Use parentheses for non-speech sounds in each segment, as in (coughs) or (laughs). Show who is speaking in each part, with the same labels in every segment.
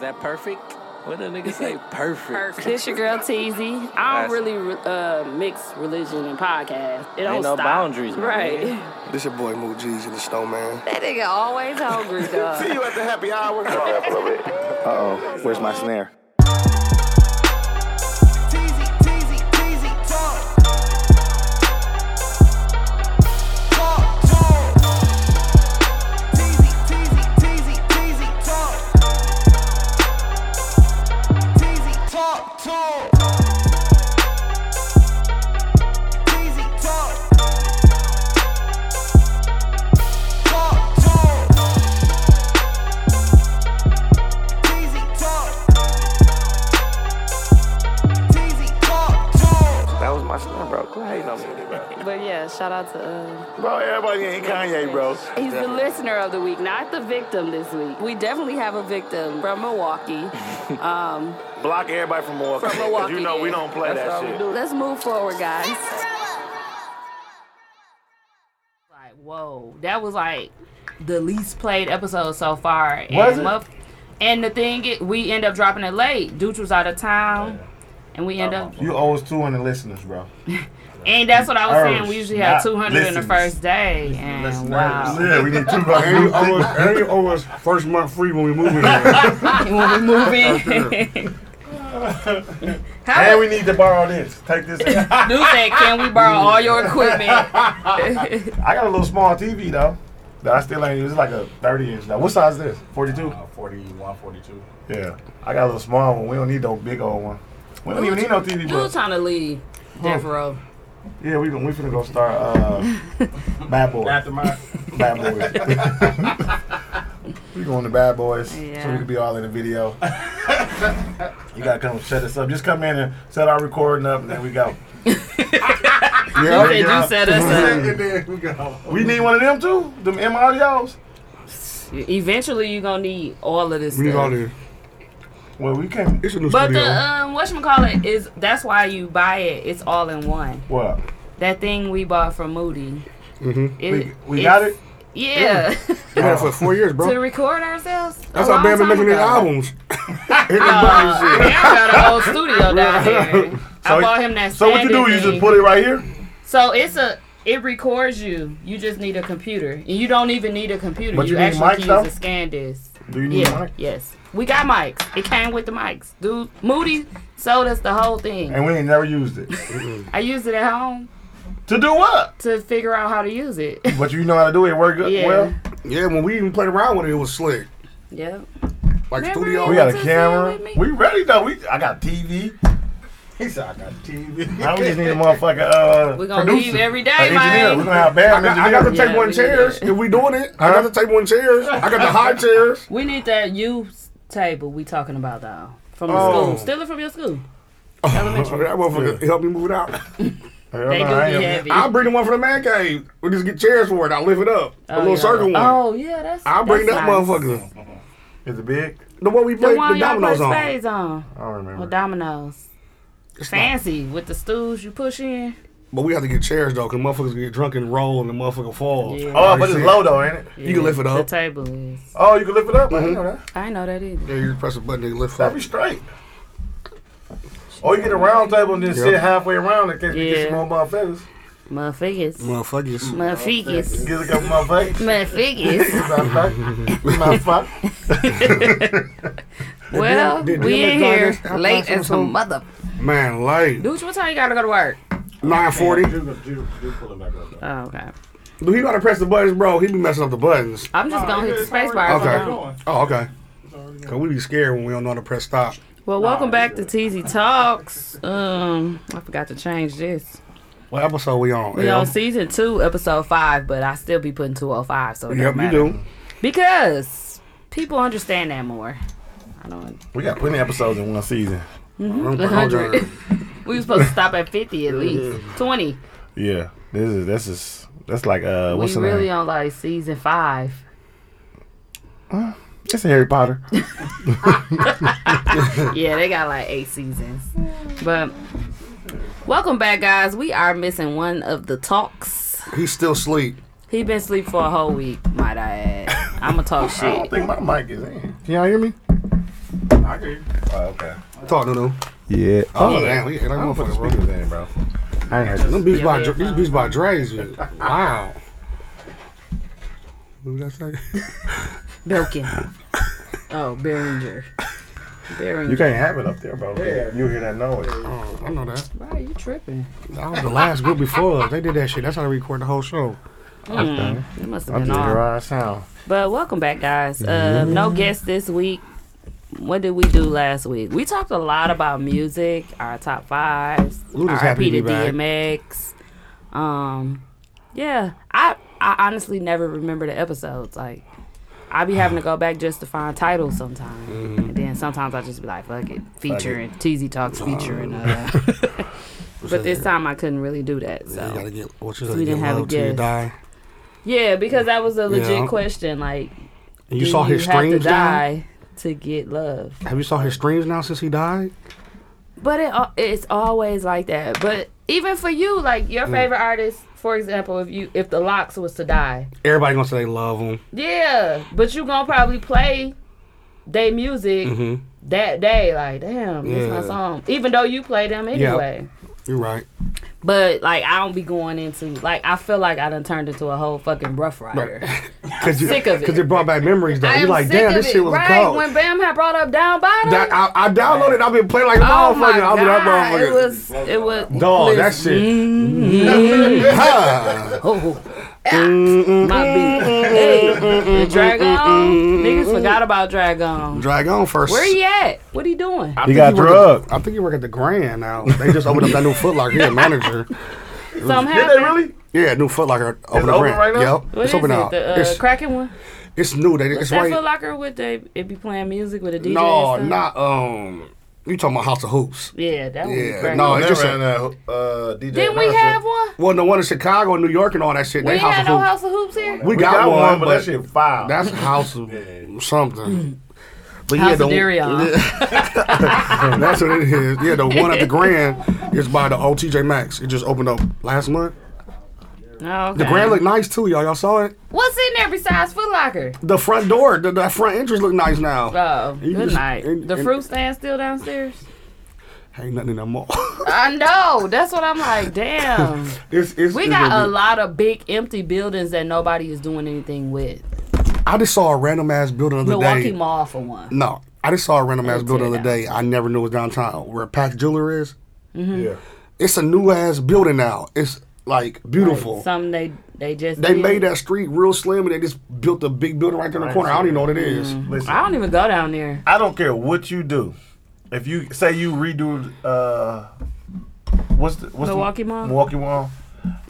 Speaker 1: that perfect? What the nigga
Speaker 2: (laughs)
Speaker 1: say? Perfect.
Speaker 3: Perfect.
Speaker 2: This your girl Teasy. I
Speaker 1: Nice.
Speaker 2: don't really uh, mix religion and podcast. It don't
Speaker 1: Ain't no
Speaker 2: stop.
Speaker 1: boundaries, my
Speaker 2: right? (laughs)
Speaker 4: This your boy Moot G's and the Snowman.
Speaker 3: That nigga always hungry, dog.
Speaker 4: you at the happy hour.
Speaker 5: Uh-oh, where's my snare?
Speaker 6: Teasy, teasy, teasy, talk. Talk, talk. Teasy, teasy, teasy, teasy, talk. Teasy, talk, talk. Teasy, talk. Talk, talk. Teasy, talk. Teasy, talk, talk.
Speaker 1: That was my son, bro. Quit hating on me, bro.
Speaker 2: But yeah, shout out to. Uh,
Speaker 5: Bro, everybody ain't Kanye, bro.
Speaker 2: he's the listener of the week, not the victim this week. We definitely have a victim from Milwaukee.
Speaker 5: Block everybody from Milwaukee.
Speaker 2: From
Speaker 5: 'cause you
Speaker 2: Milwaukee,
Speaker 5: know we
Speaker 2: yeah.
Speaker 5: don't play
Speaker 1: That's all
Speaker 5: that
Speaker 1: we
Speaker 5: shit.
Speaker 1: do.
Speaker 2: Let's move forward, guys. Like, whoa, that was like the least played episode so far. And
Speaker 5: Was it?
Speaker 2: motherf- and the thing, is, we end up dropping it late. Dooch was out of town, and we end up.
Speaker 5: You owe us 200 listeners, bro.
Speaker 2: And that's what I was saying. We
Speaker 5: Ours,
Speaker 2: usually have
Speaker 5: not
Speaker 2: 200 in the
Speaker 5: listeners.
Speaker 2: first day, and wow.
Speaker 5: Yeah, we need two. (laughs) bro.
Speaker 7: And you owe us, and you owe us first month free when we move in.
Speaker 5: (laughs)
Speaker 2: when we move in.
Speaker 5: And
Speaker 2: How
Speaker 5: we need to borrow this. Take this. in. I
Speaker 2: do that? Can we borrow all your
Speaker 5: (laughs)
Speaker 2: equipment?
Speaker 5: got a little small TV though. That I still ain't. It's like a 30 inch. Now, what size is this? 42.
Speaker 8: 41, 42.
Speaker 5: Yeah, I got a little small one. We don't need no big old one. We don't even need no TV.
Speaker 2: Dude,
Speaker 5: But
Speaker 2: trying to leave Devereaux.
Speaker 5: yeah, we gon- we finna go start uh, Bad Boy.
Speaker 8: After my.
Speaker 5: Bad Boys. we going to Bad Boys so
Speaker 2: Yeah.
Speaker 5: we can be all in the video. you gotta come shut us up. Just come in and set our recording up, and then we go.
Speaker 2: You said you set
Speaker 5: (laughs)
Speaker 2: us
Speaker 7: and then we go.
Speaker 5: We need one of them too. Them M audios.
Speaker 2: up. Eventually, you're gonna need all of this
Speaker 7: We
Speaker 2: stuff.
Speaker 7: go there.
Speaker 5: Well, we can.
Speaker 7: It's a new
Speaker 2: but
Speaker 7: studio.
Speaker 2: the um, whatchamacallit is that's why you buy it. It's all in one.
Speaker 5: What?
Speaker 2: That thing we bought from Moody.
Speaker 7: Mhm.
Speaker 2: It,
Speaker 5: Mm-hmm. We, we got
Speaker 2: it's-
Speaker 5: it.
Speaker 2: Yeah.
Speaker 7: we had it for four years,
Speaker 2: (laughs) to
Speaker 7: bro.
Speaker 2: record ourselves.
Speaker 7: That's
Speaker 2: a long
Speaker 7: how Bam
Speaker 2: time
Speaker 7: been making their
Speaker 2: ago.
Speaker 7: albums.
Speaker 2: Uh, I mean, I got a
Speaker 5: (laughs)
Speaker 2: whole studio down there. I
Speaker 5: So-
Speaker 2: bought him that.
Speaker 5: So what you do?
Speaker 2: standing
Speaker 5: You just
Speaker 2: thing.
Speaker 5: put it right here.
Speaker 2: So it's a. It records you. You just need a computer, and you don't even need a computer.
Speaker 5: But
Speaker 2: you
Speaker 5: you need
Speaker 2: actually
Speaker 5: mics,
Speaker 2: can
Speaker 5: though?
Speaker 2: use a scan disc.
Speaker 5: Do you need
Speaker 2: Yeah.
Speaker 5: a mic?
Speaker 2: Yes. We got mics. It came with the mics, dude. Moody sold us the whole thing.
Speaker 5: And we ain't never used it. (laughs)
Speaker 2: I used it at home
Speaker 5: to do what?
Speaker 2: to figure out how to use
Speaker 7: (laughs)
Speaker 2: it.
Speaker 5: But you know how to do it. it Work good.
Speaker 2: Yeah.
Speaker 5: Well,
Speaker 7: Yeah, when we even played around with it, it was slick.
Speaker 2: yep.
Speaker 7: Like
Speaker 2: Remember?
Speaker 7: studio.
Speaker 5: we got a
Speaker 2: What's up,
Speaker 5: camera.
Speaker 2: man, with me?
Speaker 5: We ready though. We I got (laughs) TV.
Speaker 8: He said, I got TV.
Speaker 2: (laughs)
Speaker 5: Now we just need a motherfucker. Uh,
Speaker 2: We're gonna
Speaker 5: producer.
Speaker 2: leave every day,
Speaker 5: An engineer.
Speaker 2: man.
Speaker 5: We're gonna have
Speaker 7: I
Speaker 5: bad
Speaker 7: got, I got the
Speaker 5: engineers.
Speaker 7: table
Speaker 2: Yeah,
Speaker 7: and
Speaker 2: we did
Speaker 7: chairs.
Speaker 2: it.
Speaker 7: If we doing it, I got the table and chairs. I got the
Speaker 2: (laughs)
Speaker 7: high chairs.
Speaker 2: We need that you table we talking about though from the
Speaker 5: Oh.
Speaker 2: school. Steal it from your school.
Speaker 7: (laughs) that motherfucker helped me move it out.
Speaker 5: Hell
Speaker 2: They
Speaker 5: no,
Speaker 2: do
Speaker 5: I ain't-
Speaker 2: be heavy.
Speaker 7: I'll bring the one from the man cave. We just get chairs for it. I'll lift it up.
Speaker 2: Oh,
Speaker 7: a little
Speaker 2: yeah.
Speaker 7: circle one.
Speaker 2: Oh yeah, that's.
Speaker 7: I'll bring
Speaker 2: that's
Speaker 7: that
Speaker 2: nice.
Speaker 7: motherfucker.
Speaker 5: Is it big?
Speaker 7: The one we
Speaker 2: The
Speaker 7: played the,
Speaker 2: one y'all play
Speaker 7: dominoes on.
Speaker 2: spades on.
Speaker 5: I don't
Speaker 2: Or
Speaker 5: remember.
Speaker 2: dominoes. Fancy with the stools you push in.
Speaker 7: But we have to get chairs though, cause motherfuckers get drunk and roll and the motherfucker falls.
Speaker 2: Yeah.
Speaker 5: Oh, but it's low though, ain't it?
Speaker 7: You can lift it
Speaker 2: The
Speaker 7: up.
Speaker 2: table is.
Speaker 5: Oh, you can lift it up. I didn't know that.
Speaker 2: I know that either.
Speaker 7: Yeah, you just press a button and lift it
Speaker 5: That'd
Speaker 7: up.
Speaker 5: be straight. Or you get a round table and then sit halfway around in case we
Speaker 2: Yeah.
Speaker 5: get some more motherfuckers.
Speaker 2: Motherfuckers.
Speaker 7: Motherfuckers.
Speaker 2: Motherfuckers.
Speaker 5: Get a couple motherfuckers.
Speaker 7: (laughs)
Speaker 2: Motherfuckers.
Speaker 5: Motherfucker. Motherfucker.
Speaker 2: Well,
Speaker 7: Did- did
Speaker 2: we
Speaker 7: you
Speaker 2: in
Speaker 7: look
Speaker 2: here
Speaker 7: like this?
Speaker 3: Late as a mother.
Speaker 7: Man, like
Speaker 2: Dude, what time you gotta go to work?
Speaker 7: nine forty.
Speaker 8: Do, do, do pull it back up. though.
Speaker 2: Oh, okay.
Speaker 7: Do he gotta press the buttons, bro? He be messing up the buttons.
Speaker 2: I'm just gonna hit the space bar.
Speaker 7: Okay.
Speaker 2: for now.
Speaker 7: Oh, okay. Cause we be scared when we don't know how to press stop.
Speaker 2: Well, welcome back to TZ Talks. Um, I forgot to change this.
Speaker 7: What episode we on?
Speaker 2: We
Speaker 7: L?
Speaker 2: on season two, episode five, but I still be putting 205, so it
Speaker 7: Yep,
Speaker 2: don't
Speaker 7: you
Speaker 2: matter.
Speaker 7: do.
Speaker 2: Because people understand that more. I don't.
Speaker 5: We got plenty of episodes in one season.
Speaker 7: Remember,
Speaker 2: The hundred.
Speaker 7: hold on.
Speaker 2: We were supposed to stop at 50 at least. 20.
Speaker 5: Yeah, this is this is that's like uh, what's
Speaker 2: we
Speaker 5: the
Speaker 2: really
Speaker 5: name?
Speaker 2: on like season five.
Speaker 5: It's Harry Potter.
Speaker 2: Yeah, they got like eight seasons. But welcome back, guys. We are missing one of the talks.
Speaker 7: (laughs) He's still asleep.
Speaker 2: He been asleep for a whole week, might I add. I'ma talk
Speaker 5: (laughs) I don't
Speaker 2: shit.
Speaker 5: think my mic is in. Can y'all hear me?
Speaker 8: I hear you.
Speaker 5: Oh, okay.
Speaker 7: Talk no no.
Speaker 9: Yeah.
Speaker 7: Oh damn, we hit that
Speaker 5: I don't fucking
Speaker 7: motherfucker, bro.
Speaker 5: speak his name, bro.
Speaker 7: I ain't had them beats by Dre- these beats by Dre's. was- Wow. Who that say? (laughs)
Speaker 2: Belkin. Oh, Behringer. Behringer.
Speaker 5: You can't have it up there, bro.
Speaker 8: Yeah.
Speaker 5: You hear that noise?
Speaker 7: Oh, I know that.
Speaker 2: Why are you tripping?
Speaker 7: That was the last group before us. They did that shit. That's how they record the whole show.
Speaker 2: It must have
Speaker 5: I'm
Speaker 2: been
Speaker 5: just
Speaker 2: all.
Speaker 5: raw sound.
Speaker 2: But welcome back, guys. Uh, no guests this week. What did we do last week? We talked a lot about music, our top fives,
Speaker 7: Luda's happy
Speaker 2: RIP
Speaker 7: to
Speaker 2: to
Speaker 7: be back.
Speaker 2: DMX. Um, yeah, I I honestly never remember the episodes. Like, I be having to go back just to find titles sometimes,
Speaker 7: Mm-hmm.
Speaker 2: and then sometimes I just be like, "Fuck it," featuring Teasy Talks, featuring.
Speaker 7: (laughs)
Speaker 2: Uh, but this time I couldn't really do that, so.
Speaker 7: You gotta get what
Speaker 2: So
Speaker 7: you gotta
Speaker 2: we
Speaker 7: get
Speaker 2: didn't have a
Speaker 7: love till you
Speaker 2: guest.
Speaker 7: die.
Speaker 2: Yeah, because that was a legit
Speaker 7: Yeah.
Speaker 2: question. Like,
Speaker 7: And you
Speaker 2: do
Speaker 7: saw his
Speaker 2: have to
Speaker 7: streams now.
Speaker 2: die to get love.
Speaker 7: Have you saw his streams now since he died?
Speaker 2: But it al- it's always like that. But even for you, like
Speaker 7: Mm.
Speaker 2: your favorite artist, for example, if you if the Locks was to die,
Speaker 7: Everybody gonna say they love him.
Speaker 2: yeah, but you gonna probably play their music
Speaker 7: Mm-hmm.
Speaker 2: that day. Like, damn, it's
Speaker 7: Yeah.
Speaker 2: my song. Even though you play them anyway.
Speaker 7: You're right.
Speaker 2: But like, I don't be going into like I feel like I done turned into a whole fucking rough rider. (laughs)
Speaker 7: Cause you,
Speaker 2: Sick of it.
Speaker 7: Cause it brought back memories though.
Speaker 2: I
Speaker 7: You
Speaker 2: am
Speaker 7: like,
Speaker 2: sick
Speaker 7: damn,
Speaker 2: of
Speaker 7: this
Speaker 2: it.
Speaker 7: shit was
Speaker 2: right
Speaker 7: cold.
Speaker 2: when Bam had brought up Down Bottom.
Speaker 7: That, I, I downloaded. I've been playing like a
Speaker 2: Oh my
Speaker 7: motherfucker. I've been that
Speaker 2: god!
Speaker 7: motherfucker.
Speaker 2: It was it was
Speaker 5: Dog, that
Speaker 2: listen.
Speaker 5: shit.
Speaker 7: Ha!
Speaker 2: Oh, ah, my beat.
Speaker 7: (laughs)
Speaker 2: Hey, the Dragon. Niggas forgot about Dragon.
Speaker 7: Drag on first.
Speaker 2: Where he at? What he doing?
Speaker 7: I
Speaker 9: He
Speaker 7: think
Speaker 9: got
Speaker 7: work at the-
Speaker 9: drugged.
Speaker 7: I think he work at the Grand now. They just opened up that new Foot Locker. He a manager.
Speaker 2: Something
Speaker 5: Did they
Speaker 2: happened.
Speaker 5: really?
Speaker 7: Yeah, new Foot Locker open the
Speaker 5: open
Speaker 7: Grand.
Speaker 5: right now?
Speaker 7: Yep,
Speaker 2: What
Speaker 7: it's
Speaker 2: is it?
Speaker 7: open now.
Speaker 2: The uh,
Speaker 7: it's,
Speaker 2: cracking one.
Speaker 7: it's new. They, it's
Speaker 2: That
Speaker 7: right.
Speaker 2: Foot Locker with they it be playing music with a DJ.
Speaker 7: no,
Speaker 2: and stuff?
Speaker 7: not um. You talking about House of Hoops?
Speaker 2: Yeah, that would
Speaker 7: Yeah,
Speaker 2: be cracking.
Speaker 7: no,
Speaker 5: Oh,
Speaker 7: it's
Speaker 5: they
Speaker 7: just
Speaker 5: ran
Speaker 7: a,
Speaker 5: that uh, DJ.
Speaker 2: Didn't we
Speaker 5: Nas
Speaker 2: have
Speaker 5: shit.
Speaker 2: one?
Speaker 7: well, the one in Chicago, New York, and all that shit.
Speaker 2: We
Speaker 7: They
Speaker 2: ain't
Speaker 7: House
Speaker 2: had
Speaker 7: of
Speaker 2: no
Speaker 7: Hoops.
Speaker 2: House of Hoops here.
Speaker 7: We
Speaker 5: We got, one, but that
Speaker 7: shit.
Speaker 5: shit
Speaker 7: (laughs)
Speaker 5: foul.
Speaker 7: That's House of
Speaker 2: (laughs)
Speaker 7: something. But
Speaker 2: House of
Speaker 7: the- (laughs)
Speaker 2: Darion.
Speaker 7: That's what it is. Yeah, the one at the Grand is by the old TJ Maxx. It just opened up last month.
Speaker 2: Oh, okay.
Speaker 7: The Grand looked nice too, y'all. Y'all saw it.
Speaker 2: What's in there besides Foot Locker?
Speaker 7: The front door, the, the front entrance looked nice now.
Speaker 2: Oh,
Speaker 7: You
Speaker 2: good
Speaker 7: just-
Speaker 2: night.
Speaker 7: and-
Speaker 2: the
Speaker 7: and-
Speaker 2: fruit stand still downstairs.
Speaker 7: Ain't nothing in that mall.
Speaker 2: I know. That's what I'm like. Damn.
Speaker 7: (laughs) it's, it's,
Speaker 2: We
Speaker 7: it's
Speaker 2: got
Speaker 7: gonna
Speaker 2: a
Speaker 7: be-
Speaker 2: lot of big empty buildings that nobody is doing anything with.
Speaker 7: I just saw a random ass building the other
Speaker 2: Milwaukee
Speaker 7: day.
Speaker 2: Mall for one.
Speaker 7: No, I just saw a random ass
Speaker 2: tear
Speaker 7: building the
Speaker 2: it
Speaker 7: other day. I never knew it was downtown where Pax Jeweler is.
Speaker 5: yeah.
Speaker 7: It's a new ass building now. It's like beautiful.
Speaker 2: Something they they just
Speaker 7: they
Speaker 2: did.
Speaker 7: made that street real slim and they just built a big building right there in the corner. I don't even know what it is.
Speaker 5: Listen,
Speaker 2: I don't even go down there.
Speaker 5: I don't care what you do. If you say you redo uh what's the what's
Speaker 2: Milwaukee
Speaker 5: the,
Speaker 2: Mall?
Speaker 5: Milwaukee Mall.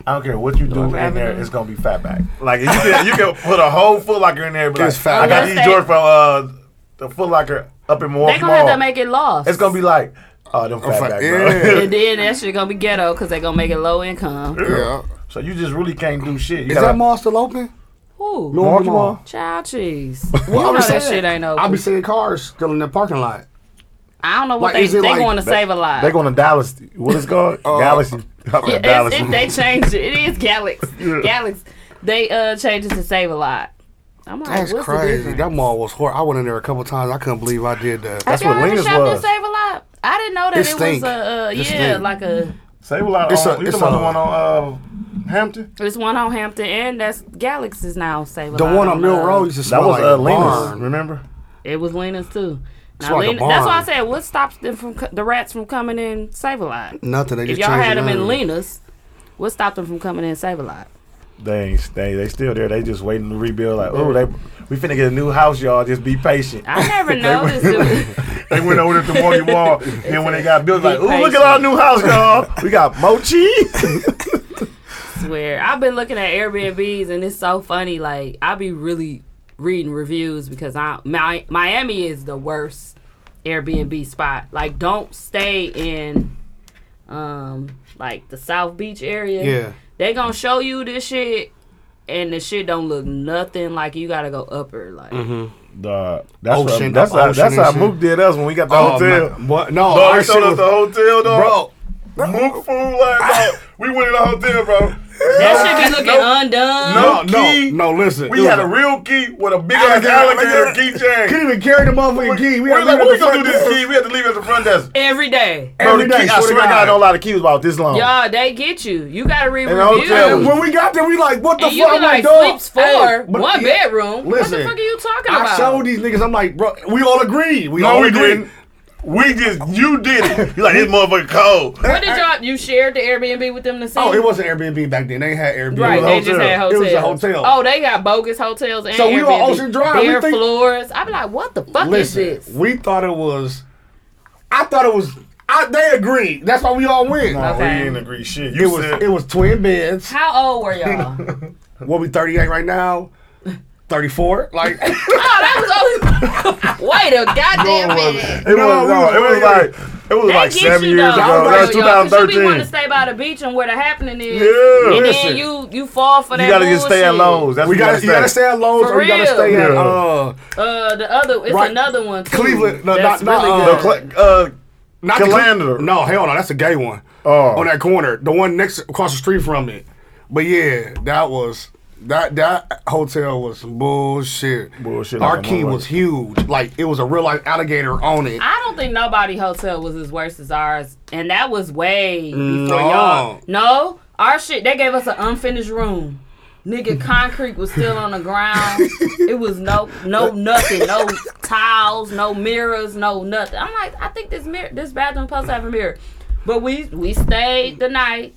Speaker 5: I don't care what you do in there,
Speaker 2: Avenue.
Speaker 5: it's gonna be fat back. Like you can, you can put a whole Foot Locker in there. But
Speaker 7: It's
Speaker 5: like,
Speaker 7: fat
Speaker 5: I got
Speaker 2: back.
Speaker 5: these George from uh, the Foot Locker up in Milwaukee
Speaker 2: They gonna
Speaker 5: Mall.
Speaker 2: have to make it lost.
Speaker 5: it's gonna be like, oh, them fat
Speaker 7: fat-
Speaker 5: back, bro. (laughs)
Speaker 7: yeah.
Speaker 2: and then that shit gonna be ghetto because they gonna make it low income.
Speaker 7: Yeah.
Speaker 5: so you just really can't do shit. You
Speaker 7: Is
Speaker 5: gotta-
Speaker 7: that mall still open?
Speaker 2: Who?
Speaker 7: Milwaukee Mall.
Speaker 2: Child cheese.
Speaker 7: (laughs) Well,
Speaker 2: you
Speaker 7: I'm
Speaker 2: know that
Speaker 7: saying-
Speaker 2: shit ain't
Speaker 7: I
Speaker 2: open.
Speaker 7: be seeing cars still in the parking lot.
Speaker 2: I don't know what
Speaker 7: Like,
Speaker 2: they
Speaker 7: is it
Speaker 2: they
Speaker 7: like-
Speaker 2: going to save a lot. (laughs)
Speaker 5: They going to Dallas. What is it called?
Speaker 7: Uh, (laughs)
Speaker 5: Galaxy.
Speaker 2: Yeah, it's-
Speaker 5: Dallas.
Speaker 2: it- they changed it. It is Galax. Galax. They uh changed it to save a lot. I'm like,
Speaker 7: That's
Speaker 2: what's The
Speaker 7: crazy.
Speaker 2: difference?
Speaker 7: That mall was horrible. I went in there a couple times. I couldn't believe I did that.
Speaker 5: That's
Speaker 2: Have
Speaker 5: what
Speaker 2: y'all ever
Speaker 5: Lena's
Speaker 2: shopped
Speaker 5: was.
Speaker 2: at Save a Lot? I didn't know that
Speaker 7: It
Speaker 2: it, was
Speaker 7: stink.
Speaker 2: a uh,
Speaker 7: It
Speaker 2: yeah,
Speaker 7: stink.
Speaker 2: like a
Speaker 5: Say a lot.
Speaker 7: It's
Speaker 5: It's
Speaker 7: a-
Speaker 5: on, you
Speaker 7: it's
Speaker 5: talking about
Speaker 7: a-
Speaker 5: the one on uh, Hampton?
Speaker 2: it's one on Hampton and that's Galaxy's now Save a
Speaker 7: The
Speaker 2: Lot.
Speaker 7: one on Mill
Speaker 2: uh,
Speaker 7: Road used to
Speaker 5: That
Speaker 7: smell
Speaker 5: was
Speaker 7: like a
Speaker 5: uh, Lena's.
Speaker 7: barn.
Speaker 5: Remember?
Speaker 2: It was Lena's too. Now,
Speaker 7: like a
Speaker 2: Lena- that's why I
Speaker 7: barn.
Speaker 2: said what stops them from co- the rats from coming in Save a Lot.
Speaker 7: Nothing. They
Speaker 2: If
Speaker 7: just
Speaker 2: y'all
Speaker 7: changed
Speaker 2: had
Speaker 7: the
Speaker 2: them in
Speaker 7: name.
Speaker 2: Lena's, what stopped them from coming in Save a Lot?
Speaker 5: They ain't they they still there. They just waiting to rebuild. Like oh they we finna get a new house, y'all. Just be patient.
Speaker 7: (laughs)
Speaker 2: I never noticed. it.
Speaker 5: They went over to the Milwaukee Wall. Then when they got built, like
Speaker 2: Be
Speaker 5: oh look at our new house, y'all. We got mochi.
Speaker 7: (laughs)
Speaker 2: swear. I've been looking at Airbnbs and it's so funny. Like I be really reading reviews because I my, Miami is the worst Airbnb spot. Like don't stay in um like the South Beach area.
Speaker 7: Yeah.
Speaker 2: They gonna show you this shit and the shit don't look nothing like you gotta go upper like
Speaker 5: Duh, that's
Speaker 7: Ocean,
Speaker 5: what, that's how,
Speaker 7: ocean
Speaker 5: that's how
Speaker 7: and shit.
Speaker 5: Mook did us when we got the
Speaker 7: Oh,
Speaker 5: hotel.
Speaker 7: man. What? No,
Speaker 5: Dog,
Speaker 7: our
Speaker 5: they
Speaker 7: shit
Speaker 5: showed us
Speaker 7: was-
Speaker 5: the hotel, dog.
Speaker 7: bro.
Speaker 5: Mook food last night. We went in the hotel, bro.
Speaker 2: That should be looking undone.
Speaker 5: No,
Speaker 7: No,
Speaker 5: key.
Speaker 7: no, listen.
Speaker 5: We had a real key with a big ass
Speaker 7: Alligator,
Speaker 5: alligator
Speaker 7: alligator.
Speaker 5: keychain.
Speaker 7: Couldn't even carry the motherfucking key.
Speaker 5: We
Speaker 7: We
Speaker 5: were
Speaker 7: had
Speaker 5: like,
Speaker 7: to
Speaker 5: what we
Speaker 7: leave it
Speaker 5: gonna do
Speaker 7: at the
Speaker 5: this
Speaker 7: front
Speaker 5: key?
Speaker 7: desk.
Speaker 5: We had to leave it at the front desk.
Speaker 2: Every day.
Speaker 5: Bro, the
Speaker 7: Every day,
Speaker 5: key, I
Speaker 7: swear to
Speaker 5: swear to
Speaker 7: God.
Speaker 5: God, no lie, the key was about this long.
Speaker 2: Y'all, they get you. You gotta read
Speaker 5: And the
Speaker 2: reviews.
Speaker 5: hotel
Speaker 7: And when we got there, we like, what the
Speaker 2: And you
Speaker 7: fuck?
Speaker 2: be
Speaker 7: I'm
Speaker 2: like,
Speaker 7: dog,
Speaker 2: sleeps four,
Speaker 7: hey, but-
Speaker 2: one
Speaker 7: yeah,
Speaker 2: bedroom. what the
Speaker 7: listen,
Speaker 2: fuck are you talking
Speaker 7: I
Speaker 2: about?
Speaker 7: showed these niggas. I'm like, bro, we all agreed. We
Speaker 5: No,
Speaker 7: all
Speaker 5: we
Speaker 7: agreed.
Speaker 5: didn't. We just, you did it. You
Speaker 7: (laughs)
Speaker 5: like this motherfucker cold.
Speaker 2: What did y'all? You shared the Airbnb with them to see?
Speaker 7: Oh, it wasn't Airbnb back then. They had Airbnb.
Speaker 2: Right,
Speaker 5: was a
Speaker 2: they just
Speaker 5: hotel.
Speaker 2: had
Speaker 7: It
Speaker 2: hotels.
Speaker 7: was a hotel.
Speaker 2: Oh, they got bogus hotels and
Speaker 7: So we
Speaker 2: Airbnb.
Speaker 7: on Ocean Drive, we
Speaker 2: bare
Speaker 7: think-
Speaker 2: floors. I be like, what the fuck
Speaker 7: Listen,
Speaker 2: is this?
Speaker 7: we thought it was. I thought it was. I, they agreed. That's why we all went.
Speaker 5: No,
Speaker 2: Okay.
Speaker 5: Oh, we didn't agree
Speaker 7: It
Speaker 5: shit. You
Speaker 7: was
Speaker 5: said
Speaker 7: it was twin beds.
Speaker 2: How old were
Speaker 7: (laughs)
Speaker 2: y'all? oh,
Speaker 7: What we 38 right now? 34. Like
Speaker 2: that was only. (laughs) Wait a goddamn minute.
Speaker 5: it was,
Speaker 7: No,
Speaker 5: no,
Speaker 7: we was-
Speaker 5: it was
Speaker 7: yeah.
Speaker 5: like it was
Speaker 2: That
Speaker 5: like
Speaker 2: gets
Speaker 5: seven
Speaker 2: you,
Speaker 5: years
Speaker 2: though.
Speaker 5: ago.
Speaker 7: Y'all
Speaker 5: That was
Speaker 7: know,
Speaker 2: y'all, 'cause You be wanting to
Speaker 5: 2013.
Speaker 2: stay by the beach and where the happening is.
Speaker 5: Yeah.
Speaker 2: And
Speaker 7: Listen.
Speaker 2: then you you fall for that.
Speaker 5: You gotta get stay at
Speaker 2: bullshit.
Speaker 5: Lowe's. That's
Speaker 7: we
Speaker 5: we
Speaker 7: got to you gotta stay at Lowe's
Speaker 2: For
Speaker 7: or you gotta
Speaker 2: real.
Speaker 7: stay at
Speaker 5: Yeah.
Speaker 7: uh
Speaker 2: Uh, the other it's
Speaker 7: Right.
Speaker 2: another one. Too,
Speaker 7: Cleveland- no,
Speaker 2: that's
Speaker 7: not- not,
Speaker 2: really
Speaker 7: uh,
Speaker 5: The
Speaker 2: good.
Speaker 5: cl- uh,
Speaker 7: not the
Speaker 5: Calandra.
Speaker 7: Cle- no, hell no, that's a gay one.
Speaker 5: Oh.
Speaker 7: On that corner, the one next across the street from it. But yeah, that was that that hotel was some bullshit.
Speaker 5: Bullshit
Speaker 7: Our
Speaker 5: like a
Speaker 7: key
Speaker 5: motherfucker.
Speaker 7: was huge. Like it was a real life alligator on it.
Speaker 2: I don't think nobody hotel was as worse as ours, and that was way before
Speaker 7: Mm, No.
Speaker 2: y'all. No, our shit. They gave us an unfinished room.
Speaker 7: (laughs)
Speaker 2: Nigga, concrete was still on the ground. it was no, no nothing, no tiles, no mirrors, no nothing. I'm like, I think this mirror, this bathroom supposed to have a mirror, but we we stayed the night,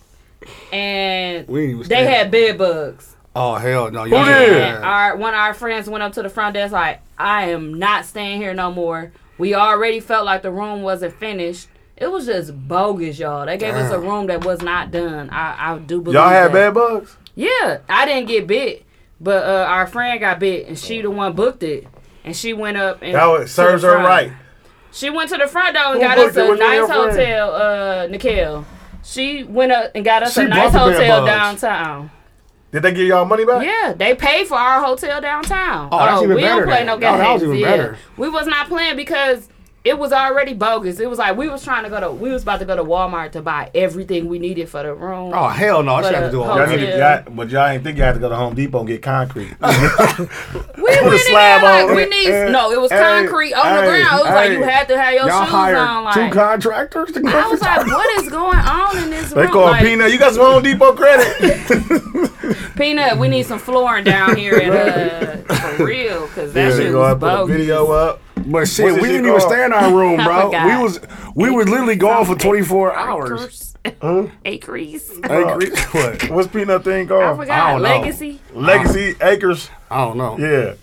Speaker 2: and
Speaker 7: We was
Speaker 2: they
Speaker 7: staying.
Speaker 2: had bed bugs.
Speaker 7: Oh hell no!
Speaker 5: Who did?
Speaker 2: And our one of our friends went up to the front desk like, I am not staying here no more. We already felt like the room wasn't finished. It was just bogus, y'all. They gave us a room that was not done. I, I do believe
Speaker 5: y'all had
Speaker 2: that.
Speaker 5: bad bugs.
Speaker 2: Yeah, I didn't get bit, but uh, our friend got bit, and she the one booked it. And she went up and
Speaker 5: That was,
Speaker 2: to
Speaker 5: serves
Speaker 2: the
Speaker 5: her
Speaker 2: front.
Speaker 5: right.
Speaker 2: She went to the front door and
Speaker 5: Who
Speaker 2: got
Speaker 5: booked
Speaker 2: us
Speaker 5: it?
Speaker 2: a
Speaker 5: Was it your
Speaker 2: nice
Speaker 5: friend?
Speaker 2: hotel, uh, Nikhil. She went up and got us
Speaker 7: She
Speaker 2: a nice
Speaker 7: bought the bed
Speaker 2: hotel
Speaker 7: bugs.
Speaker 2: downtown.
Speaker 5: Did they give y'all money back?
Speaker 2: Yeah, they paid for our hotel downtown.
Speaker 7: Oh, that's even
Speaker 2: we
Speaker 7: better
Speaker 2: don't play
Speaker 7: then.
Speaker 2: no
Speaker 7: Oh, that
Speaker 2: games.
Speaker 7: was even
Speaker 2: yeah.
Speaker 7: better.
Speaker 2: We was not playing because it was already bogus. It was like we was trying to go to we was about to go to Walmart to buy everything we needed for the room.
Speaker 7: Oh hell no! I
Speaker 2: But,
Speaker 7: should have to do all
Speaker 2: uh,
Speaker 5: Y'all
Speaker 7: that. (laughs)
Speaker 5: need to,
Speaker 2: Yeah. Uh,
Speaker 5: y'all, but y'all ain't think y'all had to go to Home Depot and get concrete.
Speaker 7: (laughs)
Speaker 2: we went in
Speaker 5: slab
Speaker 2: there
Speaker 5: on.
Speaker 2: like we need
Speaker 5: Eh,
Speaker 2: no, it was
Speaker 5: hey,
Speaker 2: concrete on the
Speaker 5: hey,
Speaker 2: ground. It was like you
Speaker 5: hey.
Speaker 2: had to have your
Speaker 7: Y'all
Speaker 2: shoes
Speaker 7: hired
Speaker 2: on like
Speaker 7: two contractors to
Speaker 2: I
Speaker 7: go
Speaker 2: was like, what is going on in this room?
Speaker 5: they call
Speaker 2: like,
Speaker 5: Peanut. You got some Home Depot
Speaker 2: (laughs)
Speaker 5: credit.
Speaker 2: Peanut, we need some flooring down here and, uh, for real, because that
Speaker 5: they
Speaker 2: shit
Speaker 5: go
Speaker 2: was
Speaker 5: and put a
Speaker 2: bogus.
Speaker 5: video up.
Speaker 7: But shit,
Speaker 5: What's
Speaker 7: we
Speaker 5: this shit
Speaker 7: didn't even
Speaker 5: called?
Speaker 7: stay in our
Speaker 2: (laughs) Oh
Speaker 7: room, bro.
Speaker 2: forgot.
Speaker 7: we was we were literally
Speaker 2: (laughs)
Speaker 7: gone for 24 hours.
Speaker 2: Acres. Acres.
Speaker 7: Angry? (laughs) what?
Speaker 5: What's Peanut thing
Speaker 2: I
Speaker 5: called?
Speaker 2: forgot.
Speaker 7: don't know.
Speaker 2: Legacy. Hmm.
Speaker 5: Legacy Acres.
Speaker 7: I don't know.
Speaker 5: Yeah.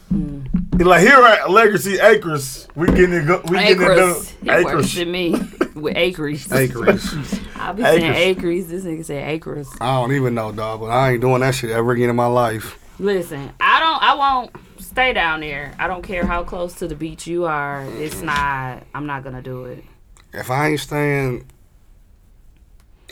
Speaker 5: He Like here at Legacy Acres, we getting it. Go, we getting it done.
Speaker 2: Acres. He worse than me with
Speaker 5: (laughs)
Speaker 2: acres.
Speaker 7: Acres.
Speaker 2: I be
Speaker 5: Acres.
Speaker 2: saying acres. This nigga said acres.
Speaker 7: I don't even know, dog. But I ain't doing that shit ever again in my life.
Speaker 2: Listen, I don't. I won't stay down there. I don't care how close to the beach you are. It's not. I'm not gonna do it.
Speaker 7: If I ain't staying,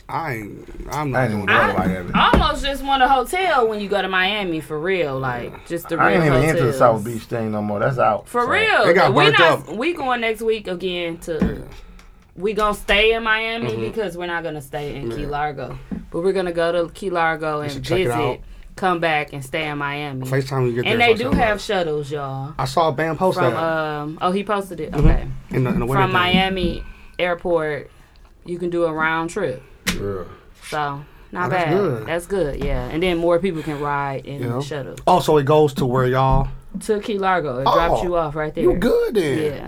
Speaker 7: I ain't. I'm
Speaker 5: I
Speaker 7: not
Speaker 5: ain't
Speaker 7: doing
Speaker 5: even thought
Speaker 7: that.
Speaker 5: about that.
Speaker 2: I almost just want a hotel when you go to Miami for real. Like just the real
Speaker 5: I ain't even into the
Speaker 2: hotels.
Speaker 5: South Beach thing no more. That's out.
Speaker 2: For
Speaker 5: So,
Speaker 2: real.
Speaker 7: They got
Speaker 2: we
Speaker 7: burnt
Speaker 2: not,
Speaker 7: up.
Speaker 2: We going next week again to. We gonna stay in Miami
Speaker 7: Mm-hmm.
Speaker 2: because we're not gonna stay in Key Largo, but we're gonna go to Key Largo and
Speaker 7: should check it out.
Speaker 2: visit, come back and stay in Miami.
Speaker 7: Facetime you get there.
Speaker 2: and they do
Speaker 7: so I'll tell
Speaker 2: have
Speaker 7: you.
Speaker 2: shuttles, y'all.
Speaker 7: I saw Bam post
Speaker 2: From
Speaker 7: that Mm-hmm.
Speaker 2: um, oh, he posted it. Okay,
Speaker 7: in the, in the wedding
Speaker 2: from
Speaker 7: thing.
Speaker 2: Miami airport, you can do a round trip.
Speaker 5: Yeah.
Speaker 2: So not
Speaker 7: Oh, that's
Speaker 2: bad.
Speaker 7: good.
Speaker 2: That's good. Yeah, and then more people can ride in
Speaker 7: Yeah.
Speaker 2: the shuttle
Speaker 7: Oh, so it goes to where y'all.
Speaker 2: to Key Largo. It
Speaker 7: Oh,
Speaker 2: drops you off right there.
Speaker 7: You good then?
Speaker 2: Yeah.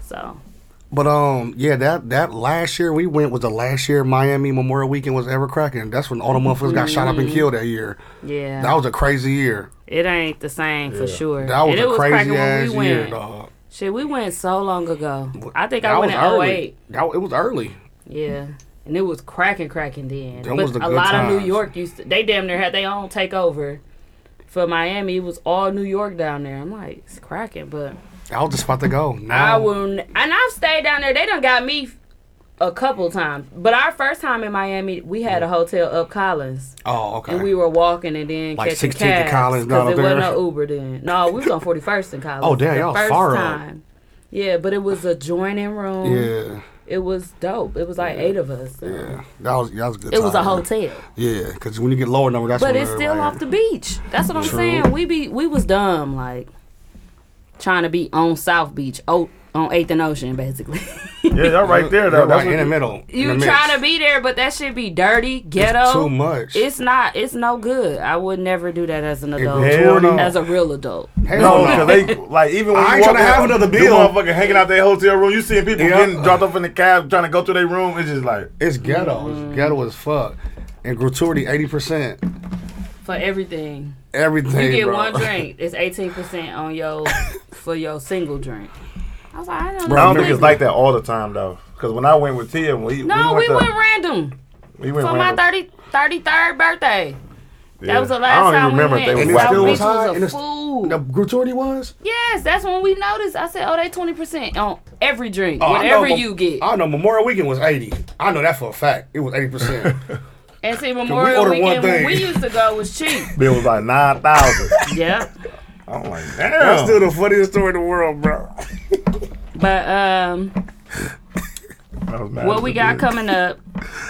Speaker 2: So
Speaker 7: But um, yeah, that that last year we went was the last year Miami Memorial Weekend was ever cracking. That's when all the motherfuckers got shot up and killed that year.
Speaker 2: Mm-hmm. yeah.
Speaker 7: That was a crazy year.
Speaker 2: It ain't the same for sure.
Speaker 7: That was
Speaker 2: and
Speaker 7: a
Speaker 2: it was
Speaker 7: crazy
Speaker 2: cracking when
Speaker 7: ass
Speaker 2: we
Speaker 7: year,
Speaker 2: went.
Speaker 7: dog.
Speaker 2: Shit, we went so long ago. I think I
Speaker 7: That
Speaker 2: went
Speaker 7: was
Speaker 2: in
Speaker 7: early.
Speaker 2: 08.
Speaker 7: That, it was early.
Speaker 2: Yeah. And it was cracking, cracking then.
Speaker 7: Them
Speaker 2: but
Speaker 7: was the
Speaker 2: a
Speaker 7: good
Speaker 2: lot of New
Speaker 7: times.
Speaker 2: York used to, they damn near had their own takeover. For Miami, it was all New York down there. I'm like, it's cracking, but
Speaker 7: That was the spot to go. Now,
Speaker 2: I will. n- And I've stayed down there. They done got me a couple times. But our first time in Miami, we had a hotel up Collins.
Speaker 7: oh, okay.
Speaker 2: And we were walking and then
Speaker 7: Like
Speaker 2: catching
Speaker 7: 16th and
Speaker 2: cabs
Speaker 7: Collins down
Speaker 2: because it
Speaker 7: there.
Speaker 2: wasn't no Uber then. No, we was on 41st and Collins.
Speaker 7: Oh, damn,
Speaker 2: the
Speaker 7: y'all
Speaker 2: first
Speaker 7: far up.
Speaker 2: time. Yeah, but it was adjoining room.
Speaker 7: yeah.
Speaker 2: It was dope. It was like eight of us.
Speaker 7: Yeah, that was that was a good.
Speaker 2: It was a
Speaker 7: time.
Speaker 2: hotel,
Speaker 7: Yeah, because when you get lower number, that's
Speaker 2: but
Speaker 7: when
Speaker 2: it's still
Speaker 7: everybody-
Speaker 2: off the beach. That's what I'm
Speaker 7: True.
Speaker 2: saying. We be we was dumb like trying to be on South Beach, o- on Eighth and Ocean, basically. (laughs)
Speaker 5: Yeah, y'all right there
Speaker 7: Yeah,
Speaker 5: though.
Speaker 7: right
Speaker 5: That's
Speaker 7: in the
Speaker 5: what
Speaker 7: middle.
Speaker 2: you
Speaker 7: in the
Speaker 2: try
Speaker 7: mix.
Speaker 2: to be there, but that should be dirty, ghetto.
Speaker 7: It's too much.
Speaker 2: It's not. It's no good. I would never do that as an adult.
Speaker 5: Hell no.
Speaker 2: As a real adult.
Speaker 7: Hell (laughs)
Speaker 5: no, because they like even when
Speaker 7: I
Speaker 5: you
Speaker 7: ain't
Speaker 5: walk
Speaker 7: tryna
Speaker 5: in,
Speaker 7: have another
Speaker 5: you
Speaker 7: bill.
Speaker 5: motherfucker hanging out their hotel room. You seeing people
Speaker 7: Yeah.
Speaker 5: getting dropped off in the cab, trying to go through their room. It's just like
Speaker 7: It's ghetto. It's ghetto as fuck. And gratuity eighty percent.
Speaker 2: For everything,
Speaker 7: Everything.
Speaker 2: you get
Speaker 7: bro.
Speaker 5: (laughs)
Speaker 2: one drink. It's eighteen percent on your for your single drink. I was like, I don't
Speaker 7: Bro,
Speaker 5: I
Speaker 2: know.
Speaker 5: don't think it's like that all the time though. Because when I went with Tia, we
Speaker 2: No, we
Speaker 5: we went,
Speaker 2: went
Speaker 5: to,
Speaker 2: random
Speaker 5: we went
Speaker 2: for my
Speaker 5: random.
Speaker 2: 30, 33rd birthday.
Speaker 5: Yeah.
Speaker 2: That was the
Speaker 5: I
Speaker 2: last
Speaker 5: don't
Speaker 2: time
Speaker 5: even
Speaker 2: we
Speaker 5: remember
Speaker 2: went.
Speaker 5: if they
Speaker 7: And
Speaker 5: was
Speaker 2: South
Speaker 7: it still
Speaker 5: whack or
Speaker 2: Beach
Speaker 7: was
Speaker 5: not.
Speaker 7: high,
Speaker 2: was
Speaker 7: and
Speaker 2: a
Speaker 7: it's- (laughs)
Speaker 2: fool.
Speaker 7: The gratuity was.
Speaker 2: Yes, that's when we noticed. I said, oh, they twenty percent on every drink,
Speaker 7: Oh, I know
Speaker 2: whatever
Speaker 7: Mem-
Speaker 2: you get.
Speaker 7: I know Memorial Weekend was eighty. I know that for a fact. It was eighty (laughs) percent.
Speaker 2: and see,
Speaker 7: we
Speaker 2: Memorial
Speaker 7: ordered one
Speaker 2: Weekend when
Speaker 7: thing.
Speaker 2: we used to go was cheap. (laughs)
Speaker 5: Bill was like nine thousand.
Speaker 2: yep.
Speaker 5: (laughs) I'm like,
Speaker 7: That's
Speaker 5: damn.
Speaker 7: still the funniest story in the world, bro.
Speaker 2: But um,
Speaker 5: I was mad
Speaker 2: what
Speaker 5: as
Speaker 2: we
Speaker 5: a
Speaker 2: got
Speaker 5: bitch.
Speaker 2: coming up?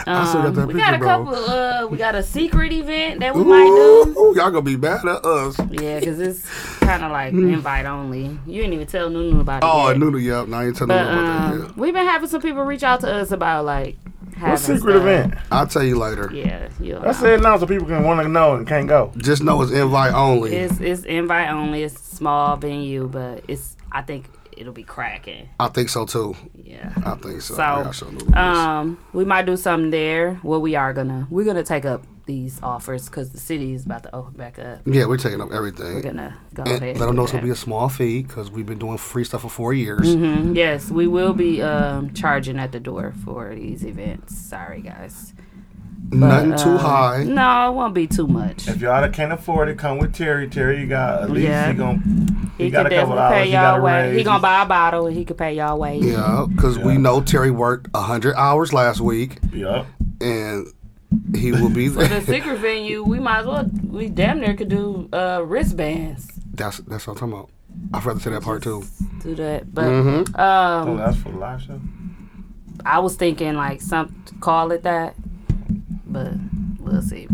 Speaker 7: I still got that
Speaker 2: Um, we got a
Speaker 7: picture, bro.
Speaker 2: couple. Uh, we got a secret event that we might do.
Speaker 7: Ooh, y'all gonna be mad at us.
Speaker 2: Yeah, because it's kind of like invite only. You didn't even tell Nunu about it.
Speaker 7: Hmm. Oh,
Speaker 2: yet.
Speaker 7: Noodle, yep. Now you telling me
Speaker 2: But
Speaker 7: about that.
Speaker 2: um, we've been having some people reach out to us about like having
Speaker 5: What secret
Speaker 2: stuff.
Speaker 5: event?
Speaker 7: yeah. I'll tell you later.
Speaker 2: Yeah, you
Speaker 5: I said now so people can want to know and can't go.
Speaker 7: Just know it's invite only.
Speaker 2: it's it's invite only. It's a small venue, but it's I think it'll be cracking.
Speaker 7: I think so too.
Speaker 2: Yeah.
Speaker 7: I think so.
Speaker 2: So,
Speaker 7: Yeah, I sure knew this.
Speaker 2: Um, we might do something there. Well, we are gonna we're gonna take up these offers because the city is about to open back up.
Speaker 7: yeah, we're taking up everything.
Speaker 2: We're gonna go
Speaker 7: And
Speaker 2: ahead.
Speaker 7: let them know it's gonna be a small fee because we've been doing free stuff for four years.
Speaker 2: hmm Yes, we will be um, charging at the door for these events. Sorry, guys.
Speaker 7: Nothing too
Speaker 2: Um,
Speaker 7: high.
Speaker 2: No, it won't be too much.
Speaker 5: If y'all that can't afford it, come with Terry. Terry, you got at least
Speaker 2: Yeah.
Speaker 5: he going he,
Speaker 2: He
Speaker 5: got
Speaker 2: can
Speaker 5: a couple
Speaker 2: definitely
Speaker 5: hours.
Speaker 2: pay
Speaker 5: He got
Speaker 2: y'all
Speaker 5: a
Speaker 2: way.
Speaker 5: raise.
Speaker 2: He gonna buy a bottle and he could pay y'all way.
Speaker 7: Yeah, because we know Terry worked hundred hours last week,
Speaker 5: Yup.
Speaker 7: and he
Speaker 2: (laughs)
Speaker 7: will be
Speaker 2: The
Speaker 7: there.
Speaker 2: secret venue, we might as well. We damn near could do uh, wristbands.
Speaker 7: (laughs) that's that's what I'm talking about. I forgot to say that part too.
Speaker 2: Do that, but
Speaker 7: Mm-hmm.
Speaker 5: Oh,
Speaker 2: um,
Speaker 5: that's for the live show.
Speaker 2: I was thinking like some call it that, but we'll see.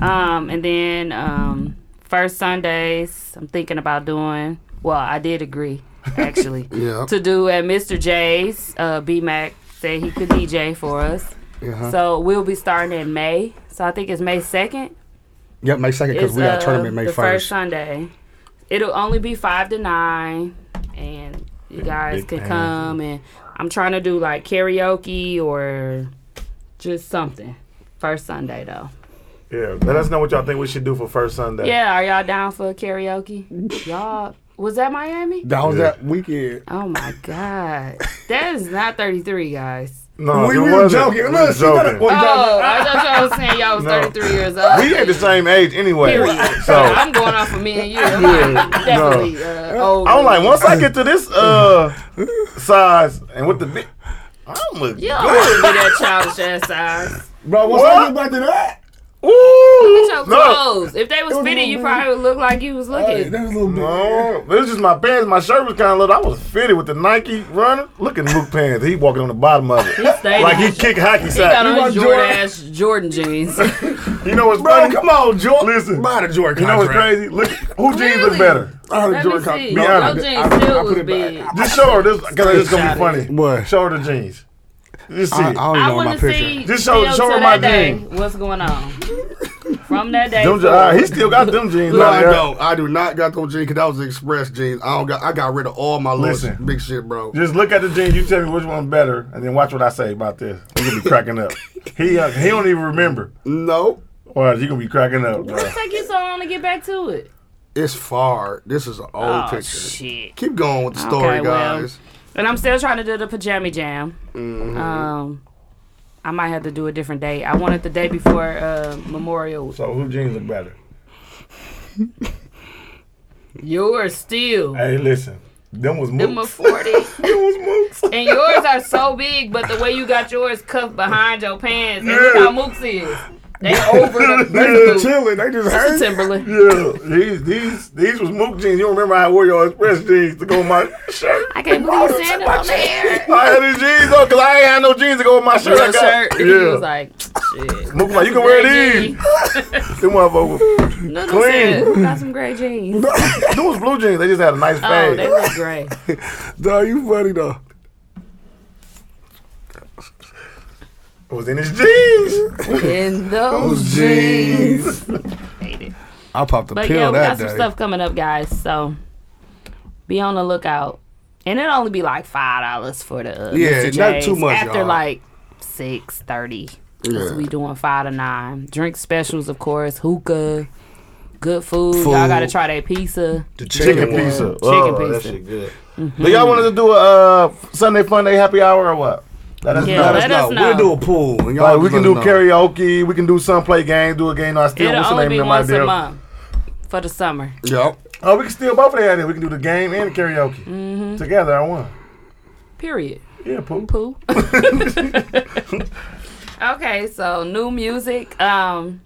Speaker 2: Um, and then um, first Sundays, I'm thinking about doing. Well, I did agree actually
Speaker 7: (laughs) Yeah.
Speaker 2: to do at Mr. J's. Uh, B Mac said he could DJ for us,
Speaker 7: Uh-huh.
Speaker 2: so we'll be starting in May. So I think it's May second.
Speaker 7: Yep, May second because
Speaker 2: It's
Speaker 7: we got
Speaker 2: uh,
Speaker 7: a tournament May
Speaker 2: the first
Speaker 7: first.
Speaker 2: Sunday. It'll only be five to nine, and you guys
Speaker 5: big
Speaker 2: can
Speaker 5: band.
Speaker 2: come. And I'm trying to do like karaoke or just something. First Sunday though.
Speaker 5: Yeah, let us know what y'all think we should do for first Sunday.
Speaker 2: Yeah, are y'all down for karaoke? y'all was that Miami?
Speaker 7: That was
Speaker 5: Yeah.
Speaker 7: that weekend.
Speaker 2: Oh my god, that is not 33, guys.
Speaker 5: No,
Speaker 7: We-
Speaker 5: it
Speaker 7: we were
Speaker 5: wasn't.
Speaker 7: joking.
Speaker 5: We
Speaker 7: Look,
Speaker 5: were
Speaker 7: she got a-
Speaker 5: joking.
Speaker 7: well,
Speaker 2: Oh, I thought y'all was saying y'all was
Speaker 5: No.
Speaker 2: 33 years old.
Speaker 5: we ain't the same age anyway.
Speaker 2: Period.
Speaker 5: So
Speaker 2: (laughs) I'm going off for me and you. I'm like, definitely uh, old.
Speaker 5: I'm like, once I get to this
Speaker 7: (laughs)
Speaker 5: uh size and with the big, I'm a
Speaker 2: You don't want to be that childish ass size.
Speaker 7: Bro, what's
Speaker 5: What?
Speaker 7: back to that?
Speaker 5: ooh.
Speaker 2: Your
Speaker 5: No,
Speaker 2: clothes. If they was
Speaker 7: was
Speaker 2: fitted,
Speaker 7: a
Speaker 2: you
Speaker 7: little
Speaker 2: probably would look like you was
Speaker 7: Hey,
Speaker 2: looking.
Speaker 7: that was a little bit.
Speaker 5: no, it was Oh, just my pants. My shirt was kind of little. I was fitted with the Nike runner. Look at Luke pants. He walking on the bottom of it.
Speaker 2: stayed
Speaker 5: like
Speaker 2: on
Speaker 5: he
Speaker 2: his-
Speaker 5: kick hockey
Speaker 2: He got
Speaker 5: sack.
Speaker 2: on
Speaker 7: want
Speaker 2: Jordan
Speaker 7: Jordan?
Speaker 2: ass Jordan jeans.
Speaker 5: You know what's
Speaker 7: Bro,
Speaker 5: funny?
Speaker 7: come on, Jordan.
Speaker 5: Listen.
Speaker 7: buy the Jordan.
Speaker 5: You know what's
Speaker 7: contract.
Speaker 5: crazy? Look, who jeans
Speaker 2: Clearly.
Speaker 5: look better?
Speaker 7: I heard
Speaker 2: Let me
Speaker 7: Jordan con-
Speaker 2: see.
Speaker 7: No,
Speaker 5: Be
Speaker 7: I-
Speaker 2: Your
Speaker 5: honest.
Speaker 7: I-
Speaker 2: jeans
Speaker 7: I- I
Speaker 2: still
Speaker 7: put
Speaker 2: was
Speaker 7: it back.
Speaker 2: big.
Speaker 5: Just show her this because it's gonna be funny.
Speaker 7: What?
Speaker 5: Show her the jeans. Just see.
Speaker 7: I, I don't
Speaker 5: it.
Speaker 7: even
Speaker 2: I
Speaker 7: know my
Speaker 2: want to
Speaker 7: picture.
Speaker 2: see
Speaker 5: Just show-
Speaker 2: still
Speaker 5: show
Speaker 2: to
Speaker 5: her my
Speaker 2: that day
Speaker 5: jeans.
Speaker 2: what's going on from that day.
Speaker 5: Them je-
Speaker 2: forward.
Speaker 5: ah, he still got them jeans.
Speaker 7: No,
Speaker 5: out
Speaker 7: I
Speaker 5: there.
Speaker 7: don't. I do not got those jeans because that was the express jeans. I don't got. I got rid of all my little
Speaker 5: Listen.
Speaker 7: sh- big shit, bro.
Speaker 5: Just look at the jeans. You tell me which one's better, and then watch what I say about this. You gonna be cracking up. He uh, he don't even remember.
Speaker 7: No,
Speaker 5: Or you gonna be cracking up, bro.
Speaker 2: It take you so long to get back to it.
Speaker 7: it's far. This is an old
Speaker 2: Oh
Speaker 7: picture.
Speaker 2: shit!
Speaker 7: Keep going with the
Speaker 2: Okay,
Speaker 7: story,
Speaker 2: well.
Speaker 7: guys.
Speaker 2: And I'm still trying to do the pajama jam. Um, I might have to do a different day. I wanted the day before uh, Memorial.
Speaker 5: So who jeans look better?
Speaker 2: Yours still.
Speaker 5: Hey, listen, them was
Speaker 2: Them a (laughs)
Speaker 5: mooks.
Speaker 2: forty.
Speaker 5: Them was mooks.
Speaker 2: And yours are so big, but the way you got yours cuffed behind your pants, and look
Speaker 5: Yeah.
Speaker 2: how Mooks is. They over the
Speaker 7: They just chilling. They
Speaker 2: This
Speaker 7: just
Speaker 2: is
Speaker 7: hurt.
Speaker 2: Timberland.
Speaker 5: Yeah, these these these was Mook jeans. You remember I wore your Express jeans to go with my shirt?
Speaker 2: I can't believe you saying it on the air.
Speaker 5: I had these jeans on because I ain't had no jeans to go with my shirt. I
Speaker 2: Your
Speaker 5: got.
Speaker 2: shirt. He was
Speaker 5: Yeah.
Speaker 2: like, shit.
Speaker 5: Mook like, you can wear these. (laughs) Them motherfuckers.
Speaker 2: No,
Speaker 5: Clean.
Speaker 2: no, Got some gray jeans.
Speaker 5: Those blue jeans, they just had a nice
Speaker 2: Oh,
Speaker 5: fade.
Speaker 2: they look (laughs) gray.
Speaker 7: Dog, you funny though.
Speaker 5: it was in his jeans.
Speaker 2: In those jeans. Hate it.
Speaker 7: I popped a
Speaker 2: But
Speaker 7: pill
Speaker 2: yeah, we
Speaker 7: that
Speaker 2: got some
Speaker 7: day.
Speaker 2: stuff coming up, guys. So be on the lookout. And it'll only be like five dollars for the uh, Mr.
Speaker 7: Yeah, not
Speaker 2: J's
Speaker 7: too much,
Speaker 2: after
Speaker 7: y'all.
Speaker 2: like six thirty. Cause
Speaker 7: Yeah.
Speaker 2: we doing five to nine. Drink specials, of course. Hookah, good food.
Speaker 7: Food.
Speaker 2: Y'all gotta try that pizza.
Speaker 7: The
Speaker 5: Chicken
Speaker 7: one.
Speaker 5: pizza.
Speaker 2: Chicken
Speaker 5: oh, That
Speaker 2: pizza. Mm-hmm.
Speaker 5: shit good. Do y'all want us to do a uh, Sunday Fun Day happy hour or what? Let us
Speaker 2: Yeah,
Speaker 5: know.
Speaker 7: Let us know. We'll do a pool. And y'all
Speaker 5: Like, Oh, we
Speaker 7: just
Speaker 5: can do
Speaker 7: let us know.
Speaker 5: karaoke. We can do some play games. Do a game. I still
Speaker 2: It'll
Speaker 5: what's the
Speaker 2: only
Speaker 5: name
Speaker 2: be
Speaker 5: of my
Speaker 2: once a
Speaker 5: deal?
Speaker 2: month for the summer.
Speaker 7: Yep.
Speaker 5: Oh, we can still both of that. in. We can do the game and the karaoke
Speaker 2: Mm-hmm.
Speaker 5: together. I won.
Speaker 2: Period.
Speaker 5: Yeah, poop.
Speaker 2: Poo. (laughs) okay, so new music. Um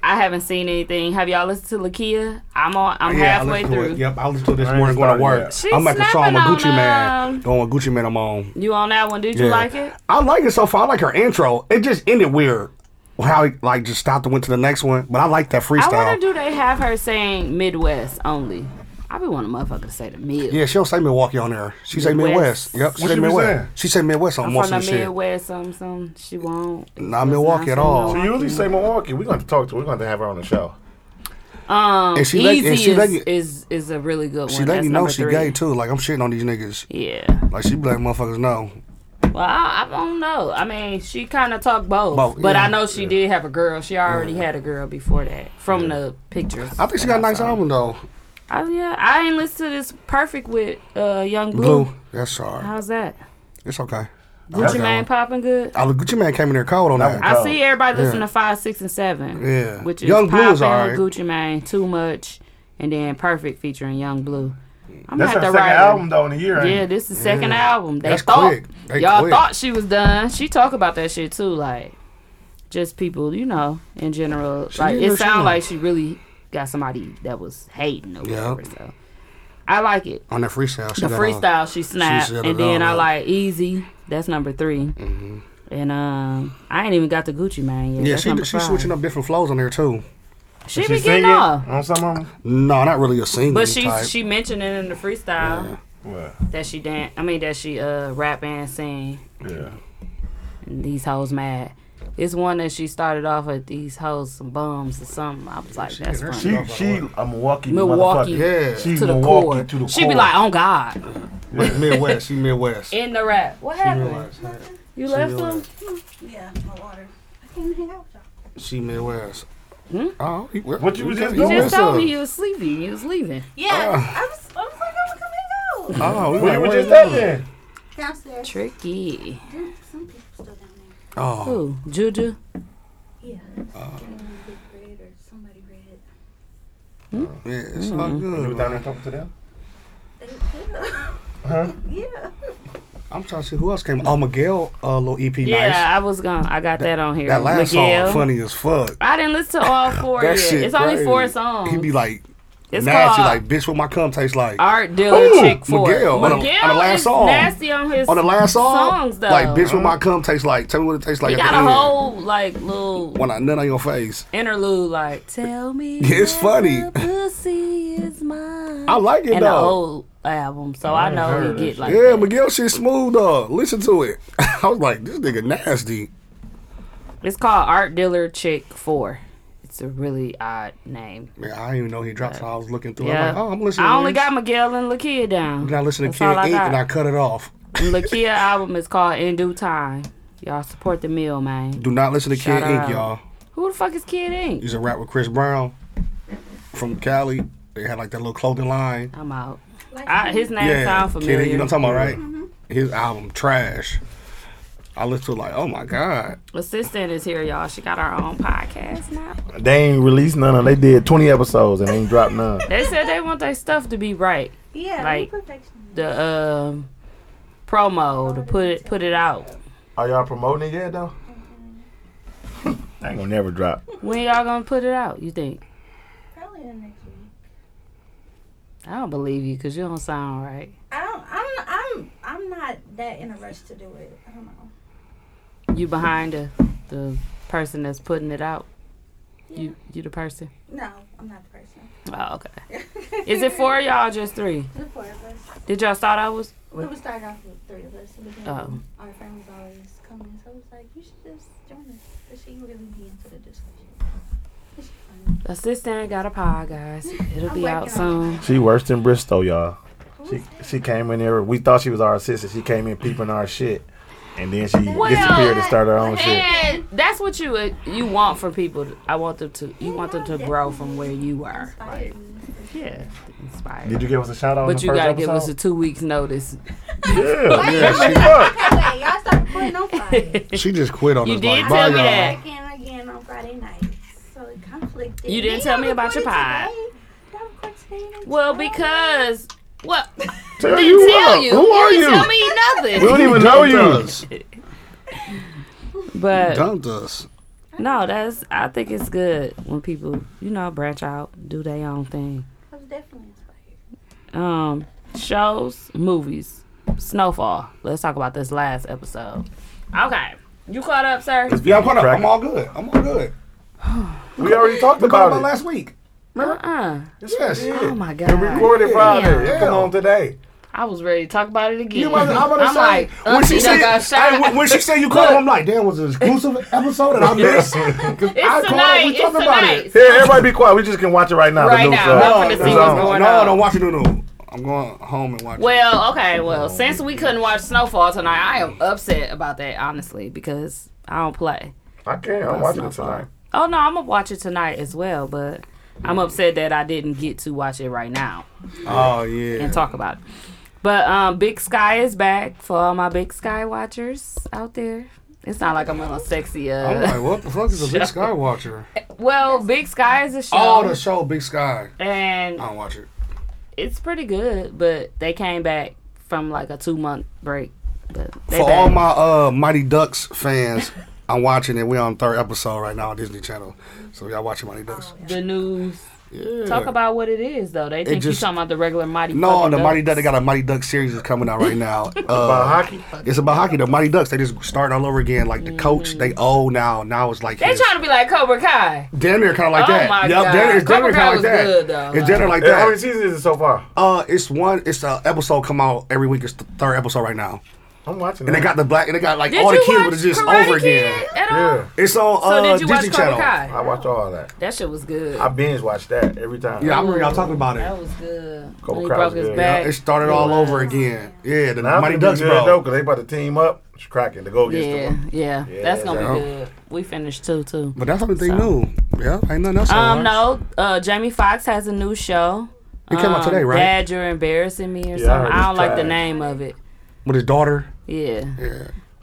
Speaker 2: I haven't seen anything. Have y'all listened to Lakia? I'm on I'm
Speaker 7: Yeah, I
Speaker 2: halfway
Speaker 7: listened to it.
Speaker 2: through.
Speaker 7: Yep, I listened to it this
Speaker 5: I ain't
Speaker 7: morning going to
Speaker 5: started
Speaker 7: work.
Speaker 5: yet.
Speaker 2: She's
Speaker 7: I'm at the song with
Speaker 2: snapping
Speaker 7: Gucci
Speaker 2: on,
Speaker 7: Man.
Speaker 2: um,
Speaker 7: Going with Gucci Man, I'm on.
Speaker 2: You on that one? Did you
Speaker 7: Yeah.
Speaker 2: like it?
Speaker 7: I like it so far. I like her intro. It just ended weird. How he like just stopped and went to the next one. But I like that
Speaker 2: I
Speaker 7: freestyle.
Speaker 2: wonder do they have her saying Midwest only? I be wanting a motherfucker to say the mid.
Speaker 7: yeah, she don't say Milwaukee on there. She say
Speaker 2: Midwest.
Speaker 7: Midwest. Yep, she
Speaker 5: What
Speaker 7: say
Speaker 5: she be saying?
Speaker 7: Midwest. She say Midwest on
Speaker 2: I'm
Speaker 7: most
Speaker 2: from
Speaker 7: of
Speaker 2: the
Speaker 7: the shit.
Speaker 2: Midwest, something, something. She won't.
Speaker 7: Not
Speaker 2: It's
Speaker 7: Milwaukee at
Speaker 2: from
Speaker 7: all.
Speaker 5: We
Speaker 2: Milwaukee.
Speaker 5: usually say Milwaukee. We're going to talk to her. We're going to have her on the show.
Speaker 2: Um,
Speaker 7: And she let-
Speaker 2: easy
Speaker 7: and she
Speaker 2: is,
Speaker 7: let you-
Speaker 2: is is a really good one.
Speaker 7: She let
Speaker 2: That's
Speaker 7: you know
Speaker 2: number
Speaker 7: she
Speaker 2: three.
Speaker 7: gay too. Like I'm shitting on these niggas.
Speaker 2: Yeah.
Speaker 7: Like she be letting motherfuckers know.
Speaker 2: Well, I, I don't know. I mean, she kind of talked both,
Speaker 7: Both,
Speaker 2: but
Speaker 7: yeah.
Speaker 2: I know she did have a girl. She already had a girl before that, from the pictures.
Speaker 7: I think she got a nice album though.
Speaker 2: I, yeah, I ain't listened to this perfect with uh, Young Blue.
Speaker 7: Blue. That's alright.
Speaker 2: How's that?
Speaker 7: It's okay.
Speaker 2: Gucci Mane popping good.
Speaker 7: I Gucci Man came in there cold on that.
Speaker 5: was-
Speaker 2: I
Speaker 5: Oh,
Speaker 2: see everybody listening to five, six, and seven.
Speaker 7: Yeah.
Speaker 2: which is
Speaker 7: Young Blue is
Speaker 2: Poppin',
Speaker 7: alright.
Speaker 2: Gucci Mane, Too Much, and then Perfect featuring Young Blue. I'm
Speaker 5: That's her
Speaker 2: gonna have
Speaker 5: second
Speaker 2: to write her.
Speaker 5: album, though, in a year. ain't
Speaker 2: Yeah,
Speaker 5: it?
Speaker 2: this is the second album. They
Speaker 7: That's
Speaker 2: thought
Speaker 7: quick. They
Speaker 2: y'all
Speaker 7: quick.
Speaker 2: thought she was done. She talk about that shit too, like just people, you know, in general. like
Speaker 7: did what
Speaker 2: it
Speaker 7: she
Speaker 2: sound
Speaker 7: wanted.
Speaker 2: like she really got somebody that was hating or
Speaker 7: Yeah.
Speaker 2: whatever. So I like it.
Speaker 7: On that freestyle. She
Speaker 2: The
Speaker 7: got on-
Speaker 2: freestyle she snapped,
Speaker 7: said it
Speaker 2: and then
Speaker 7: all,
Speaker 2: I
Speaker 7: yeah.
Speaker 2: like
Speaker 7: Mm-hmm.
Speaker 2: Easy. That's number 3 And um, I ain't even got the Gucci man yet.
Speaker 7: Yeah,
Speaker 2: That's
Speaker 7: she
Speaker 2: number
Speaker 7: she
Speaker 2: five.
Speaker 7: switching up different flows on there too.
Speaker 2: She,
Speaker 5: She
Speaker 2: be
Speaker 5: singing
Speaker 2: getting off,
Speaker 5: on some of them?
Speaker 7: No, not really a single.
Speaker 2: but she
Speaker 7: type.
Speaker 2: she mentioned it in the freestyle
Speaker 5: What?
Speaker 2: that she dance. I mean that she uh rap and sing.
Speaker 5: Yeah.
Speaker 2: these hoes mad. It's one that she started off with these hoes some bums or something. I was like, that's funny.
Speaker 5: She, she a Milwaukee
Speaker 2: Milwaukee,
Speaker 5: motherfucker. She
Speaker 2: to the
Speaker 5: Milwaukee
Speaker 2: core.
Speaker 5: to the
Speaker 2: she be
Speaker 5: core.
Speaker 2: like, oh God,
Speaker 7: Midwest. She
Speaker 2: (laughs)
Speaker 7: Midwest.
Speaker 2: in the rap. What happened? You left them?
Speaker 7: She Midwest.
Speaker 2: Hmm?
Speaker 7: Oh, he, what,
Speaker 5: you was just
Speaker 2: You
Speaker 5: doing?
Speaker 2: just
Speaker 5: What's
Speaker 2: told me you was sleepy. You was leaving.
Speaker 7: Oh, we
Speaker 5: Well, you
Speaker 7: like,
Speaker 5: were
Speaker 7: where
Speaker 5: just
Speaker 7: you
Speaker 5: at
Speaker 7: at?
Speaker 5: there.
Speaker 2: Tricky.
Speaker 7: Oh,
Speaker 2: Who? Juju.
Speaker 7: yeah, it's all
Speaker 5: Mm-hmm. You were
Speaker 7: good.
Speaker 5: down
Speaker 7: man.
Speaker 5: there talking to them?
Speaker 7: I'm trying to see who else came. Oh, Miguel, uh, little EP,
Speaker 2: Yeah,
Speaker 7: nice.
Speaker 2: I was gonna. I got that on here.
Speaker 7: That last
Speaker 2: Miguel.
Speaker 7: song, funny as fuck.
Speaker 2: I didn't listen to all four
Speaker 7: That
Speaker 2: yet.
Speaker 7: shit,
Speaker 2: It's only
Speaker 7: crazy.
Speaker 2: four songs.
Speaker 7: He be like
Speaker 2: Oh. it's
Speaker 7: nasty,
Speaker 2: called
Speaker 7: like bitch, what my cum tastes like.
Speaker 2: Art Dealer
Speaker 7: Ooh,
Speaker 2: Chick Four.
Speaker 7: Miguel, on the- on the last
Speaker 2: is
Speaker 7: song.
Speaker 2: nasty on his
Speaker 7: On the last song,
Speaker 2: songs though.
Speaker 7: like bitch, what my cum tastes like. Tell me what it tastes like.
Speaker 2: He
Speaker 7: at
Speaker 2: got
Speaker 7: the
Speaker 2: a
Speaker 7: end.
Speaker 2: whole like little
Speaker 7: when I nut on your face.
Speaker 2: interlude, like "Tell me."
Speaker 7: Yeah, (laughs) it's
Speaker 2: that
Speaker 7: funny.
Speaker 2: the Pussy is mine.
Speaker 7: I like it
Speaker 2: and the
Speaker 7: though.
Speaker 2: old album, so I, know he get like.
Speaker 7: Yeah,
Speaker 2: that.
Speaker 7: Miguel shit smooth dog. Listen to it. (laughs) I was like, this nigga nasty.
Speaker 2: It's called Art Dealer Chick Four. It's a really odd name.
Speaker 7: Man, I didn't even know he dropped. So I was looking through.
Speaker 2: Yeah,
Speaker 7: I'm like, oh, I'm listening.
Speaker 2: I
Speaker 7: to
Speaker 2: only
Speaker 7: this.
Speaker 2: got Miguel and Lakia down.
Speaker 7: Then I listened to
Speaker 2: That's all I
Speaker 7: Kid Ink
Speaker 2: got.
Speaker 7: and I cut
Speaker 2: (laughs)
Speaker 7: it off.
Speaker 2: Lakia album is called In Due Time. Y'all support the meal, man.
Speaker 7: Do not listen to
Speaker 2: Shout
Speaker 7: Kid Ink,
Speaker 2: out.
Speaker 7: y'all.
Speaker 2: Who the fuck is Kid Ink?
Speaker 7: He's a rap with Chris Brown from Cali. They had like that little clothing line.
Speaker 2: I'm out. I, his name sound
Speaker 7: Kid Ink,
Speaker 2: familiar. Mm-hmm.
Speaker 7: you know what I'm talking about, right? His album trash. I listened to it like, oh my god.
Speaker 2: Assistant is here, y'all. She got her own podcast now.
Speaker 5: They ain't released none of them. They did 20 episodes and ain't dropped none.
Speaker 2: They said they want their stuff to be right.
Speaker 9: Yeah,
Speaker 2: Like-
Speaker 9: like, perfection.
Speaker 2: The um, promo to put it put it out.
Speaker 5: Are y'all promoting it yet, though? (laughs) I ain't gonna never drop.
Speaker 2: When y'all gonna put it out? You think?
Speaker 9: Probably the next week.
Speaker 2: I don't believe you because you don't sound right.
Speaker 9: I don't. I'm. I'm. I'm not that in a rush to do it. I don't know.
Speaker 2: You behind the the person that's putting it out. You you the person.
Speaker 9: No, I'm not the person.
Speaker 2: Oh okay. Is it four of y'all or just three?
Speaker 9: The four of us.
Speaker 2: Did y'all start out with?
Speaker 9: We would start off with three of us. But then
Speaker 2: Oh.
Speaker 9: Our friend was always coming, so I was like, "You should just join us." But she really be into the discussion. It's fun.
Speaker 2: Assistant got a pod, guys. It'll
Speaker 9: I'm
Speaker 2: be
Speaker 9: working
Speaker 2: out
Speaker 9: on
Speaker 2: soon.
Speaker 5: She worse than Bristol, y'all.
Speaker 9: Who's
Speaker 5: She she came in there. We thought she was our assistant. She came in peeping our shit, and then she disappeared and started her own Oh, shit.
Speaker 2: And that's what you uh, you want from people. I want them to you want them to grow from where you are.
Speaker 9: inspired me? (laughs)
Speaker 2: Yeah, inspired.
Speaker 5: Did you give us a shout out?
Speaker 2: but
Speaker 5: in
Speaker 2: you
Speaker 5: the
Speaker 2: gotta
Speaker 5: first
Speaker 2: give us a
Speaker 5: episode?
Speaker 2: two weeks notice.
Speaker 5: yeah, yeah. she- fuck.
Speaker 9: Wait, y'all start
Speaker 2: (laughs)
Speaker 9: recording on Friday.
Speaker 7: She just quit on
Speaker 2: You
Speaker 7: us.
Speaker 2: did
Speaker 7: like, bye,
Speaker 2: tell me
Speaker 7: y'all.
Speaker 2: that.
Speaker 9: Back in again on Friday night. So it conflicted.
Speaker 2: You didn't
Speaker 9: Then
Speaker 2: tell
Speaker 9: y'all
Speaker 2: me about your
Speaker 9: recorded
Speaker 2: pod.
Speaker 9: today. Y'all recorded today and then
Speaker 2: Well,
Speaker 9: tomorrow.
Speaker 2: because well,
Speaker 5: Tell
Speaker 2: didn't
Speaker 5: you
Speaker 2: tell
Speaker 5: what?
Speaker 2: you.
Speaker 5: Who are
Speaker 2: didn't
Speaker 5: you?
Speaker 2: Tell me nothing.
Speaker 5: We don't even know you.
Speaker 2: But
Speaker 7: Dumped us.
Speaker 2: no, that's I think it's good when people you know branch out, do their own thing.
Speaker 9: I was definitely inspired.
Speaker 2: Um, shows, movies, Snowfall. Let's talk about this last episode. Okay, you caught up, sir.
Speaker 7: Yeah, what up?
Speaker 5: Crack.
Speaker 7: I'm all good. I'm all good.
Speaker 5: We already talked
Speaker 7: We called
Speaker 5: about
Speaker 7: about
Speaker 5: it.
Speaker 7: last week.
Speaker 2: Uh,
Speaker 7: Yes.
Speaker 2: oh my god,
Speaker 5: recorded Friday.
Speaker 2: Yeah.
Speaker 5: Yeah. Come on today.
Speaker 2: I was ready to talk about it again.
Speaker 5: You must- I'm gonna
Speaker 2: I'm
Speaker 5: say,
Speaker 2: like,
Speaker 7: When
Speaker 2: Auntie
Speaker 7: she
Speaker 2: done
Speaker 7: said,
Speaker 2: got shot.
Speaker 7: hey, when, when she said you called, I'm like, damn, was it an exclusive episode
Speaker 2: (laughs)
Speaker 7: that I missed?
Speaker 2: it's tonight. It's tonight.
Speaker 5: Here, everybody be quiet. We just can watch it right now.
Speaker 2: Right
Speaker 5: the news,
Speaker 2: now.
Speaker 5: uh,
Speaker 2: I wanna
Speaker 5: is
Speaker 2: see
Speaker 5: on.
Speaker 2: what's
Speaker 7: No,
Speaker 2: going
Speaker 7: no,
Speaker 2: on.
Speaker 7: don't watch it. No, no. I'm going home and watch it.
Speaker 2: Well, okay,
Speaker 7: Oh,
Speaker 2: well, since we couldn't watch Snowfall tonight, I am upset about that, honestly, because I don't play.
Speaker 5: I can't. I'm watching it tonight.
Speaker 2: Oh no, I'm gonna watch it tonight as well, but I'm upset that I didn't get to watch it right now
Speaker 7: Oh, yeah.
Speaker 2: and talk about it. But um, Big Sky is back for all my Big Sky watchers out there. It's not like I'm on a sexy.
Speaker 7: I'm
Speaker 2: Uh,
Speaker 7: like, what the fuck is
Speaker 2: (laughs)
Speaker 7: a Big Sky watcher?
Speaker 2: well, Big Sky is a show,
Speaker 7: Oh, the Oh. show Big Sky.
Speaker 2: and
Speaker 7: I don't watch it.
Speaker 2: it's pretty good. But they came back from like a two month break. But they
Speaker 7: For
Speaker 2: back.
Speaker 7: all my uh, Mighty Ducks
Speaker 2: (laughs)
Speaker 7: fans, I'm watching it. We're on third episode right now on Disney Channel. So y'all watching Mighty Ducks.
Speaker 2: the news.
Speaker 7: Yeah.
Speaker 2: Oh, Talk about what it is though. They think
Speaker 7: just-
Speaker 2: you talking about the regular Mighty.
Speaker 7: No,
Speaker 2: fucking
Speaker 7: the Mighty Duck.
Speaker 2: Ducks.
Speaker 7: They got a Mighty Duck series that's coming out right
Speaker 2: (laughs)
Speaker 7: now. Uh,
Speaker 5: About hockey?
Speaker 7: It's about hockey. The Mighty Ducks. They just starting all over again. Like the coach, they old now. Now it's like
Speaker 2: Mm. They
Speaker 7: his-
Speaker 2: trying to be like Cobra Kai.
Speaker 7: damn near kind of like
Speaker 2: Oh
Speaker 7: that.
Speaker 2: my
Speaker 7: Yup,
Speaker 2: God.
Speaker 7: damn- it's damn
Speaker 2: Cobra
Speaker 7: near
Speaker 2: Kai
Speaker 7: kind of like
Speaker 2: was
Speaker 7: that.
Speaker 2: good, though.
Speaker 7: It's damn near like
Speaker 5: Hey, How many
Speaker 7: that.
Speaker 5: seasons is it so far?
Speaker 7: Uh, it's one. It's the episode come out every week. It's the third episode right now,
Speaker 5: I'm watching
Speaker 7: and
Speaker 5: it.
Speaker 7: they got the black and they got like
Speaker 2: Did
Speaker 7: all the
Speaker 2: you
Speaker 7: kids,
Speaker 2: watch
Speaker 7: but it's just
Speaker 2: Karate
Speaker 7: over
Speaker 2: Kid
Speaker 7: again.
Speaker 2: at all?
Speaker 5: Yeah.
Speaker 7: It's on
Speaker 2: So
Speaker 7: uh,
Speaker 2: did you watch
Speaker 7: Disney
Speaker 2: Cobra
Speaker 7: Channel.
Speaker 2: Kai?
Speaker 5: I watch all that.
Speaker 2: That shit was good.
Speaker 5: I binge watch that every time.
Speaker 7: Yeah, I remember y'all talking about
Speaker 2: that
Speaker 7: it. Uh,
Speaker 2: was good.
Speaker 5: Cobra
Speaker 2: When he
Speaker 5: Kai
Speaker 2: broke
Speaker 5: was
Speaker 2: his
Speaker 5: good.
Speaker 2: back.
Speaker 7: It started all over again. Yeah, the
Speaker 5: Now,
Speaker 7: Mighty
Speaker 5: I'm
Speaker 7: Ducks,
Speaker 5: Ducks, good, though,
Speaker 7: bro.
Speaker 5: because they about to team up. It's cracking to go against
Speaker 2: yeah,
Speaker 5: them.
Speaker 2: yeah, That's gonna
Speaker 5: yeah.
Speaker 2: be good. We finished two too.
Speaker 7: But that's the only thing new. Yeah, ain't nothing else. I
Speaker 2: Um,
Speaker 7: watch.
Speaker 2: no, uh, Jamie Foxx has a new show.
Speaker 7: It came out
Speaker 2: Um,
Speaker 7: today, right?
Speaker 2: Dad, you're embarrassing me or
Speaker 5: Yeah, I heard
Speaker 2: something.
Speaker 5: it's
Speaker 2: I don't like the
Speaker 5: trash.
Speaker 2: name of it.
Speaker 7: With his daughter.
Speaker 2: Yeah,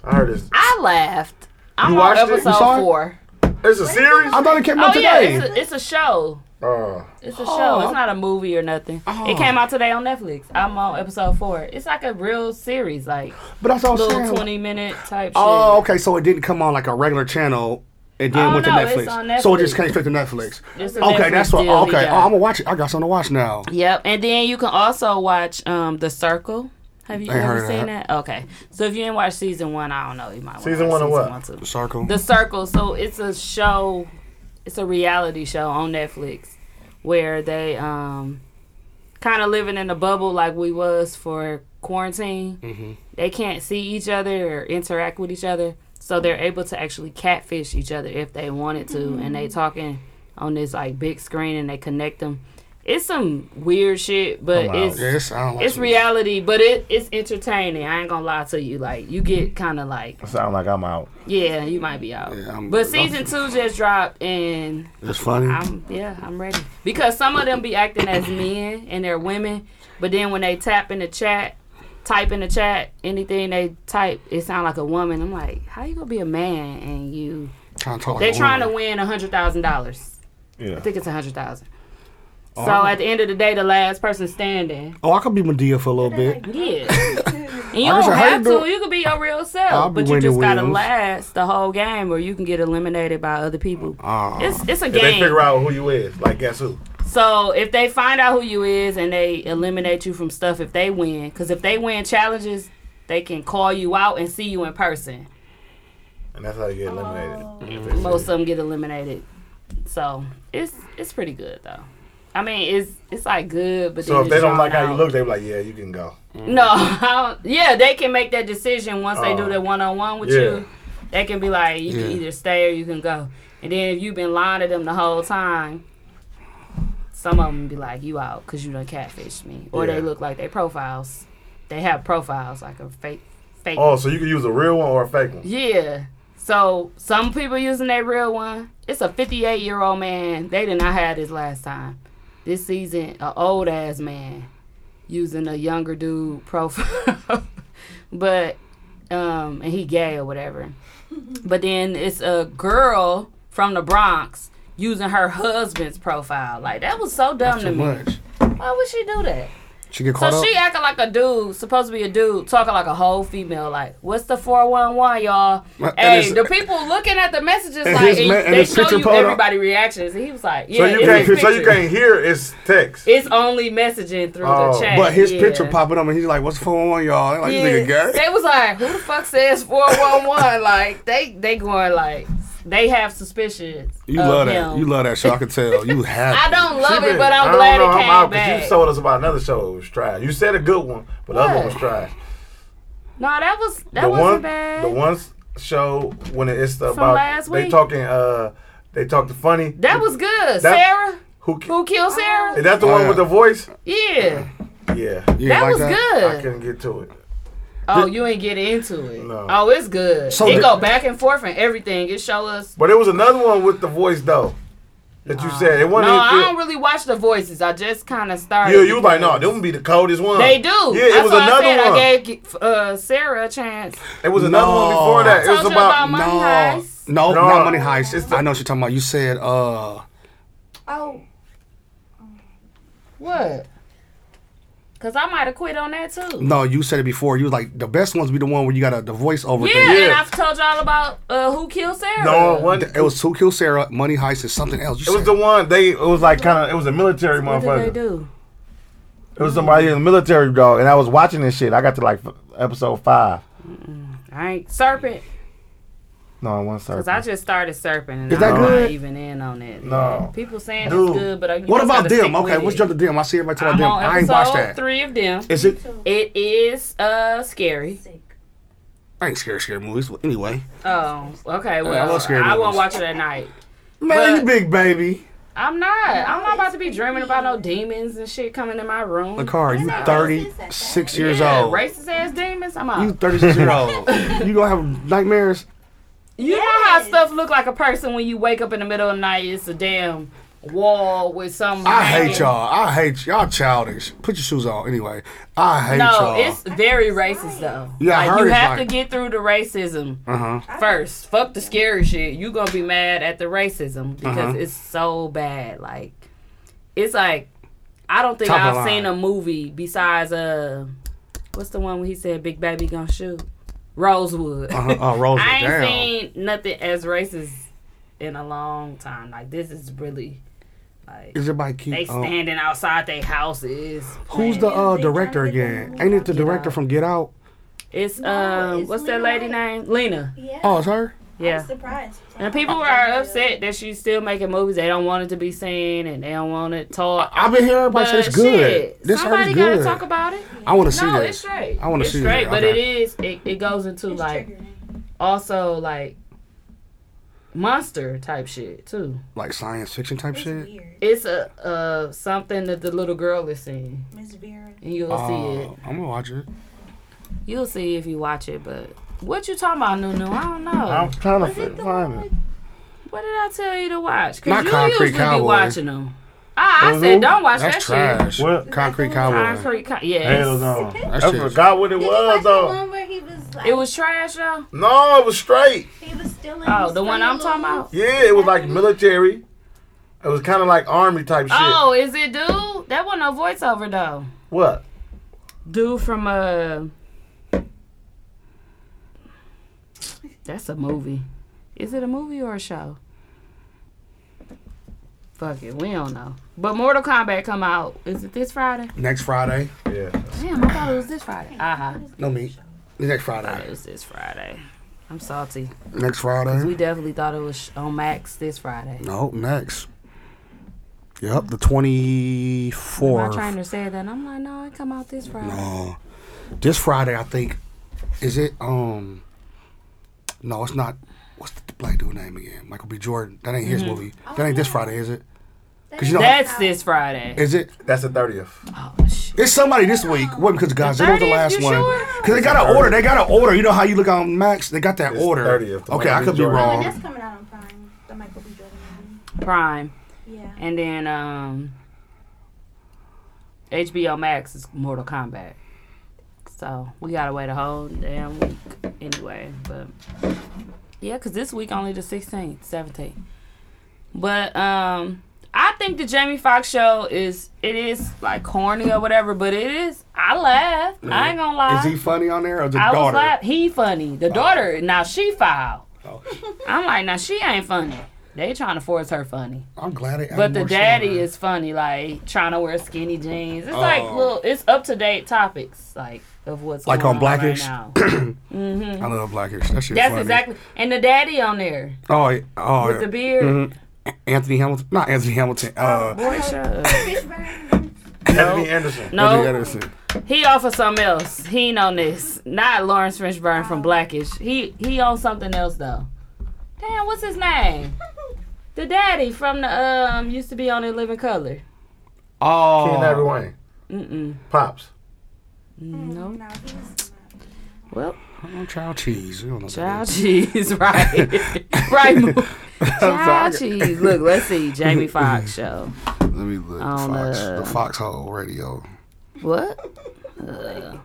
Speaker 5: I heard it's,
Speaker 2: I laughed. I'm
Speaker 5: You
Speaker 2: on
Speaker 5: watched it? You
Speaker 2: episode
Speaker 5: saw it?
Speaker 2: four.
Speaker 5: it's a series.
Speaker 7: I thought it came
Speaker 2: Oh
Speaker 7: out
Speaker 2: yeah,
Speaker 7: today.
Speaker 2: it's a, it's a show.
Speaker 5: Uh,
Speaker 2: It's a show. It's not a movie or nothing. It came out today on Netflix. I'm on episode four. It's like a real series, like
Speaker 7: but that's all I'm
Speaker 2: little
Speaker 7: saying.
Speaker 2: 20 minute type.
Speaker 7: Oh,
Speaker 2: shit.
Speaker 7: okay. So it didn't come on like a regular channel. and then
Speaker 2: Oh,
Speaker 7: went
Speaker 2: no,
Speaker 7: to Netflix.
Speaker 2: it's on
Speaker 7: So it
Speaker 2: Netflix.
Speaker 7: just came straight to Netflix.
Speaker 2: It's a
Speaker 7: Okay,
Speaker 2: Netflix
Speaker 7: that's what.
Speaker 2: deal he
Speaker 7: Okay,
Speaker 2: got.
Speaker 7: oh, I'm gonna watch it. I got something to watch now.
Speaker 2: Yep, and then you can also watch um The Circle. Have you
Speaker 7: Ain't
Speaker 2: ever
Speaker 7: heard of
Speaker 2: seen that? Okay, so if you didn't watch season one, I don't know. You might
Speaker 5: Season
Speaker 2: watch
Speaker 5: one of what?
Speaker 2: too.
Speaker 7: Circle.
Speaker 2: The Circle. So it's a show. It's a reality show on Netflix where they um kind of living in a bubble like we was for quarantine. They can't see each other or interact with each other, so they're able to actually catfish each other if they wanted to. And they talking on this like big screen and they connect them. It's some weird shit, but
Speaker 5: out.
Speaker 2: it's
Speaker 7: yeah, it sound like
Speaker 2: it's
Speaker 7: some-
Speaker 2: reality, but it, it's entertaining. I ain't gonna lie to you. Like you get kind of like
Speaker 5: sound like I'm out.
Speaker 2: yeah, you might be out.
Speaker 7: Yeah, I'm-
Speaker 2: but
Speaker 7: I'm-
Speaker 2: season two just dropped, and
Speaker 7: It's funny.
Speaker 2: I'm yeah, I'm ready because some of them be acting as men and they're women, but then when they tap in the chat, type in the chat, anything they type, it sound like a woman. I'm like, how you gonna be a man and you?
Speaker 7: trying to talk.
Speaker 2: They're trying to win a hundred thousand dollars.
Speaker 5: Yeah.
Speaker 2: I think it's a hundred thousand.
Speaker 7: (laughs)
Speaker 2: So at the end of the day, the last person standing.
Speaker 7: Oh, I could be Medea for a little bit.
Speaker 2: Yeah. And you
Speaker 7: I just
Speaker 2: don't
Speaker 7: heard
Speaker 2: have
Speaker 7: the-
Speaker 2: to. You could be your real
Speaker 7: I'll
Speaker 2: self,
Speaker 7: be
Speaker 2: but you
Speaker 7: winning
Speaker 2: just gotta
Speaker 7: wheels.
Speaker 2: last the whole game, or you can get eliminated by other people.
Speaker 7: Ah.
Speaker 2: it's it's a
Speaker 5: If they
Speaker 2: game.
Speaker 5: figure out who you is, like guess who?
Speaker 2: So if they find out who you is and they eliminate you from stuff, if they win, because if they win challenges, they can call you out and see you in person.
Speaker 5: And that's how they get eliminated.
Speaker 2: Oh. Most of them get eliminated. So it's it's pretty good though. I mean, it's it's like good, but
Speaker 5: So if
Speaker 2: just
Speaker 5: they
Speaker 2: drawn
Speaker 5: don't like how you
Speaker 2: out.
Speaker 5: look, they be like, yeah, you can go.
Speaker 2: No, (laughs) I don't, yeah, they can make that decision once they
Speaker 5: Mm-hmm. Oh.
Speaker 2: do their one on one with
Speaker 5: Yeah.
Speaker 2: you. They can be like, you can
Speaker 7: Yeah.
Speaker 2: either stay or you can go. And then if you've been lying to them the whole time, some of them be like, you out because you done catfished me, or
Speaker 5: Yeah.
Speaker 2: they look like they profiles. They have profiles like a fake, fake.
Speaker 5: Oh, so you can use a real one or a fake one.
Speaker 2: Yeah. So some people using their real one. It's a 58 year old man. They did not have this last time. This season, a old ass man using a younger dude profile, (laughs) but um, and he gay or whatever. But then it's a girl from the Bronx using her husband's profile. Like that was so dumb to
Speaker 7: Too
Speaker 2: me.
Speaker 7: much.
Speaker 2: Why would she do that?
Speaker 7: She get
Speaker 2: So
Speaker 7: caught up.
Speaker 2: she acting like a dude, supposed to be a dude, talking like a whole female. Like, what's the four one one, y'all?
Speaker 7: And
Speaker 2: hey,
Speaker 7: it's-
Speaker 2: the people looking at the messages
Speaker 5: and
Speaker 2: like
Speaker 5: his
Speaker 2: and
Speaker 5: ma- and
Speaker 2: they
Speaker 5: his
Speaker 2: show
Speaker 5: picture
Speaker 2: you
Speaker 5: photo-
Speaker 2: everybody reactions. And he was like, yeah,
Speaker 5: so you
Speaker 2: it's his
Speaker 5: can't. So you
Speaker 2: picture.
Speaker 5: can't hear. It's text.
Speaker 2: It's only messaging through
Speaker 5: Oh.
Speaker 2: the chat.
Speaker 7: But his
Speaker 2: yeah.
Speaker 7: picture popping up and he's like, "What's going on, y'all?" They're like,
Speaker 2: Yeah.
Speaker 7: "You nigga gay?"
Speaker 2: They was like, who the fuck says four one one? (laughs) Like they they going like they have suspicions.
Speaker 7: You
Speaker 2: of
Speaker 7: love
Speaker 2: him.
Speaker 7: that. You love that show. I can tell. You
Speaker 2: (laughs)
Speaker 7: have.
Speaker 2: I don't love
Speaker 5: She
Speaker 2: it,
Speaker 5: been-
Speaker 2: but I'm
Speaker 5: I
Speaker 2: glad
Speaker 5: don't know
Speaker 2: it
Speaker 5: how
Speaker 2: came
Speaker 5: out, 'cause
Speaker 2: back.
Speaker 5: You told us about another show. It was trash. You said a good one, but the other one was
Speaker 2: What?
Speaker 5: trash.
Speaker 2: no, that was that
Speaker 5: the
Speaker 2: wasn't
Speaker 5: one,
Speaker 2: bad.
Speaker 5: the one show when it's the, about
Speaker 2: last
Speaker 5: they
Speaker 2: week?
Speaker 5: talking. Uh, they talking funny.
Speaker 2: that was good.
Speaker 5: That-
Speaker 2: Sarah,
Speaker 5: who? ki-
Speaker 2: who killed Sarah?
Speaker 5: Is that the
Speaker 7: Oh,
Speaker 5: one
Speaker 7: yeah.
Speaker 5: with the voice?
Speaker 2: Yeah,
Speaker 5: Yeah,
Speaker 7: You
Speaker 2: that
Speaker 7: like
Speaker 2: was
Speaker 5: I
Speaker 2: good.
Speaker 5: couldn't get to it.
Speaker 2: Oh, you ain't get into it.
Speaker 5: No.
Speaker 2: Oh, it's good.
Speaker 7: So
Speaker 2: it
Speaker 7: the-
Speaker 2: go back and forth and everything. It show us.
Speaker 5: But it was another one with the voice though. That you said it
Speaker 2: No,
Speaker 5: wasn't.
Speaker 2: I
Speaker 5: even-
Speaker 2: don't really watch the voices. I just kind of started.
Speaker 5: yeah, you was like, no,
Speaker 2: because-
Speaker 5: them be the coldest one.
Speaker 2: They do.
Speaker 5: Yeah, it
Speaker 2: That's
Speaker 5: was
Speaker 2: why
Speaker 5: another
Speaker 2: I said
Speaker 5: one.
Speaker 2: I gave uh, Sarah a chance.
Speaker 5: It was another one
Speaker 7: No.
Speaker 5: before that. It
Speaker 2: Told
Speaker 5: was
Speaker 2: you
Speaker 5: about.
Speaker 2: about Money
Speaker 7: no,
Speaker 2: Heist.
Speaker 7: no,
Speaker 5: No.
Speaker 7: not money heist.
Speaker 5: It's the-
Speaker 7: I know what you're talking about. You said, "Uh,
Speaker 9: Oh,
Speaker 2: What? Cause I might have quit on that too.
Speaker 7: no." You said it before. You was like, "The best ones be the one where you got a the voiceover
Speaker 2: Yeah,
Speaker 7: thing."
Speaker 2: and
Speaker 5: Yeah.
Speaker 2: I've told y'all about uh, who killed Sarah.
Speaker 5: no, it wasn't.
Speaker 7: It was two kill Sarah, money heist, and something else. You
Speaker 5: It was
Speaker 7: said-
Speaker 5: the one they. It was like kind of. It was a military
Speaker 2: What
Speaker 5: motherfucker.
Speaker 2: did they do?
Speaker 5: It was somebody in the military dog, and I was watching this shit. I got to like f- episode five.
Speaker 2: I ain't serpent.
Speaker 5: No, I want
Speaker 2: Cause I
Speaker 5: to
Speaker 2: just started serping and
Speaker 7: Is that
Speaker 2: I'm not
Speaker 7: good?
Speaker 2: even in on it.
Speaker 5: No.
Speaker 2: People saying
Speaker 5: Dude.
Speaker 2: it's good, but I, you
Speaker 7: What
Speaker 2: just
Speaker 7: about
Speaker 2: gotta stick
Speaker 7: them? Okay,
Speaker 2: with
Speaker 7: let's
Speaker 2: it.
Speaker 7: jump to them. I see everybody talking
Speaker 2: I'm
Speaker 7: about them.
Speaker 2: on
Speaker 7: I ain't watched
Speaker 2: episode
Speaker 7: that.
Speaker 2: three of them.
Speaker 7: Is it?
Speaker 2: It is uh scary.
Speaker 9: sick.
Speaker 7: I ain't scared of scary movies. but Anyway,
Speaker 2: Oh, okay. Well,
Speaker 7: I love scary
Speaker 2: I won't
Speaker 7: movies.
Speaker 2: watch it at night.
Speaker 7: man,
Speaker 2: But-
Speaker 7: you big baby.
Speaker 2: I'm not. I'm not about to be dreaming about no demons and shit coming in my room.
Speaker 7: Lakar, you 36 years
Speaker 2: yeah,
Speaker 7: old.
Speaker 2: Racist ass demons. I'm out.
Speaker 7: You
Speaker 2: You,
Speaker 7: 36
Speaker 2: (laughs)
Speaker 7: year old. You gonna have nightmares?
Speaker 2: know how stuff look like a person when you wake up in the middle of the night. It's a damn wall with some.
Speaker 7: I
Speaker 2: hanging-
Speaker 7: hate y'all. I hate y'all. Childish. Put your shoes on. Anyway, I hate
Speaker 2: No,
Speaker 7: y'all.
Speaker 2: it's very racist though.
Speaker 7: Yeah,
Speaker 2: like,
Speaker 7: I
Speaker 2: you
Speaker 7: heard it's
Speaker 2: have
Speaker 7: like-
Speaker 2: to get through the racism
Speaker 7: uh huh.
Speaker 2: first. Fuck the scary shit. You gonna be mad at the racism because
Speaker 7: Uh-huh.
Speaker 2: it's so bad. Like it's like I don't think
Speaker 7: Top of
Speaker 2: I've
Speaker 7: line.
Speaker 2: seen a movie besides uh what's the one where he said Big Baby gonna shoot? Rosewood. (laughs)
Speaker 7: Uh-huh. Oh, Rosewood.
Speaker 2: I ain't
Speaker 7: Damn.
Speaker 2: seen nothing as racist in a long time. Like this is really like
Speaker 7: Is it by Keith?
Speaker 2: they
Speaker 7: um,
Speaker 2: standing outside their houses.
Speaker 7: who's the uh, director again? Ain't it the director from Get Out?
Speaker 2: It's
Speaker 9: No,
Speaker 2: um
Speaker 9: it's
Speaker 2: what's that
Speaker 9: Lena
Speaker 2: lady
Speaker 9: White.
Speaker 2: name? Lena.
Speaker 9: Yeah.
Speaker 7: Oh, it's her.
Speaker 2: Yeah.
Speaker 9: I'm surprised.
Speaker 2: And
Speaker 9: Oh,
Speaker 2: people are upset that she's still making movies. They don't want it to be seen and they don't want it taught.
Speaker 7: I've been hearing everybody say
Speaker 2: But
Speaker 7: it's good.
Speaker 2: shit,
Speaker 7: This her
Speaker 2: somebody
Speaker 7: is
Speaker 2: gotta
Speaker 7: good.
Speaker 2: talk about it.
Speaker 7: I want to see
Speaker 2: no,
Speaker 7: that.
Speaker 2: it's straight.
Speaker 7: I wanna
Speaker 2: It's
Speaker 7: see that.
Speaker 2: straight, but it
Speaker 7: Okay.
Speaker 2: is. It, it goes into
Speaker 9: It's
Speaker 2: like
Speaker 9: triggering.
Speaker 2: also like monster type shit too.
Speaker 7: Like science fiction type
Speaker 9: It's
Speaker 7: shit.
Speaker 9: weird.
Speaker 2: It's a uh something that the little girl is seeing,
Speaker 9: Miss Vera.
Speaker 2: and you'll see it.
Speaker 7: Oh, I'm gonna watch it.
Speaker 2: You'll see if you watch it. But what you talking about, Nunu? I don't know.
Speaker 5: I'm trying to
Speaker 9: Was it
Speaker 5: fi-
Speaker 9: the
Speaker 5: find
Speaker 9: one
Speaker 5: it.
Speaker 9: with-
Speaker 2: What did I tell you to watch? Cause
Speaker 7: Not
Speaker 2: you
Speaker 7: Concrete
Speaker 2: usually
Speaker 7: Cowboy.
Speaker 2: be watching them. I, I
Speaker 5: Those
Speaker 2: said
Speaker 5: who?
Speaker 2: don't watch
Speaker 7: That's
Speaker 2: that shit.
Speaker 7: trash.
Speaker 5: What?
Speaker 7: Concrete Cowboy.
Speaker 2: Concrete, co- yes.
Speaker 5: Hell no.
Speaker 7: That
Speaker 5: I
Speaker 7: shit-
Speaker 5: forgot what it
Speaker 9: Did you watch
Speaker 5: was
Speaker 9: the
Speaker 5: though.
Speaker 9: one where he was like,
Speaker 2: It was trash though.
Speaker 5: No, it was straight.
Speaker 9: he was still in
Speaker 2: Oh,
Speaker 9: his
Speaker 2: the one
Speaker 9: tiny
Speaker 2: I'm talking
Speaker 9: little-
Speaker 2: about.
Speaker 5: Yeah, it was like military. It was kind of like army type shit.
Speaker 2: Oh, is it dude? That wasn't a voiceover though.
Speaker 5: What?
Speaker 2: Dude from uh, That's a movie. Is it a movie or a show? Fuck it, we don't know. But Mortal Kombat come out. Is it this Friday?
Speaker 7: Next Friday.
Speaker 8: Yeah.
Speaker 2: Damn, I thought it was this Friday. Uh-huh.
Speaker 7: No meat. Next
Speaker 2: I thought it
Speaker 7: Friday.
Speaker 2: was this Friday. I'm salty.
Speaker 7: Next
Speaker 2: We
Speaker 7: Friday.
Speaker 2: definitely thought it was on Max this Friday.
Speaker 7: No, next. Yep, the
Speaker 2: My
Speaker 7: 24th.
Speaker 2: trainer said that, and I'm like, no, it come out this Friday.
Speaker 7: Uh, this Friday, I think. Is it? Um. No, it's not. What's the black dude name again? Michael B. Jordan. That ain't his
Speaker 2: Mm-hmm.
Speaker 7: movie. That
Speaker 2: Oh.
Speaker 7: ain't this Friday, is it? Because you know,
Speaker 2: That's this Friday.
Speaker 7: is it?
Speaker 8: That's the 30th.
Speaker 2: Oh, shit.
Speaker 7: It's somebody this week. Wasn't because Godzilla was the
Speaker 2: 30th,
Speaker 7: last
Speaker 2: you
Speaker 7: one.
Speaker 2: sure?
Speaker 7: Because they got an order. They got an order. You know how you look on Max? They got that
Speaker 8: It's
Speaker 7: order.
Speaker 8: 30th, the
Speaker 7: Okay, I
Speaker 8: Michael B.
Speaker 7: could be
Speaker 8: Jordan.
Speaker 9: Oh, and
Speaker 7: wrong.
Speaker 9: that's coming out on Prime. The Michael B. Jordan movie.
Speaker 2: Prime.
Speaker 9: Yeah.
Speaker 2: And then um HBO Max is Mortal Kombat. So we gotta wait a whole damn week anyway. But yeah, cause this week only the sixteenth, seventeenth. But um I think the Jamie Foxx show is it is like corny or whatever, but it is I laugh. I ain't gonna lie.
Speaker 7: Is he funny on there or the
Speaker 2: I was
Speaker 7: daughter?
Speaker 2: like, he funny. The daughter, now she foul.
Speaker 7: Oh.
Speaker 2: I'm like, now she ain't funny. They trying to force her funny.
Speaker 7: I'm glad it.
Speaker 2: But the daddy is funny, like trying to wear skinny jeans. It's like little, it's up to date topics, like of what's
Speaker 7: Like
Speaker 2: going
Speaker 7: on Blackish?
Speaker 2: Right
Speaker 7: (coughs)
Speaker 2: now.
Speaker 7: I love Blackish. That shit's
Speaker 2: That's
Speaker 7: funny.
Speaker 2: exactly, and the daddy on there
Speaker 7: Oh, yeah. oh,
Speaker 2: with
Speaker 7: yeah.
Speaker 2: the beard.
Speaker 7: Anthony Hamilton. Not Anthony Hamilton. Uh,
Speaker 2: Boy, shut
Speaker 7: (laughs)
Speaker 2: up.
Speaker 8: Anthony Anderson.
Speaker 7: Anthony
Speaker 2: No,
Speaker 7: Anderson.
Speaker 2: he off of something else. He ain't on this. Not Lawrence Fishburne from Blackish. He he on something else though. Damn, what's his name? The daddy from the um used to be on In Living Color.
Speaker 7: Oh,
Speaker 5: King Ivory Wayne.
Speaker 2: Mm-mm.
Speaker 5: Pops.
Speaker 2: No.
Speaker 9: No, he was
Speaker 2: Well,
Speaker 7: Oh, child cheese. You don't know
Speaker 2: Child
Speaker 7: that
Speaker 2: cheese, (laughs) right? (laughs) right. Mo- Child cheese. Look, let's see. Jamie Foxx show.
Speaker 7: Let me look.
Speaker 2: On
Speaker 7: Fox,
Speaker 2: the-
Speaker 7: the Foxhole Radio.
Speaker 2: What? Uh.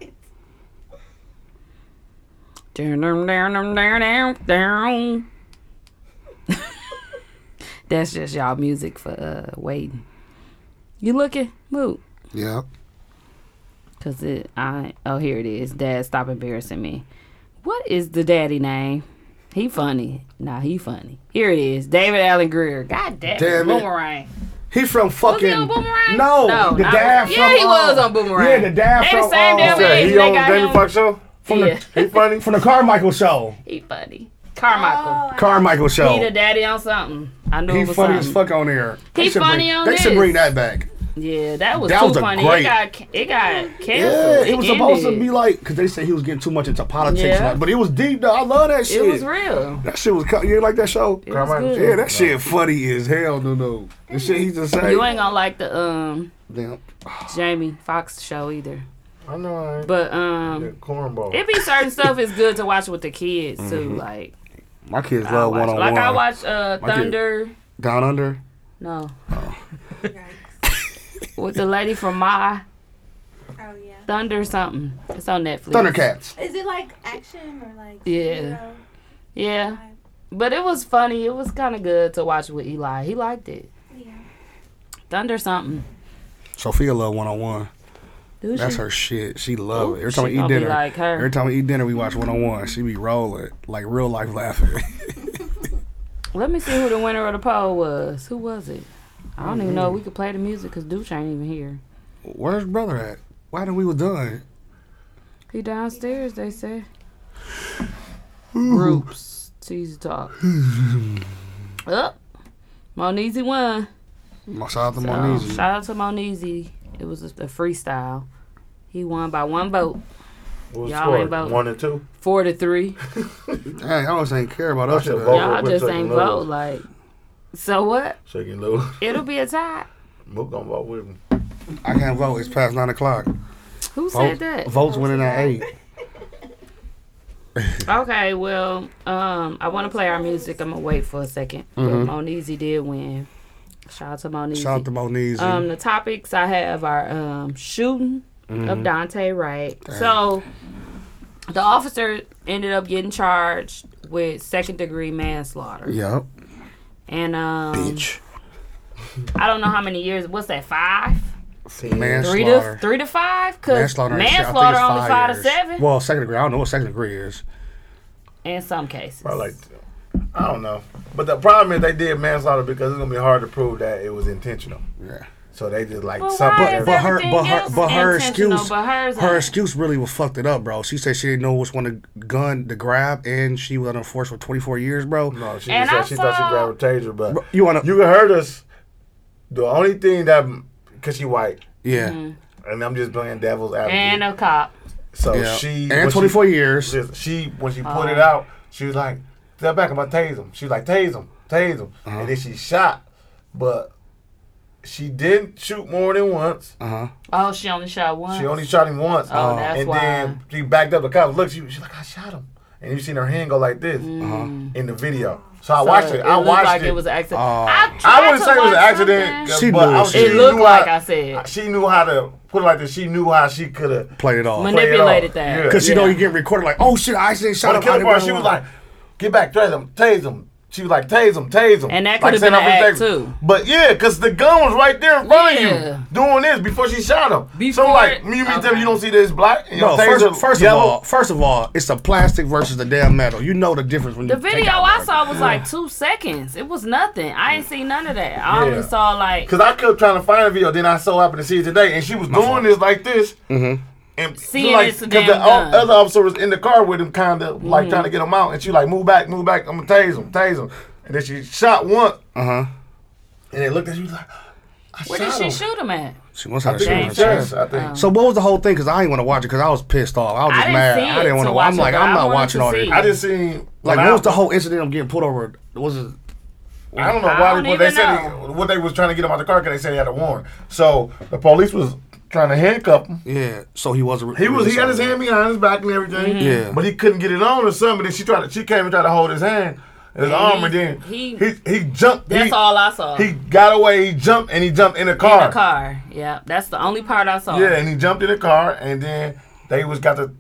Speaker 2: Dun, dun, dun, dun, dun, dun, dun. (laughs) That's just y'all music for uh waiting. You looking? Move.
Speaker 7: Yep.
Speaker 2: Cause it I oh here it is. Dad, stop embarrassing me. What is the daddy name? He funny. Nah, he funny. Here it is. David Allen Greer. God damn,
Speaker 7: Damn it.
Speaker 2: it. Boomerang.
Speaker 7: He from
Speaker 2: Was
Speaker 7: fucking.
Speaker 2: he on Boomerang?
Speaker 7: No,
Speaker 2: No,
Speaker 7: the
Speaker 2: not-
Speaker 7: dad from.
Speaker 2: yeah, he was
Speaker 7: uh,
Speaker 2: on Boomerang.
Speaker 7: Yeah, the dad
Speaker 2: They the
Speaker 7: from.
Speaker 2: same
Speaker 7: uh,
Speaker 2: damn
Speaker 5: Yeah,
Speaker 2: Wait,
Speaker 5: he
Speaker 2: they
Speaker 5: on the
Speaker 2: got
Speaker 5: Jamie
Speaker 2: him.
Speaker 5: Foxx show?
Speaker 7: From
Speaker 2: Yeah. (laughs)
Speaker 7: the, he funny from the Carmichael show.
Speaker 2: He funny.
Speaker 9: Oh,
Speaker 2: Carmichael.
Speaker 7: Carmichael show.
Speaker 2: He the daddy on something. I knew
Speaker 7: Oh. He
Speaker 2: it was
Speaker 7: funny as
Speaker 2: something.
Speaker 7: fuck on there.
Speaker 2: He
Speaker 7: should
Speaker 2: funny
Speaker 7: bring,
Speaker 2: on
Speaker 7: They should
Speaker 2: this.
Speaker 7: bring that back.
Speaker 2: Yeah, that was
Speaker 7: That
Speaker 2: too
Speaker 7: was a
Speaker 2: funny.
Speaker 7: great-
Speaker 2: It got ca- it got
Speaker 7: Yeah,
Speaker 2: canceled.
Speaker 7: it was supposed to
Speaker 2: ended.
Speaker 7: be like because they said he was getting too much into politics,
Speaker 2: Yeah.
Speaker 7: like, but it was deep though. I love that shit.
Speaker 2: It was real.
Speaker 7: That shit was. co- You ain't like that show?
Speaker 2: It was good.
Speaker 7: Yeah, that shit funny as hell. No, no, the shit he just said.
Speaker 2: You ain't gonna like the um
Speaker 7: Damn.
Speaker 2: Jamie Foxx show either.
Speaker 5: I know I ain't.
Speaker 2: But um
Speaker 5: Cornball.
Speaker 2: it be certain stuff is good to watch with the kids too. Like
Speaker 7: My kids
Speaker 2: I
Speaker 7: love
Speaker 2: watch-
Speaker 7: one on
Speaker 2: like I
Speaker 7: one.
Speaker 2: watch uh,
Speaker 7: My kid-
Speaker 2: Thunder.
Speaker 7: Down under.
Speaker 2: No. (laughs) With the lady from My
Speaker 9: Oh yeah.
Speaker 2: Thunder something. It's on Netflix.
Speaker 7: Thundercats.
Speaker 9: Is it like action or like?
Speaker 2: Yeah.
Speaker 9: superhero?
Speaker 2: Yeah. But it was funny. It was kind of good to watch with Eli. He liked it.
Speaker 9: Yeah.
Speaker 2: Thunder something.
Speaker 7: Sophia love one on one.
Speaker 2: Do
Speaker 7: That's
Speaker 2: she?
Speaker 7: her shit. She love it. Every
Speaker 2: She
Speaker 7: time we eat
Speaker 2: gonna be
Speaker 7: dinner,
Speaker 2: like her.
Speaker 7: every time we eat dinner, we watch one on one. She be rolling like real life laughing. (laughs)
Speaker 2: Let me see who the winner of the poll was. Who was it? I don't even know. We could play the music because Dooch ain't even here.
Speaker 7: Where's brother at? Why did we was done?
Speaker 2: He downstairs, they say. Groups. Teasy
Speaker 7: (laughs)
Speaker 2: talk. Up. Monizy won.
Speaker 7: My shout out to
Speaker 2: So,
Speaker 7: Monizy.
Speaker 2: Shout out to Monizy. It was just a freestyle. He won by one vote,
Speaker 5: What was
Speaker 2: Y'all
Speaker 5: the
Speaker 2: ain't
Speaker 5: score?
Speaker 2: vote.
Speaker 5: One and two.
Speaker 2: four to three.
Speaker 7: Dang, y'all just ain't care about us.
Speaker 5: should
Speaker 7: today.
Speaker 5: vote.
Speaker 2: Y'all
Speaker 5: we're
Speaker 2: just
Speaker 5: taking
Speaker 2: ain't
Speaker 5: those.
Speaker 2: vote. Like, so what?
Speaker 5: So you can lose.
Speaker 2: It'll be a tie.
Speaker 5: (laughs) Mook gonna vote with him.
Speaker 7: I can't vote. It's past nine o'clock.
Speaker 2: Who
Speaker 7: Vote,
Speaker 2: said that?
Speaker 7: Votes winning at eight.
Speaker 2: Okay, well, um, I want to play our music. I'm gonna wait for a 2nd But Monizy did win. Shout out to Monizy.
Speaker 7: Mm-hmm. Shout out to Monizy.
Speaker 2: Um, the topics I have are um, shooting
Speaker 7: Mm-hmm.
Speaker 2: of Dante Wright. So the officer ended up getting charged with second degree manslaughter,
Speaker 7: yep.
Speaker 2: and um,
Speaker 7: Bitch.
Speaker 2: I don't know how many years. What's that? Five, three to
Speaker 7: Manslaughter.
Speaker 2: three to five? Cause
Speaker 7: Manslaughter,
Speaker 2: manslaughter,
Speaker 7: and shit, I think it's
Speaker 2: only five to
Speaker 7: years.
Speaker 2: seven.
Speaker 7: Well, second degree. I don't know what second degree is.
Speaker 2: in some cases.
Speaker 5: Probably like, I don't know. But the problem is they did manslaughter because it's gonna be hard to prove that it was intentional.
Speaker 7: Yeah.
Speaker 5: So they just like
Speaker 2: But
Speaker 5: something.
Speaker 2: why is
Speaker 7: But her,
Speaker 2: Everything
Speaker 7: but her,
Speaker 2: else
Speaker 7: but her
Speaker 2: intentional,
Speaker 7: excuse,
Speaker 2: but hers
Speaker 7: her
Speaker 2: ain't.
Speaker 7: excuse really was fucked it up, bro. She said she didn't know which one to gun to grab, and she was under force for 24 years, bro.
Speaker 5: No, she
Speaker 2: And
Speaker 5: just said
Speaker 2: I
Speaker 5: she thought she
Speaker 2: saw-
Speaker 5: grabbed a taser, but
Speaker 7: Bro, you wanna-
Speaker 5: you can hurt us. The only thing that because she white,
Speaker 7: Yeah,
Speaker 2: Mm.
Speaker 5: and I'm just playing devil's
Speaker 2: And uh,
Speaker 5: advocate.
Speaker 2: a cop.
Speaker 5: so
Speaker 7: yeah.
Speaker 5: she when
Speaker 7: and
Speaker 5: she-
Speaker 7: 24 years.
Speaker 5: Listen, she when she put it
Speaker 2: Oh.
Speaker 5: out, she was like, "Step back, I'm gonna tase him." She was like, "Tase him, tase him,"
Speaker 7: Uh-huh.
Speaker 5: and then she shot, but she didn't shoot more than once.
Speaker 7: Uh huh.
Speaker 2: Oh, she only shot one.
Speaker 5: She only shot him once,
Speaker 2: Oh, that's
Speaker 5: and
Speaker 2: why.
Speaker 5: then she backed up. The cop looked. She she's like, "I shot him," and you seen her hand go like this in the video. So I
Speaker 2: Mm. So
Speaker 5: watched it. I
Speaker 2: looked
Speaker 5: watched
Speaker 2: like
Speaker 5: it. Uh,
Speaker 2: it was an accident.
Speaker 7: Oh.
Speaker 2: I, tried
Speaker 5: I wouldn't
Speaker 2: to
Speaker 5: say it was an
Speaker 2: watch
Speaker 5: accident.
Speaker 2: something.
Speaker 7: She
Speaker 5: but I
Speaker 7: knew
Speaker 5: was-
Speaker 7: it.
Speaker 2: It
Speaker 5: she
Speaker 2: looked
Speaker 5: knew
Speaker 2: like
Speaker 5: how-
Speaker 2: I said.
Speaker 5: She knew how to put it like this. She knew how she could have
Speaker 7: Played it off.
Speaker 2: Manip- Manipulated that.
Speaker 7: Because
Speaker 5: she
Speaker 7: you know
Speaker 2: Yeah.
Speaker 7: you get recorded like, oh shit, I accidentally shot
Speaker 5: But
Speaker 7: him. I
Speaker 5: the killer
Speaker 7: didn't
Speaker 5: part,
Speaker 7: know
Speaker 5: she was
Speaker 7: it.
Speaker 5: like, "Get back, tase him, tase him." She was like, "Tase him, tase him."
Speaker 2: And that
Speaker 5: Like,
Speaker 2: could've
Speaker 5: send
Speaker 2: been
Speaker 5: off
Speaker 2: an act,
Speaker 5: his tase.
Speaker 2: too.
Speaker 5: But yeah, because the gun was right there in front
Speaker 2: Yeah.
Speaker 5: of you doing this before she shot him. so
Speaker 2: Before
Speaker 5: like,
Speaker 2: it-
Speaker 5: me, me, tell
Speaker 2: okay.
Speaker 5: you, you don't see this black. And
Speaker 7: Bro,
Speaker 5: your taser
Speaker 7: first, first of
Speaker 5: yellow.
Speaker 7: all, first of all, it's the plastic versus the damn metal. You know the difference when
Speaker 2: The
Speaker 7: you take
Speaker 2: video
Speaker 7: out
Speaker 2: I
Speaker 7: metal.
Speaker 2: saw was like two seconds. It was nothing. I ain't seen none of that. I
Speaker 5: Yeah.
Speaker 2: only saw like
Speaker 5: Cause I kept trying to find a video, then I so happened to see it today, and she was doing
Speaker 7: fault.
Speaker 5: this like this, and
Speaker 2: Seeing
Speaker 5: she like,
Speaker 2: it's a
Speaker 5: cause the
Speaker 2: damn Mm-hmm.
Speaker 5: o-
Speaker 2: gun.
Speaker 5: other officer was in the car with him, kind of like trying to get him out, and she like move back, move back, I'm gonna tase him, tase him, and then she shot one,
Speaker 7: Uh huh.
Speaker 5: and they looked at you like, I
Speaker 2: where did
Speaker 5: shot
Speaker 2: she
Speaker 5: him.
Speaker 2: shoot Oh. him at?
Speaker 7: She must have
Speaker 5: I think
Speaker 7: shot
Speaker 5: it
Speaker 7: him in
Speaker 5: was
Speaker 7: the
Speaker 2: Damn.
Speaker 5: chest,
Speaker 7: chest.
Speaker 5: I think.
Speaker 7: So what was the whole thing? Because I didn't want to watch it because I was pissed off. I was
Speaker 2: I
Speaker 7: just
Speaker 2: didn't
Speaker 7: mad.
Speaker 2: see
Speaker 7: I
Speaker 2: it
Speaker 7: didn't want
Speaker 2: to
Speaker 7: to.
Speaker 2: watch
Speaker 7: I'm
Speaker 2: it,
Speaker 7: like,
Speaker 2: but
Speaker 7: I'm
Speaker 2: I
Speaker 7: not
Speaker 2: wanted
Speaker 7: watching
Speaker 2: to
Speaker 7: all
Speaker 2: see
Speaker 7: this.
Speaker 2: it.
Speaker 5: I just seen
Speaker 7: Like,
Speaker 5: when
Speaker 7: what was
Speaker 5: I-
Speaker 7: the whole incident of getting pulled over? Was it?
Speaker 5: I don't know
Speaker 2: I
Speaker 5: why
Speaker 2: don't
Speaker 5: what they
Speaker 2: even
Speaker 5: said
Speaker 2: know.
Speaker 5: he, what they was trying to get him out the car because they said he had a warrant. So the police was trying to handcuff him.
Speaker 7: Yeah. So he was.
Speaker 5: He was he had his hand behind his back and everything.
Speaker 2: Mm-hmm.
Speaker 7: Yeah.
Speaker 5: But he couldn't get it on or something. Then she tried to she came and tried to hold his hand, his
Speaker 2: And
Speaker 5: arm,
Speaker 2: he-
Speaker 5: and then he
Speaker 2: he-
Speaker 5: he, jumped.
Speaker 2: That's
Speaker 5: he,
Speaker 2: all I saw.
Speaker 5: He got away. He jumped and he jumped in the car.
Speaker 2: In the car. Yeah, that's the only part I saw.
Speaker 5: Yeah, and he jumped in the car, and then they was got to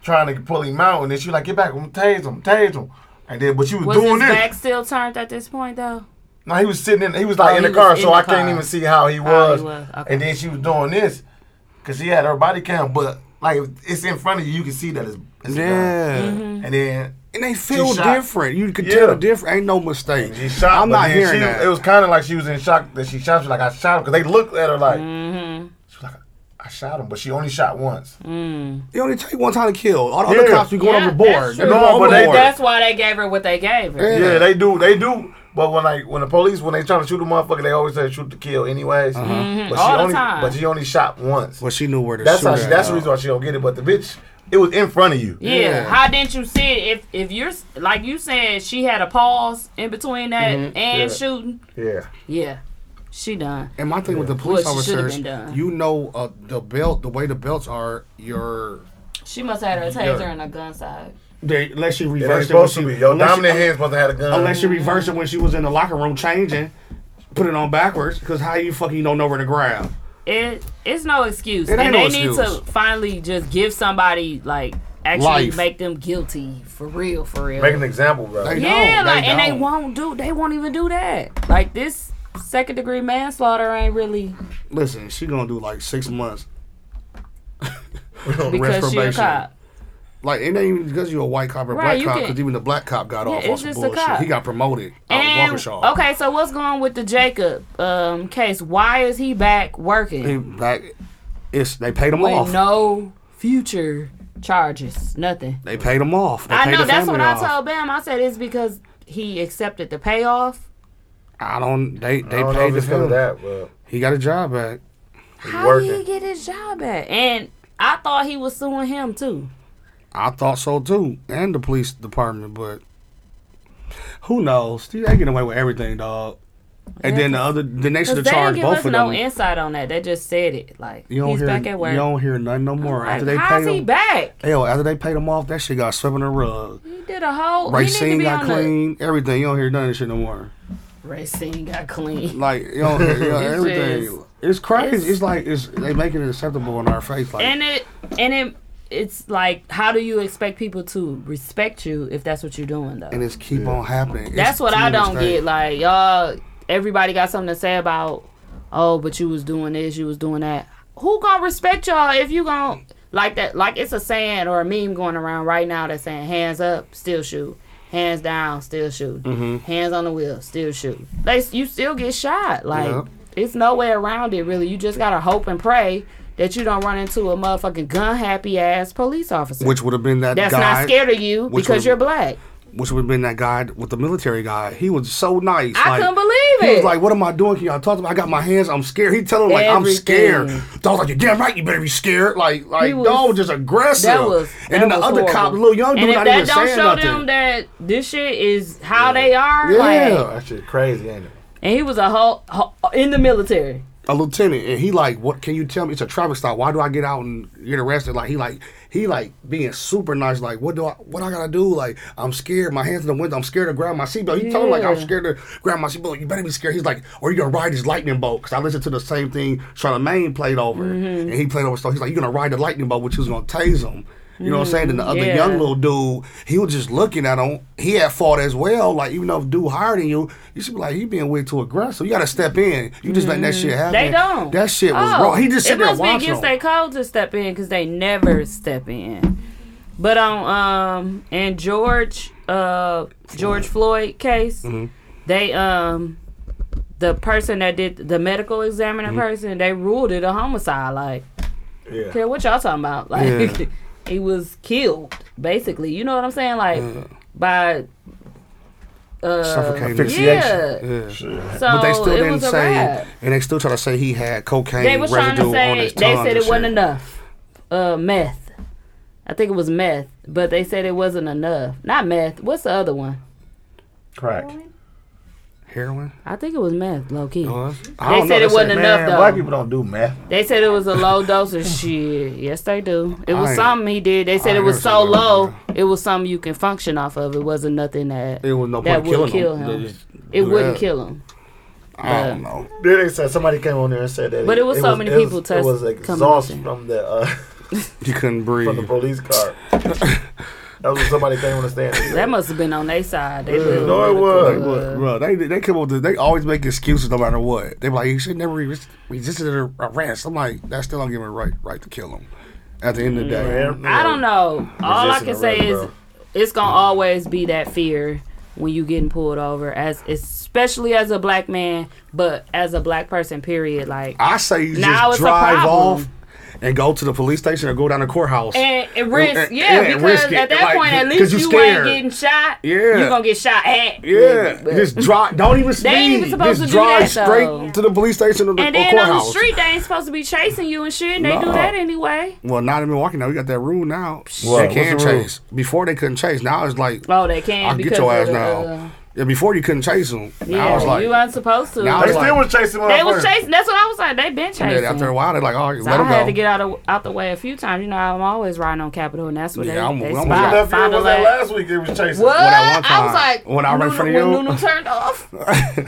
Speaker 5: trying to pull him out, and then she was like, "Get back! I'm gonna tase him, tase him." And then, but she was,
Speaker 2: Was
Speaker 5: doing
Speaker 2: his
Speaker 5: this.
Speaker 2: back still turned at this point though?
Speaker 5: No, he was sitting in. He was like
Speaker 2: Oh,
Speaker 5: in
Speaker 2: he
Speaker 5: the car,
Speaker 2: was
Speaker 5: so
Speaker 2: in
Speaker 5: I
Speaker 2: the
Speaker 5: can't
Speaker 2: car.
Speaker 5: even see how he
Speaker 2: Oh,
Speaker 5: was.
Speaker 2: he was, okay.
Speaker 5: And then she was doing this because she had her body cam, but like it's in front of you, you can see that it's. it's a gun.
Speaker 7: Yeah.
Speaker 2: Mm-hmm.
Speaker 5: And then
Speaker 7: And they feel
Speaker 5: shot.
Speaker 7: different. You can
Speaker 5: Yeah.
Speaker 7: tell the difference. Ain't no mistake.
Speaker 5: she shot.
Speaker 7: I'm
Speaker 5: but
Speaker 7: not
Speaker 5: then
Speaker 7: hearing
Speaker 5: she,
Speaker 7: that.
Speaker 5: It was kind of like she was in shock that she shot. She was like I shot him because they looked at her like.
Speaker 2: Mm-hmm.
Speaker 5: She was like I shot him, but she only shot once.
Speaker 7: you only take one time to kill. All the other
Speaker 5: Yeah.
Speaker 7: cops be going
Speaker 2: Yeah,
Speaker 7: overboard.
Speaker 2: that's
Speaker 7: They
Speaker 2: true.
Speaker 7: go
Speaker 5: No, but they-
Speaker 7: overboard.
Speaker 2: That's why they gave her what they gave her.
Speaker 7: Yeah.
Speaker 5: Yeah, they do. They do. But when like when the police when they trying to shoot a motherfucker, they always say shoot to kill anyways. But she
Speaker 2: Mm-hmm. All the
Speaker 5: only,
Speaker 2: time.
Speaker 5: But she only shot once.
Speaker 7: Well, she knew where to
Speaker 5: That's
Speaker 7: shoot
Speaker 5: how. She,
Speaker 7: at,
Speaker 5: that's the
Speaker 7: though.
Speaker 5: reason why she don't get it. But the bitch, it was in front of you.
Speaker 2: Yeah.
Speaker 7: Yeah.
Speaker 2: How didn't you see it? If if you're s- like you said, she had a pause in between that and
Speaker 5: Mm-hmm. Yeah.
Speaker 2: shooting.
Speaker 5: Yeah.
Speaker 2: Yeah. She done.
Speaker 7: And my thing with the police
Speaker 2: Well, she should've
Speaker 7: officers,
Speaker 2: been done.
Speaker 7: you know, uh, the belt, the way the belts are, your
Speaker 2: She must have had her taser and a gun side.
Speaker 7: they unless you
Speaker 5: It ain't
Speaker 7: reverse it. when
Speaker 5: supposed to
Speaker 7: she-
Speaker 5: be. Your
Speaker 7: unless you-
Speaker 5: dominant hand supposed to have a gun.
Speaker 7: Unless you reverse it when she was in the locker room changing, put it on backwards. Because how you fucking don't know where to grab?
Speaker 2: It it's no excuse.
Speaker 7: It ain't
Speaker 2: and
Speaker 7: no
Speaker 2: they need
Speaker 7: excuse.
Speaker 2: to finally just give somebody like actually
Speaker 7: Life.
Speaker 2: make them guilty for real, for real.
Speaker 5: make an example, bro.
Speaker 7: They
Speaker 2: yeah,
Speaker 7: don't,
Speaker 2: like and they
Speaker 7: don't.
Speaker 2: won't do they won't even do that. Like this second degree manslaughter ain't really
Speaker 7: Listen, she gonna do like six (laughs) months.
Speaker 2: because she a cop.
Speaker 7: Like it ain't even because you a white cop or
Speaker 2: Right,
Speaker 7: black
Speaker 2: you
Speaker 7: cop.
Speaker 2: can-
Speaker 7: Because even the black cop got
Speaker 2: Yeah,
Speaker 7: off on
Speaker 2: it's
Speaker 7: some
Speaker 2: just a
Speaker 7: bullshit.
Speaker 2: cop.
Speaker 7: He got promoted out of
Speaker 2: And,
Speaker 7: Waukesha.
Speaker 2: okay, so what's going with the Jacob um, case? Why is he back working?
Speaker 7: He back. It's they paid him
Speaker 2: with
Speaker 7: off.
Speaker 2: no future charges, nothing.
Speaker 7: They paid him off. They
Speaker 2: I
Speaker 7: paid
Speaker 2: know
Speaker 7: the
Speaker 2: that's what
Speaker 7: family
Speaker 2: I
Speaker 7: off.
Speaker 2: told Bam. I said it's because he accepted the payoff.
Speaker 7: I don't. They they
Speaker 5: I don't know
Speaker 7: paid
Speaker 5: if
Speaker 7: the
Speaker 5: it's because
Speaker 7: family.
Speaker 5: of that, but
Speaker 7: He got a job back.
Speaker 2: How did
Speaker 5: working.
Speaker 2: he get his job back? And I thought he was suing him too.
Speaker 7: I thought so too, and the police department. But who knows? They getting away with everything, dog. And then the other, then they
Speaker 2: Because
Speaker 7: should have
Speaker 2: they didn't
Speaker 7: charged
Speaker 2: give
Speaker 7: both
Speaker 2: us
Speaker 7: of
Speaker 2: no
Speaker 7: them.
Speaker 2: insight on that. They just said it. Like
Speaker 7: you don't
Speaker 2: he's
Speaker 7: hear,
Speaker 2: back at work.
Speaker 7: you don't hear nothing no more
Speaker 2: Like,
Speaker 7: after they
Speaker 2: how's
Speaker 7: paid
Speaker 2: he
Speaker 7: him.
Speaker 2: back?
Speaker 7: Hell, after they paid him off, that shit got swept in the rug.
Speaker 2: He did a whole. he need to
Speaker 7: Racine
Speaker 2: be
Speaker 7: got
Speaker 2: on the
Speaker 7: clean. Everything. You don't hear none of this shit no more.
Speaker 2: Racine got clean.
Speaker 7: Like you don't hear you
Speaker 2: (laughs)
Speaker 7: know,
Speaker 2: It's
Speaker 7: everything.
Speaker 2: just-
Speaker 7: it's crazy. It's,
Speaker 2: it's-
Speaker 7: like it's they making it acceptable in our face. Like
Speaker 2: And it and it it's like how do you expect people to respect you if that's what you're doing though?
Speaker 7: and it's keep on happening. It's
Speaker 2: That's what
Speaker 7: too
Speaker 2: I
Speaker 7: much
Speaker 2: don't
Speaker 7: thing.
Speaker 2: get. Like y'all, everybody got something to say about. Oh, but you was doing this, you was doing that. Who gonna respect y'all if you gonna like that like it's a saying or a meme going around right now that's saying hands up, still shoot. Hands down, still shoot.
Speaker 7: Mm-hmm.
Speaker 10: Mhm.
Speaker 2: Hands on the wheel, still shoot. They you still get shot. Like
Speaker 10: Yep.
Speaker 2: it's no way around it really. You just gotta hope and pray that you don't run into a motherfucking gun happy ass police officer.
Speaker 7: Which would have been that
Speaker 2: that's
Speaker 7: guy.
Speaker 2: not scared of you
Speaker 7: which
Speaker 2: because
Speaker 7: would've-
Speaker 2: you're black.
Speaker 7: Which would have been that guy with the military guy. He was so nice.
Speaker 2: I
Speaker 7: like,
Speaker 2: couldn't believe
Speaker 7: He was
Speaker 2: it.
Speaker 7: like, "What am I doing? Can y'all talk to me? I got my hands. I'm scared." He telling him like, "I'm scared." So I was like, "You're damn right. You better be scared." Like, like
Speaker 2: He
Speaker 7: was,
Speaker 2: was-
Speaker 7: dog was just aggressive.
Speaker 2: That was.
Speaker 7: and then the other cop, little young dude,
Speaker 2: and if
Speaker 7: not
Speaker 2: that
Speaker 7: even
Speaker 2: don't
Speaker 7: saying
Speaker 2: show
Speaker 7: nothing.
Speaker 2: them that this shit is how they are,
Speaker 7: yeah,
Speaker 2: like,
Speaker 7: that shit crazy, ain't it?
Speaker 2: and he was a whole, whole in the military.
Speaker 7: a lieutenant and he like what can you tell me it's a traffic stop why do i get out and get arrested like he like he like being super nice like what do i what i gotta do like i'm scared my hands in the window i'm scared to grab my seatbelt he told him like i'm
Speaker 5: Yeah.
Speaker 7: scared to grab my seatbelt you better be scared he's like or you're gonna ride his lightning bolt because i listened to the same thing charlemagne played over
Speaker 5: Mm-hmm.
Speaker 7: and he played over so he's like you're gonna ride the lightning bolt which is gonna tase him you know what I'm saying? And the
Speaker 5: Mhm,
Speaker 7: other
Speaker 5: yeah.
Speaker 7: young little dude, he was just looking at him. He had fought as well. Like even though if dude higher than you, you should be like, you being way too aggressive. You got to step in. You just letting that shit happen.
Speaker 2: They don't.
Speaker 7: That shit was
Speaker 2: Oh,
Speaker 7: wrong. He just
Speaker 2: it
Speaker 7: sitting there
Speaker 2: must be
Speaker 7: watching.
Speaker 2: against their
Speaker 7: them.
Speaker 2: code to step in because they never step in. But on um and George uh George Floyd case,
Speaker 7: Mm-hmm.
Speaker 2: they um the person that did the medical examiner
Speaker 10: Mhm.
Speaker 7: Mm-hmm.
Speaker 2: person they ruled it a homicide. Like,
Speaker 10: Yeah.
Speaker 2: care what y'all talking about? (laughs) Like,
Speaker 10: Yeah.
Speaker 2: he was killed basically. You know what I'm saying? Like by. Uh,
Speaker 7: Suffocating.
Speaker 2: Yeah. So
Speaker 7: but they still
Speaker 2: it
Speaker 7: didn't
Speaker 2: was a
Speaker 7: say,
Speaker 2: wrap.
Speaker 7: and they still try to say he had cocaine
Speaker 2: They was trying to
Speaker 7: residue on
Speaker 2: say
Speaker 7: his
Speaker 2: they
Speaker 7: tongue.
Speaker 2: said
Speaker 7: and
Speaker 2: it wasn't
Speaker 7: shit.
Speaker 2: enough. Uh, meth. I think it was meth, but they said it wasn't enough. Not meth. What's the other one?
Speaker 5: Crack.
Speaker 7: Heroin?
Speaker 2: I think it was meth, low key.
Speaker 5: I don't
Speaker 2: They said
Speaker 5: know.
Speaker 2: it wasn't
Speaker 5: Man,
Speaker 2: enough though.
Speaker 5: Black people don't do meth.
Speaker 2: They said it was a low dose of shit. Yes, they do. It
Speaker 5: I
Speaker 2: was
Speaker 5: ain't-
Speaker 2: something he did. They said
Speaker 5: I
Speaker 2: it
Speaker 5: ain't
Speaker 2: was
Speaker 5: never
Speaker 2: so
Speaker 5: seen that
Speaker 2: low, it was something you can function off of. It wasn't nothing that
Speaker 7: It was no
Speaker 2: that
Speaker 7: point
Speaker 2: would
Speaker 7: killing
Speaker 2: kill
Speaker 7: him.
Speaker 2: him.
Speaker 7: They just
Speaker 2: It
Speaker 7: do
Speaker 2: wouldn't
Speaker 7: that.
Speaker 2: kill him.
Speaker 7: I don't know.
Speaker 5: Then they said somebody came on there and said that.
Speaker 2: But it was so many
Speaker 5: it was-
Speaker 2: people
Speaker 5: It was
Speaker 2: test- coming
Speaker 5: exhaust
Speaker 2: in.
Speaker 5: from the uh, (laughs)
Speaker 7: You couldn't breathe.
Speaker 5: from the police car. that was when somebody came on the stand. and
Speaker 2: That must have been on their side. They
Speaker 5: Yeah,
Speaker 2: really
Speaker 5: no, it
Speaker 2: would've-
Speaker 5: was.
Speaker 7: They would, bro. They they come up with they always make excuses no matter what. They be like you should never re- resisted ar- arrest. I'm like that still don't give him a right right to kill him. At the
Speaker 2: Mm.
Speaker 7: end of the day,
Speaker 2: I don't know. All I
Speaker 7: Resisting
Speaker 2: can say
Speaker 7: arrest,
Speaker 2: is
Speaker 7: bro.
Speaker 2: it's gonna always be that fear when you getting pulled over, as especially as a black man, but as a black person, period. Like
Speaker 7: I say you
Speaker 2: Now
Speaker 7: just
Speaker 2: it's a
Speaker 7: drive
Speaker 2: problem.
Speaker 7: off and go to the police station or go down to courthouse.
Speaker 2: and it risk,
Speaker 7: And-
Speaker 2: yeah,
Speaker 7: and- and
Speaker 2: because
Speaker 7: risk it.
Speaker 2: at that
Speaker 7: Like,
Speaker 2: point, at least
Speaker 7: 'cause you
Speaker 2: you, ain't
Speaker 7: scared.
Speaker 2: getting shot.
Speaker 7: Yeah.
Speaker 2: you gonna get shot at.
Speaker 7: yeah,
Speaker 2: But-
Speaker 7: just drive. Don't even
Speaker 2: They
Speaker 7: speed.
Speaker 2: ain't even supposed
Speaker 7: just
Speaker 2: to do
Speaker 7: drive
Speaker 2: that,
Speaker 7: straight
Speaker 2: though.
Speaker 7: to the police station or the
Speaker 2: And
Speaker 7: or
Speaker 2: then on the
Speaker 7: courthouse.
Speaker 2: street, they ain't supposed to be chasing you and shit. And they do
Speaker 7: No.
Speaker 2: that anyway.
Speaker 7: Well, not in Milwaukee now. We got that rule now.
Speaker 5: What?
Speaker 7: They can
Speaker 5: What's the rule?
Speaker 7: chase. Before they couldn't chase. Now it's like
Speaker 2: Oh, they can.
Speaker 7: I'll get
Speaker 2: because
Speaker 7: your
Speaker 2: of
Speaker 7: ass
Speaker 2: the,
Speaker 7: now.
Speaker 2: uh,
Speaker 7: yeah, before you couldn't chase them. Now
Speaker 2: yeah,
Speaker 7: it's like
Speaker 2: you aren't supposed to.
Speaker 7: Now They it's still like- was
Speaker 5: chasing
Speaker 2: They
Speaker 7: motherfuckers.
Speaker 2: was chasing. That's what I was like. They been chasing.
Speaker 7: And then after a while, they're like, "Oh,
Speaker 2: So
Speaker 7: let
Speaker 2: I
Speaker 7: them
Speaker 2: had
Speaker 7: go."
Speaker 2: to get out of out the way a few times. You know, I'm always riding on Capitol, and that's what
Speaker 7: Yeah,
Speaker 2: they,
Speaker 7: I'm-
Speaker 2: they
Speaker 7: I'm-
Speaker 2: spot.
Speaker 7: That
Speaker 2: find
Speaker 5: was
Speaker 2: a
Speaker 5: that
Speaker 2: lab.
Speaker 5: last week it was chasing.
Speaker 2: What?
Speaker 7: When I one
Speaker 2: I was
Speaker 7: time-
Speaker 2: like,
Speaker 7: when I ran in front
Speaker 2: Nunu-
Speaker 7: of you?
Speaker 2: when Nunu turned
Speaker 7: (laughs)
Speaker 2: off.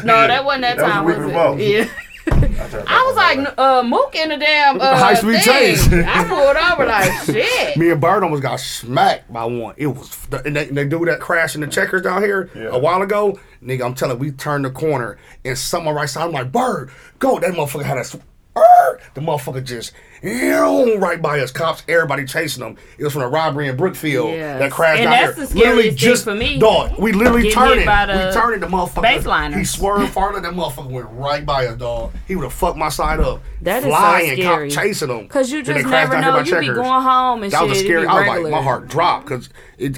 Speaker 2: no, that wasn't that,
Speaker 5: That was
Speaker 2: time.
Speaker 5: the week before.
Speaker 2: it? Yeah. I was like, uh, Mook in the damn uh,
Speaker 7: High
Speaker 2: thing.
Speaker 7: speed chase.
Speaker 2: I pulled over
Speaker 7: (laughs)
Speaker 2: like shit.
Speaker 7: Me and Bird almost got smacked by one. It was the, and they, they do that crash in the checkers down here a while ago. Nigga, I'm telling, you, we turned the corner and someone right side. I'm like, Bird, go! That motherfucker had us. "Arr!" The motherfucker just ew, right by us. Cops, everybody chasing them. It was from a robbery in Brookfield
Speaker 2: Yes.
Speaker 7: that crashed
Speaker 2: And
Speaker 7: down
Speaker 2: that's
Speaker 7: here.
Speaker 2: the scariest
Speaker 7: literally
Speaker 2: thing
Speaker 7: just
Speaker 2: for me.
Speaker 7: dog. We literally
Speaker 2: Getting
Speaker 7: turned
Speaker 2: hit
Speaker 7: it.
Speaker 2: by the
Speaker 7: we turned it. The motherfucker.
Speaker 2: baseliners.
Speaker 7: He swerved farther. That motherfucker went right by us, dog. He would have fucked my side up.
Speaker 2: That is so
Speaker 7: Flying, cop
Speaker 2: scary.
Speaker 7: chasing them.
Speaker 2: Cause you
Speaker 7: Then they
Speaker 2: just
Speaker 7: crashed
Speaker 2: never
Speaker 7: out
Speaker 2: know.
Speaker 7: here by
Speaker 2: You be
Speaker 7: Checkers.
Speaker 2: going home and
Speaker 7: That
Speaker 2: shit.
Speaker 7: was a
Speaker 2: it
Speaker 7: scary.
Speaker 2: be
Speaker 7: I was like,
Speaker 2: regular.
Speaker 7: my heart dropped because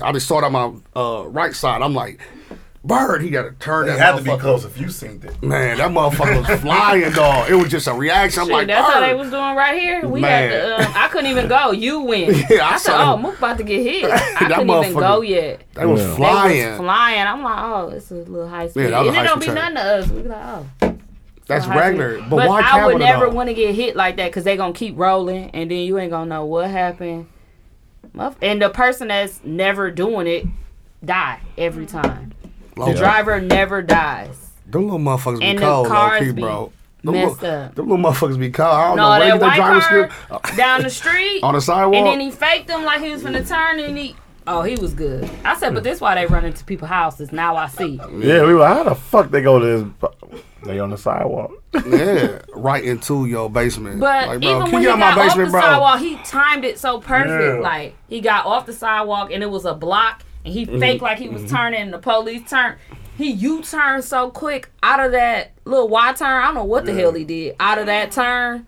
Speaker 7: I just saw it on my uh, right side. I'm like, Bird, he got to turn
Speaker 5: It
Speaker 7: that.
Speaker 5: had to be
Speaker 7: motherfucker-
Speaker 5: close if you seen it.
Speaker 7: Man, that motherfucker
Speaker 5: (laughs)
Speaker 7: was flying, dog. It was just a reaction. I'm
Speaker 2: Shit,
Speaker 7: like,
Speaker 2: that's how they
Speaker 7: Bird.
Speaker 2: was doing right here. We
Speaker 7: Man.
Speaker 2: had to. Um, I couldn't even go. You went.
Speaker 7: (laughs) Yeah,
Speaker 2: I,
Speaker 7: I
Speaker 2: said,
Speaker 7: saw
Speaker 2: "Oh,
Speaker 7: them.
Speaker 2: Mook about to get
Speaker 7: (laughs)
Speaker 2: hit." I
Speaker 7: That
Speaker 2: couldn't even
Speaker 7: motherfucker-
Speaker 2: go yet.
Speaker 7: They was
Speaker 2: They
Speaker 7: flying.
Speaker 2: was flying. I'm like, "Oh, it's a little high speed."
Speaker 7: Yeah, that was
Speaker 2: and
Speaker 7: a
Speaker 2: it
Speaker 7: high
Speaker 2: don't be
Speaker 7: speed
Speaker 2: none
Speaker 7: train.
Speaker 2: of us. We be like, "Oh."
Speaker 7: That's
Speaker 2: high speed.
Speaker 7: regular. But,
Speaker 2: But
Speaker 7: why
Speaker 2: I
Speaker 7: Capitol
Speaker 2: would never
Speaker 7: though?
Speaker 2: want to get hit like that because they gonna keep rolling, and then you ain't gonna know what happened. Motherf- And the person that's never doing it die every time. The
Speaker 7: Low-key.
Speaker 2: driver never dies.
Speaker 7: Them little motherfuckers be
Speaker 2: And the
Speaker 7: cold, low
Speaker 2: cars
Speaker 7: key,
Speaker 2: be
Speaker 7: bro.
Speaker 2: messed
Speaker 7: little,
Speaker 2: up.
Speaker 7: them little motherfuckers be cold. I don't
Speaker 2: No,
Speaker 7: know where
Speaker 2: that
Speaker 7: you think
Speaker 2: white
Speaker 7: drivers
Speaker 2: car
Speaker 7: (laughs) get-
Speaker 2: down the street
Speaker 7: On Uh, the sidewalk?
Speaker 2: and then he faked them like he was finna turn, and he oh he was good. I said, but this why they run into people's houses. Now I see.
Speaker 5: Yeah, we were. How the fuck they go to this? They on the sidewalk.
Speaker 7: yeah, right into your basement.
Speaker 2: But
Speaker 7: Like,
Speaker 2: even
Speaker 7: can
Speaker 2: when he
Speaker 7: you
Speaker 2: got
Speaker 7: out my
Speaker 2: off the
Speaker 7: basement, bro?
Speaker 2: sidewalk, he timed it so perfect.
Speaker 7: Yeah.
Speaker 2: Like he got off the sidewalk and it was a block, and he
Speaker 7: Mhm.
Speaker 2: faked like he was
Speaker 7: Mhm.
Speaker 2: turning, and the police turned. He U turned so quick out of that little Y turn. I don't know what the
Speaker 7: Yeah.
Speaker 2: hell he did out of that turn.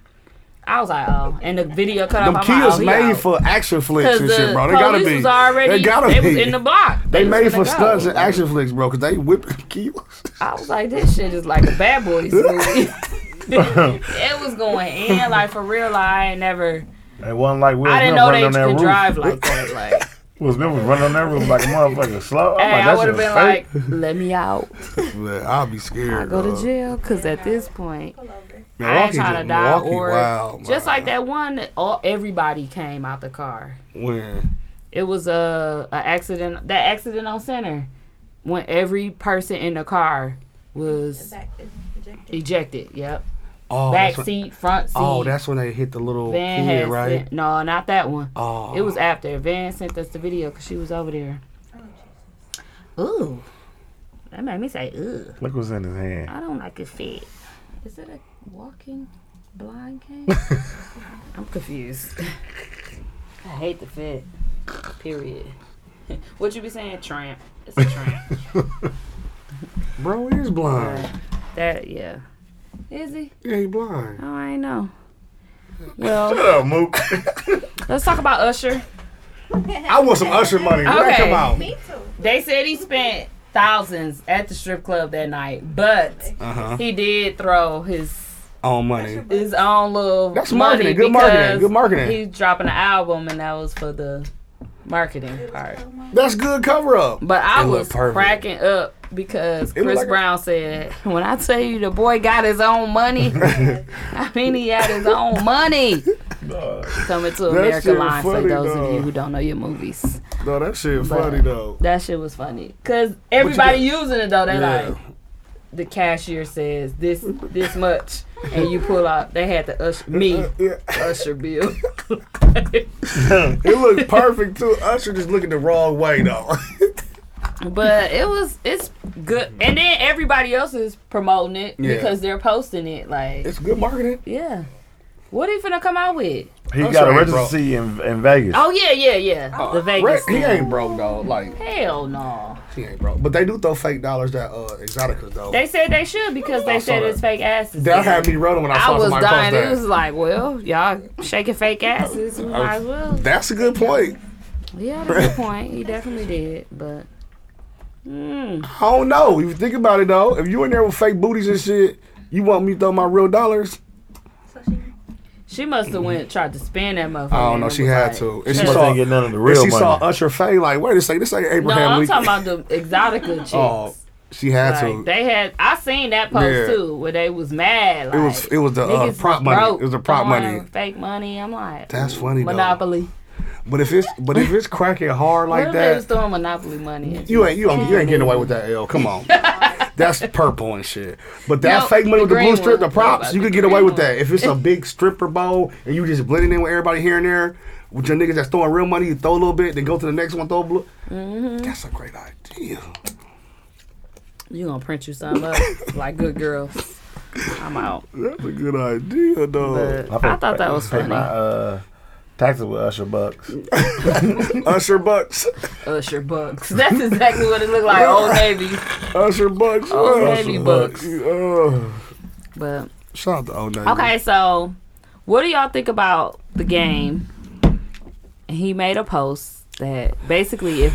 Speaker 2: I was like, oh, and the video cut
Speaker 7: Them
Speaker 2: off. I'm
Speaker 7: kids
Speaker 2: like, oh, he
Speaker 7: made
Speaker 2: out.
Speaker 7: for action flicks
Speaker 2: 'Cause
Speaker 7: and
Speaker 2: the
Speaker 7: shit, bro. They gotta
Speaker 2: police
Speaker 7: be.
Speaker 2: was already-
Speaker 7: they gotta
Speaker 2: they
Speaker 7: be.
Speaker 2: was in the block.
Speaker 7: They,
Speaker 2: They was
Speaker 7: made
Speaker 2: finna go.
Speaker 7: for stunts and action flicks, bro, because they whipping (laughs) kids.
Speaker 2: I was like, this shit is like a bad
Speaker 7: (laughs)
Speaker 2: boys movie. (laughs) it was going in like for real. Like, I ain't never.
Speaker 5: It wasn't like we
Speaker 2: I didn't know
Speaker 5: was
Speaker 2: they
Speaker 5: running on that
Speaker 2: could
Speaker 5: roof.
Speaker 2: drive like that. Like,
Speaker 7: (laughs)
Speaker 5: was them was running on that roof like a motherfucker slow.
Speaker 2: hey,
Speaker 5: I'm
Speaker 2: I would
Speaker 5: like,
Speaker 2: have been
Speaker 5: that shit
Speaker 2: like, let me out.
Speaker 7: like, man, I'll be
Speaker 2: I
Speaker 7: scared.
Speaker 2: go to
Speaker 7: dog.
Speaker 2: jail because at this point, I ain't
Speaker 7: Uh, Milwaukee
Speaker 2: trying
Speaker 7: just-
Speaker 2: to die
Speaker 7: Milwaukee
Speaker 2: or
Speaker 7: wild,
Speaker 2: just like that one. that All everybody came out the car.
Speaker 7: When
Speaker 2: It was a, a accident. That accident on Center, when every person in the car was (laughs) ejected. Yep.
Speaker 7: Oh,
Speaker 2: Back
Speaker 7: that's when-
Speaker 2: seat, front seat.
Speaker 7: Oh, that's when they hit the little
Speaker 2: Van
Speaker 7: kid,
Speaker 2: had
Speaker 7: right?
Speaker 2: sent- no, not that one.
Speaker 7: Oh.
Speaker 2: It was after. Van sent us the video because she was over there. Ooh. That made me say, ooh.
Speaker 5: Look what's in his hand.
Speaker 2: I don't like it fit.
Speaker 9: Is it a walking blind cane?
Speaker 2: (laughs) I'm confused. I hate the fit. Period. (laughs) what you be saying, tramp? It's a tramp.
Speaker 7: Bro is blind.
Speaker 2: (laughs) that, yeah. Is he?
Speaker 7: Yeah, he blind.
Speaker 2: Oh, I ain't know. Well,
Speaker 7: Shut up, Mook. (laughs)
Speaker 2: let's talk about Usher.
Speaker 7: I want some Usher money. When that come out?
Speaker 2: They said he spent thousands at the strip club that night, but
Speaker 7: Uh-huh.
Speaker 2: he did throw his
Speaker 7: Own money.
Speaker 2: his own little
Speaker 7: That's
Speaker 2: money
Speaker 7: marketing. Good marketing.
Speaker 2: because
Speaker 7: Good marketing.
Speaker 2: He's dropping an album, and that was for the marketing part.
Speaker 7: That's good cover up.
Speaker 2: But I
Speaker 7: It looked
Speaker 2: was
Speaker 7: perfect.
Speaker 2: cracking up because
Speaker 7: It was
Speaker 2: Chris
Speaker 7: like a-
Speaker 2: Brown said, "When I tell you the boy got his own
Speaker 7: (laughs)
Speaker 2: money, (laughs) I mean he had his own money." Coming to
Speaker 7: That
Speaker 2: America
Speaker 7: shit
Speaker 2: line for
Speaker 7: funny,
Speaker 2: those
Speaker 7: dog.
Speaker 2: of you who don't know your movies.
Speaker 7: No, that shit
Speaker 2: But
Speaker 7: funny though.
Speaker 2: That shit was funny because everybody
Speaker 7: got-
Speaker 2: using it though. They
Speaker 7: Yeah.
Speaker 2: like the cashier says this this much, and you pull out. They had the usher
Speaker 7: (laughs)
Speaker 2: me usher bill.
Speaker 7: it looked perfect too. Usher just looking the wrong way though. (laughs)
Speaker 2: but it was it's good and then everybody else is promoting it
Speaker 7: Yeah.
Speaker 2: because they're posting it like
Speaker 7: it's good marketing
Speaker 2: yeah what he finna come out with
Speaker 5: He
Speaker 7: Usher
Speaker 5: got a
Speaker 7: ain't broke.
Speaker 5: residency in, in Vegas.
Speaker 2: oh yeah yeah yeah the
Speaker 7: Re-
Speaker 2: vegas
Speaker 7: he
Speaker 2: thing.
Speaker 7: ain't broke though. Like
Speaker 2: hell no
Speaker 7: he ain't broke. But they do throw fake dollars at uh, Exotica though.
Speaker 2: they said they should because they
Speaker 7: I saw
Speaker 2: said
Speaker 7: that.
Speaker 2: it's fake asses
Speaker 7: that had me running when I
Speaker 2: I
Speaker 7: saw
Speaker 2: was
Speaker 7: somebody post
Speaker 2: dying. It
Speaker 7: that.
Speaker 2: was like, well, y'all shaking
Speaker 7: (laughs)
Speaker 2: fake asses. We might as well.
Speaker 7: That's a good point.
Speaker 2: Yeah, that's a
Speaker 7: (laughs)
Speaker 2: good point. He definitely did, but mm,
Speaker 7: I don't know. If you think about it though, if you in there with fake booties and shit, you want me to throw my real dollars?
Speaker 2: she must have went tried to spin that motherfucker.
Speaker 7: I don't
Speaker 2: and
Speaker 7: know.
Speaker 2: it
Speaker 7: She
Speaker 2: was
Speaker 7: had
Speaker 2: like-
Speaker 7: to.
Speaker 5: She
Speaker 7: she
Speaker 5: must
Speaker 7: saw
Speaker 5: ain't get none of the
Speaker 7: and
Speaker 5: real
Speaker 7: she saw
Speaker 5: money.
Speaker 7: Usher Faye like, wait a second, this ain't
Speaker 2: No,
Speaker 7: Abraham
Speaker 2: I'm
Speaker 7: Lincoln.
Speaker 2: talking about the exotica chicks.
Speaker 7: (laughs) Oh, she had
Speaker 2: Like,
Speaker 7: to.
Speaker 2: They had. I seen that post
Speaker 7: Yeah.
Speaker 2: too, where they was mad. Like,
Speaker 7: it was it was the uh,
Speaker 2: niggas
Speaker 7: prop
Speaker 2: was
Speaker 7: money.
Speaker 2: broke,
Speaker 7: It was the prop
Speaker 2: throwing
Speaker 7: money.
Speaker 2: Fake money. I'm like,
Speaker 7: That's funny though.
Speaker 2: Monopoly.
Speaker 7: But if it's but if it's cracking hard
Speaker 2: Like
Speaker 7: like
Speaker 2: what if they was
Speaker 7: that,
Speaker 2: throwing Monopoly money? At
Speaker 7: you ain't you, ain't- you ain't getting away with that L.
Speaker 2: (laughs)
Speaker 7: Come on. That's purple and shit. But that
Speaker 2: No,
Speaker 7: fake money
Speaker 2: the
Speaker 7: with the blue
Speaker 2: green
Speaker 7: strip, the
Speaker 2: one.
Speaker 7: props, you
Speaker 2: The
Speaker 7: could get away
Speaker 2: green
Speaker 7: with that. If it's a big stripper bowl and you just blending in with everybody here and there, with your niggas that's throwing real money, you throw a little bit, then go to the next one, throw a blue.
Speaker 2: Mm-hmm.
Speaker 7: That's a great idea.
Speaker 2: You gonna print you something
Speaker 7: (laughs)
Speaker 2: up like good girls? I'm out.
Speaker 7: That's a good idea, though.
Speaker 2: I, thought that was
Speaker 5: pay
Speaker 2: funny.
Speaker 5: My, uh, taxes with Usher bucks.
Speaker 7: (laughs) Usher bucks.
Speaker 2: Usher bucks. (laughs) That's exactly what it looked like.
Speaker 5: (laughs)
Speaker 2: Old Navy.
Speaker 7: Usher bucks.
Speaker 2: Old
Speaker 7: yeah.
Speaker 2: Navy Oh, bucks.
Speaker 7: Uh,
Speaker 2: But
Speaker 7: shout out to Old Navy.
Speaker 2: okay, so what do y'all think about the game? He made a post that basically, if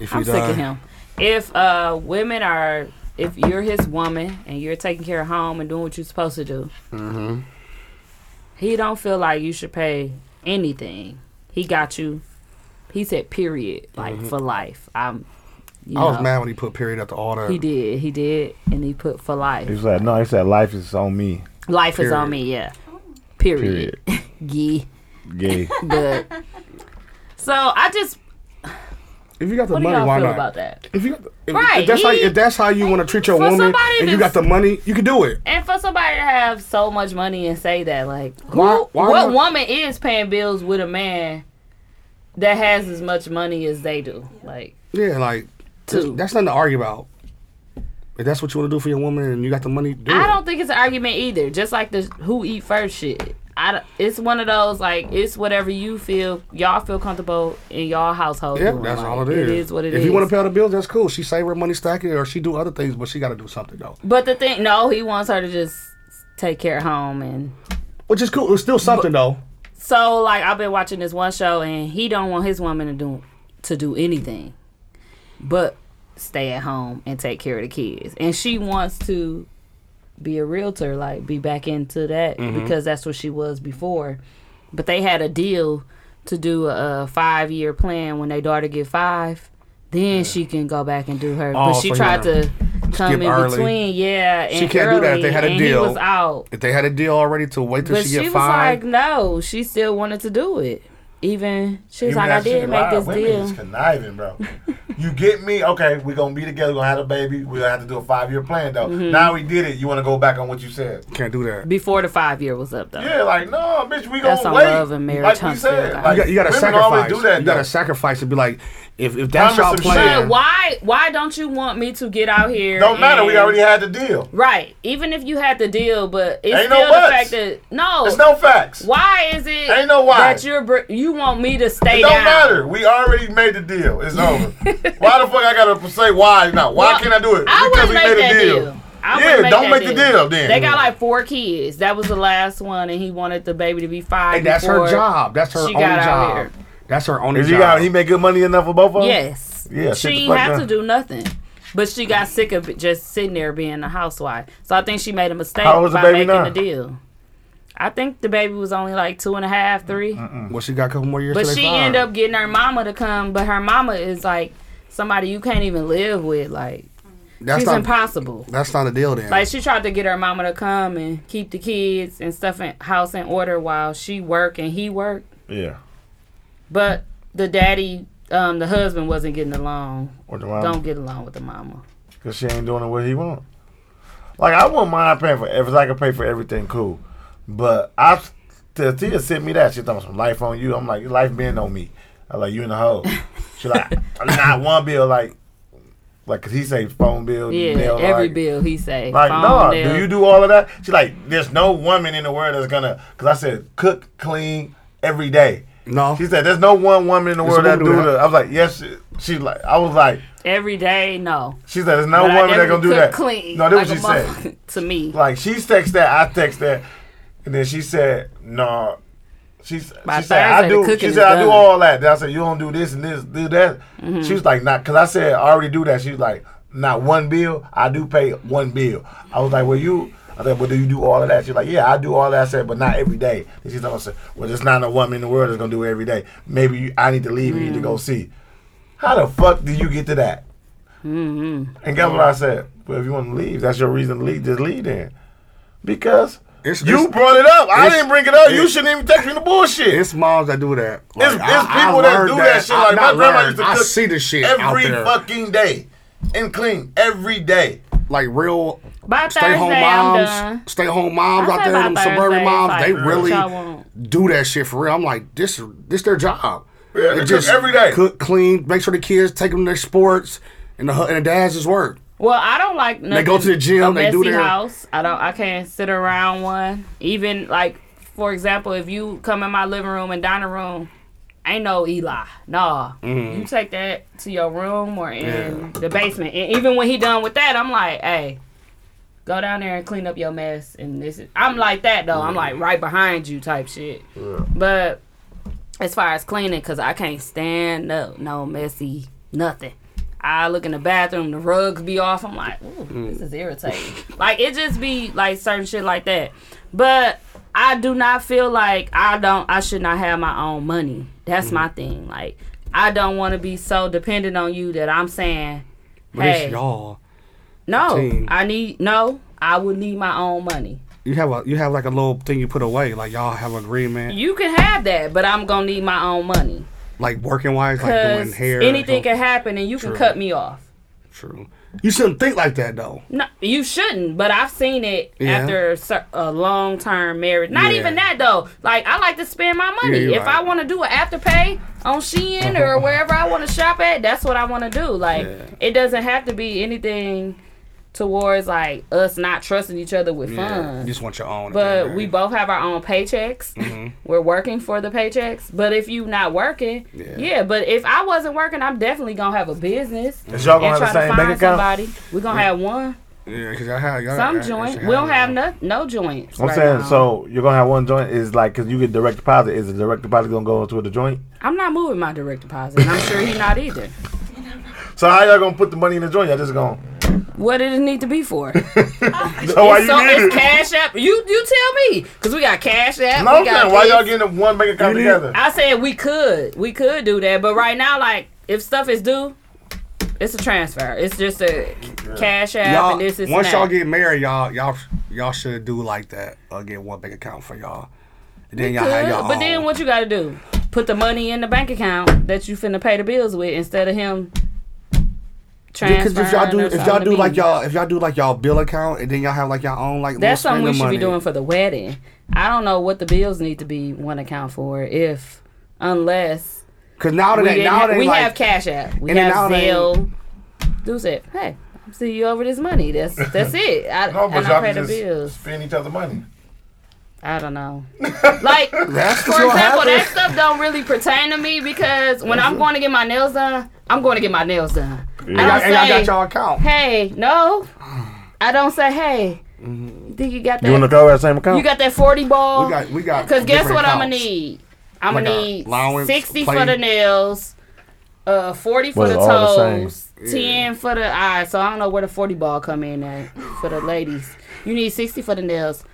Speaker 7: If
Speaker 2: I'm
Speaker 7: you
Speaker 2: sick
Speaker 7: die-
Speaker 2: of him, if uh, women are, if you're his woman and you're taking care of home and doing what you're supposed to do,
Speaker 7: Mhm.
Speaker 2: he don't feel like you should pay anything. He got you. He said, period, like
Speaker 7: Mhm.
Speaker 2: for life. I'm. You
Speaker 7: I was
Speaker 2: know,
Speaker 7: mad when he put period after all that.
Speaker 2: He did. He did, and he put for life.
Speaker 5: He was like, no, he said life is on me.
Speaker 2: Life is on me, yeah. Period. (laughs) Gee. (laughs)
Speaker 5: Gay.
Speaker 2: But so I just
Speaker 7: If you got the
Speaker 2: what
Speaker 7: money,
Speaker 2: do y'all
Speaker 7: why
Speaker 2: feel
Speaker 7: not?
Speaker 2: about that?
Speaker 7: If you got the, if,
Speaker 2: Right,
Speaker 7: if that's how
Speaker 2: he-
Speaker 7: if that's how you want to treat your
Speaker 2: for
Speaker 7: woman,
Speaker 2: somebody
Speaker 7: and you
Speaker 2: that's-
Speaker 7: got the money, you can do it.
Speaker 2: And for somebody to have so much money and say that, like who,
Speaker 7: Why- why
Speaker 2: what
Speaker 7: not?
Speaker 2: woman is paying bills with a man that has as much money as they do? Like
Speaker 7: Yeah, like that's-
Speaker 2: Two.
Speaker 7: that's nothing to argue about. If that's what you want to do for your woman and you got the money, do
Speaker 2: I
Speaker 7: it.
Speaker 2: don't think it's an argument either. Just like the who eat first shit. I don't- it's one of those like it's whatever you feel y'all feel comfortable in y'all household.
Speaker 7: Yeah,
Speaker 2: doing.
Speaker 7: that's
Speaker 2: Like,
Speaker 7: all it is.
Speaker 2: It is what it is.
Speaker 7: if you want to pay all the bills, that's cool. She save her money, stack it, or she do other things, but she got to do something though.
Speaker 2: But the thing, no, he wants her to just take care of home and.
Speaker 7: Which is cool. It's still something though.
Speaker 2: So like I've been watching this one show and he don't want his woman to do to do anything, but stay at home and take care of the kids. And she wants to be a realtor, like be back into that
Speaker 7: Mm-hmm.
Speaker 3: Mhm.
Speaker 2: because that's what she was before. But they had a deal to do a five year plan when their daughter get five. Then she can go back and do her.
Speaker 7: Oh,
Speaker 2: but she
Speaker 7: so
Speaker 2: tried
Speaker 7: yeah.
Speaker 2: to come
Speaker 7: Skip
Speaker 2: in
Speaker 7: early.
Speaker 2: between, yeah. And
Speaker 7: she can't do that if
Speaker 2: early,
Speaker 7: they had a
Speaker 2: and
Speaker 7: deal.
Speaker 2: He was out
Speaker 7: If they had a deal already to wait till
Speaker 2: but
Speaker 7: she,
Speaker 2: she,
Speaker 7: get
Speaker 2: was
Speaker 7: five.
Speaker 2: like, no, she still wanted to do it. Even she was like, I did make this
Speaker 5: women
Speaker 2: deal.
Speaker 5: is conniving, bro. you get me? Okay, we're gonna be together. We're gonna have a baby. We're gonna have to do a five year plan though.
Speaker 2: Mhm.
Speaker 5: Now we did it. You want to go back on what you said?
Speaker 7: Can't do that.
Speaker 2: Before the five year was up, though.
Speaker 5: Yeah, like no, bitch. We
Speaker 2: That's
Speaker 5: gonna
Speaker 2: on
Speaker 5: wait.
Speaker 2: love and marriage
Speaker 5: like we
Speaker 2: hunts,
Speaker 5: said,
Speaker 2: yeah.
Speaker 5: like,
Speaker 7: you got to
Speaker 5: women always
Speaker 7: sacrifice.
Speaker 5: do that.
Speaker 7: you got
Speaker 5: though.
Speaker 7: to sacrifice and be like, if if that's
Speaker 5: Promise
Speaker 7: y'all
Speaker 5: some
Speaker 7: plan,
Speaker 2: But why? Why don't you want me to get out here?
Speaker 5: Don't matter. We
Speaker 2: and-
Speaker 5: already had the deal.
Speaker 2: Right. Even if you had the deal, but it's
Speaker 5: Ain't no
Speaker 2: still the
Speaker 5: buts.
Speaker 2: fact that no,
Speaker 5: It's no facts.
Speaker 2: Why is it?
Speaker 5: Ain't no why.
Speaker 2: that you're br- you want me to stay
Speaker 5: It don't
Speaker 2: down?
Speaker 5: matter. We already made the deal. It's over.
Speaker 2: (laughs)
Speaker 5: why the fuck I gotta say why now? Why
Speaker 2: Well,
Speaker 5: can't I do it?
Speaker 2: I wouldn't
Speaker 5: because we
Speaker 2: make
Speaker 5: made
Speaker 2: that
Speaker 5: a deal.
Speaker 2: deal. I
Speaker 5: Yeah,
Speaker 2: wouldn't make
Speaker 5: don't
Speaker 2: that
Speaker 5: make the deal then.
Speaker 2: They got like four kids. That was the last one, and he wanted the baby to be five.
Speaker 7: and that's her
Speaker 2: before
Speaker 7: job. That's her
Speaker 2: she
Speaker 7: only
Speaker 2: got out here.
Speaker 7: job. That's her only
Speaker 5: Is
Speaker 7: job.
Speaker 5: he got? He make good money enough for both of us?
Speaker 2: Yes.
Speaker 5: Oh, Yeah. sit the
Speaker 2: she
Speaker 5: fuck
Speaker 2: had
Speaker 5: down.
Speaker 2: to do nothing. But she got sick of it just sitting there being a housewife. So I think she made a mistake
Speaker 5: How old is the
Speaker 2: by making
Speaker 5: baby now?
Speaker 2: the deal. I think the baby was only like two and a half, three.
Speaker 7: well, she got a couple more years.
Speaker 2: But
Speaker 7: till they
Speaker 2: she
Speaker 7: five.
Speaker 2: ended up getting her mama to come. But her mama is like somebody you can't even live with. Like
Speaker 7: That's
Speaker 2: she's
Speaker 7: not-
Speaker 2: impossible.
Speaker 7: That's not a deal then.
Speaker 2: Like she tried to get her mama to come and keep the kids and stuff in house in order while she worked and he worked.
Speaker 5: Yeah.
Speaker 2: But the daddy, um, the husband wasn't getting along.
Speaker 5: Or the mama.
Speaker 2: Don't get along with the mama.
Speaker 5: Cause she ain't doing what he want. Like I wouldn't mind paying for if I could pay for everything, cool. But I till Tia sent me that she talking about some life on you. I'm like, your life been on me. I like you in the hole.
Speaker 2: (laughs)
Speaker 5: She like not one bill like like cause he say phone bill,
Speaker 2: Yeah,
Speaker 5: nail,
Speaker 2: every
Speaker 5: like,
Speaker 2: bill he say.
Speaker 5: Like
Speaker 2: phone,
Speaker 5: no,
Speaker 2: nail.
Speaker 5: do you do all of that? She like, there's no woman in the world that's gonna. Cause I said cook, clean every day.
Speaker 7: No,
Speaker 5: she said there's no one woman in the
Speaker 7: There's
Speaker 5: world
Speaker 7: a
Speaker 5: that
Speaker 7: woman
Speaker 5: do
Speaker 7: do that.
Speaker 5: that. I was like, yes. She, she like, I was like,
Speaker 2: every day? No.
Speaker 5: she said there's no
Speaker 2: But I
Speaker 5: woman that
Speaker 2: never
Speaker 5: gonna do
Speaker 2: cook
Speaker 5: that.
Speaker 2: Clean.
Speaker 5: No, that's
Speaker 2: like
Speaker 5: what
Speaker 2: a
Speaker 5: she said.
Speaker 2: motherfucker (laughs) To me,
Speaker 5: Like she text that, I text that, and then she said no. She's,
Speaker 2: By
Speaker 5: she said I
Speaker 2: Thursday, the
Speaker 5: do.
Speaker 2: cooking
Speaker 5: She
Speaker 2: is
Speaker 5: said I do
Speaker 2: done." Mm-hmm.
Speaker 5: all that. Then I said you don't do this and this, do that. She was like, not because I said I already do that. She was like, not one bill. I do pay one bill. I was like, well you. I said, well do you do all of that? She's like, yeah, I do all that. I said, but not every day. And she's like, well, there's not a woman in the world that's gonna do it every day. Maybe you, I need to leave and you need
Speaker 2: Mm.
Speaker 5: to go see. How the fuck do you get to that?
Speaker 2: Mm-hmm.
Speaker 5: And guess what I said? Well, if you want to leave, that's your reason to leave. Just leave then. Because you
Speaker 7: it's-
Speaker 5: brought it up. I
Speaker 7: it's-
Speaker 5: didn't bring it up. you
Speaker 7: it's-
Speaker 5: shouldn't even text me the bullshit.
Speaker 7: It's moms that do that.
Speaker 5: it's
Speaker 7: Like,
Speaker 5: it's
Speaker 7: I- I
Speaker 5: people that
Speaker 7: learned
Speaker 5: do that, shit.
Speaker 7: I-
Speaker 5: Like my
Speaker 7: not
Speaker 5: grandma
Speaker 7: learned.
Speaker 5: used to
Speaker 7: I
Speaker 5: cook
Speaker 7: see the shit
Speaker 5: every
Speaker 7: out there.
Speaker 5: fucking day and clean every day.
Speaker 7: Like real
Speaker 2: by
Speaker 7: stay home
Speaker 2: Thursday I'm done.
Speaker 7: moms, stay home moms
Speaker 2: I
Speaker 7: out
Speaker 2: say
Speaker 7: there,
Speaker 2: by
Speaker 7: them
Speaker 2: Thursday,
Speaker 7: suburban moms,
Speaker 2: like,
Speaker 7: they
Speaker 2: what
Speaker 7: really
Speaker 2: y'all want?
Speaker 7: do that shit for real. I'm like, this, this their job.
Speaker 5: Yeah, they cook every day.
Speaker 7: Cook, clean, make sure the kids take them to their sports, and the hu- and the dads is work.
Speaker 2: Well, I don't like nothing.
Speaker 7: go to the
Speaker 2: A
Speaker 7: gym, they do
Speaker 2: messy
Speaker 7: their-
Speaker 2: house. I don't. I can't sit around one. Even like, for example, if you come in my living room and dining room, ain't no Eli. Nah,
Speaker 7: Mm-hmm.
Speaker 3: Mhm.
Speaker 2: you take that to your room or in
Speaker 3: Yeah.
Speaker 2: the basement. And even when he done with that, I'm like, hey, go down there and clean up your mess. And this is. I'm like that though. I'm
Speaker 7: Mm-hmm.
Speaker 2: like right behind you type shit. But as far as cleaning, because I can't stand up, no messy, nothing. I look in the bathroom, the rugs be off. I'm like, ooh,
Speaker 7: Mm.
Speaker 2: this is irritating. like it just be like certain shit like that. But I do not feel like I don't. I should not have my own money. That's
Speaker 7: Mm-hmm.
Speaker 2: my thing. Like I don't want to be so dependent on you that I'm saying,
Speaker 7: But
Speaker 2: hey,
Speaker 7: it's y'all.
Speaker 2: no,
Speaker 7: team.
Speaker 2: I need no. I would need my own money.
Speaker 7: You have a you have like a little thing you put away, like y'all have an agreement,
Speaker 2: You can have that, but I'm gonna need my own money.
Speaker 7: like working wise, like doing
Speaker 2: Because
Speaker 7: hair.
Speaker 2: anything can happen and you
Speaker 7: True.
Speaker 2: can cut me off.
Speaker 7: True. You shouldn't think like that though.
Speaker 2: No, you shouldn't. But I've seen it
Speaker 7: Yeah.
Speaker 2: after a cer- a long term marriage. Not
Speaker 7: Yeah.
Speaker 2: even that though. Like I like to spend my money.
Speaker 7: Yeah, you
Speaker 2: if
Speaker 7: right.
Speaker 2: I want to do an afterpay on Shein or
Speaker 7: (laughs)
Speaker 2: wherever I want to shop at, that's what I want to do. Like it doesn't have to be anything towards like us not trusting each other with
Speaker 7: Yeah, you
Speaker 2: funds.
Speaker 7: just want your own.
Speaker 2: But
Speaker 7: man.
Speaker 2: we both have our own paychecks.
Speaker 7: Mm-hmm.
Speaker 2: We're working for the paychecks. But if you not working,
Speaker 7: Yeah.
Speaker 2: yeah. But if I wasn't working, I'm definitely gonna have a business.
Speaker 5: Is y'all gonna
Speaker 2: and
Speaker 5: have the
Speaker 2: try to
Speaker 5: same
Speaker 2: find
Speaker 5: bank account?
Speaker 2: Somebody. We're gonna have one,
Speaker 7: yeah, because y'all have y'all
Speaker 2: some
Speaker 7: y'all- y'all
Speaker 2: joint.
Speaker 7: should
Speaker 2: We don't have
Speaker 7: your
Speaker 2: no no joints.
Speaker 5: I'm
Speaker 2: right
Speaker 5: saying
Speaker 2: now.
Speaker 5: so you're gonna have one joint is like because you get direct deposit. Is the direct deposit gonna go into the joint?
Speaker 2: I'm not moving my direct deposit. And I'm sure he not either.
Speaker 5: So how y'all gonna put the money in the joint? Y'all just gonna.
Speaker 2: What did it need to be for?
Speaker 5: So (laughs) why
Speaker 2: It's
Speaker 5: you
Speaker 2: so
Speaker 5: need
Speaker 2: it's
Speaker 5: it?
Speaker 2: cash app. You you tell me because we got cash app.
Speaker 5: No,
Speaker 2: we
Speaker 5: I'm
Speaker 2: got
Speaker 5: saying why
Speaker 2: this.
Speaker 5: y'all getting the one bank account together?
Speaker 2: I said we could, we could do that, but right now, like if stuff is due, it's a transfer. It's just a cash app,
Speaker 7: Y'all,
Speaker 2: and this is
Speaker 7: once
Speaker 2: that.
Speaker 7: y'all get married, y'all y'all y'all should do like that. Uh, get one bank account for y'all. And then y'all have
Speaker 2: Could,
Speaker 7: y'all
Speaker 2: but then
Speaker 7: own.
Speaker 2: what you got to do? Put the money in the bank account that you finna pay the bills with instead of him.
Speaker 7: Because
Speaker 2: Transferring
Speaker 7: if y'all do
Speaker 2: or
Speaker 7: if y'all
Speaker 2: something to
Speaker 7: do like
Speaker 2: me.
Speaker 7: y'all if y'all do like y'all bill account and then y'all have like y'all own like
Speaker 2: that's
Speaker 7: little
Speaker 2: something we should
Speaker 7: spending
Speaker 2: be doing
Speaker 7: money.
Speaker 2: for the wedding. I don't know what the bills need to be one account for, if unless
Speaker 7: Cause now
Speaker 2: we,
Speaker 7: that
Speaker 2: didn't
Speaker 7: now
Speaker 2: ha-
Speaker 7: that
Speaker 2: we
Speaker 7: like,
Speaker 2: have Cash App, we
Speaker 7: and then
Speaker 2: have
Speaker 7: now they-
Speaker 2: Zelle. Do said, hey, I'm see you over this money. That's
Speaker 7: (laughs)
Speaker 2: that's it. I,
Speaker 5: No, but
Speaker 2: and I
Speaker 5: y'all
Speaker 2: pay
Speaker 5: can
Speaker 2: the
Speaker 5: just
Speaker 2: bills.
Speaker 5: spend each other money.
Speaker 2: I don't
Speaker 5: (laughs)
Speaker 2: know.
Speaker 7: (laughs)
Speaker 2: Like
Speaker 7: That's
Speaker 2: for example,
Speaker 7: what
Speaker 2: that
Speaker 7: happens.
Speaker 2: stuff don't really pertain to me because when I'm going to get my nails done, I'm going to get my nails done.
Speaker 7: Mm-hmm. And y'all, and y'all
Speaker 2: I don't
Speaker 7: got
Speaker 2: say,
Speaker 7: y'all account.
Speaker 2: hey,
Speaker 7: (sighs)
Speaker 2: no. I don't say, hey.
Speaker 7: Mm-hmm.
Speaker 2: You think you got that?
Speaker 5: You wanna go at the same account?
Speaker 2: You got that 40 ball.
Speaker 7: We got we got.
Speaker 2: Because guess
Speaker 7: different
Speaker 2: what I'm going to
Speaker 7: accounts.
Speaker 2: need? I'm
Speaker 7: Like
Speaker 2: going
Speaker 7: a
Speaker 2: to need
Speaker 7: allowance,
Speaker 2: 60
Speaker 7: play.
Speaker 2: for the nails, uh, 40 for
Speaker 5: Well,
Speaker 2: the
Speaker 5: it's all the same.
Speaker 2: toes, 10 for the eyes. So I don't know where the 40 ball come in at for the ladies. You need 60 for the nails,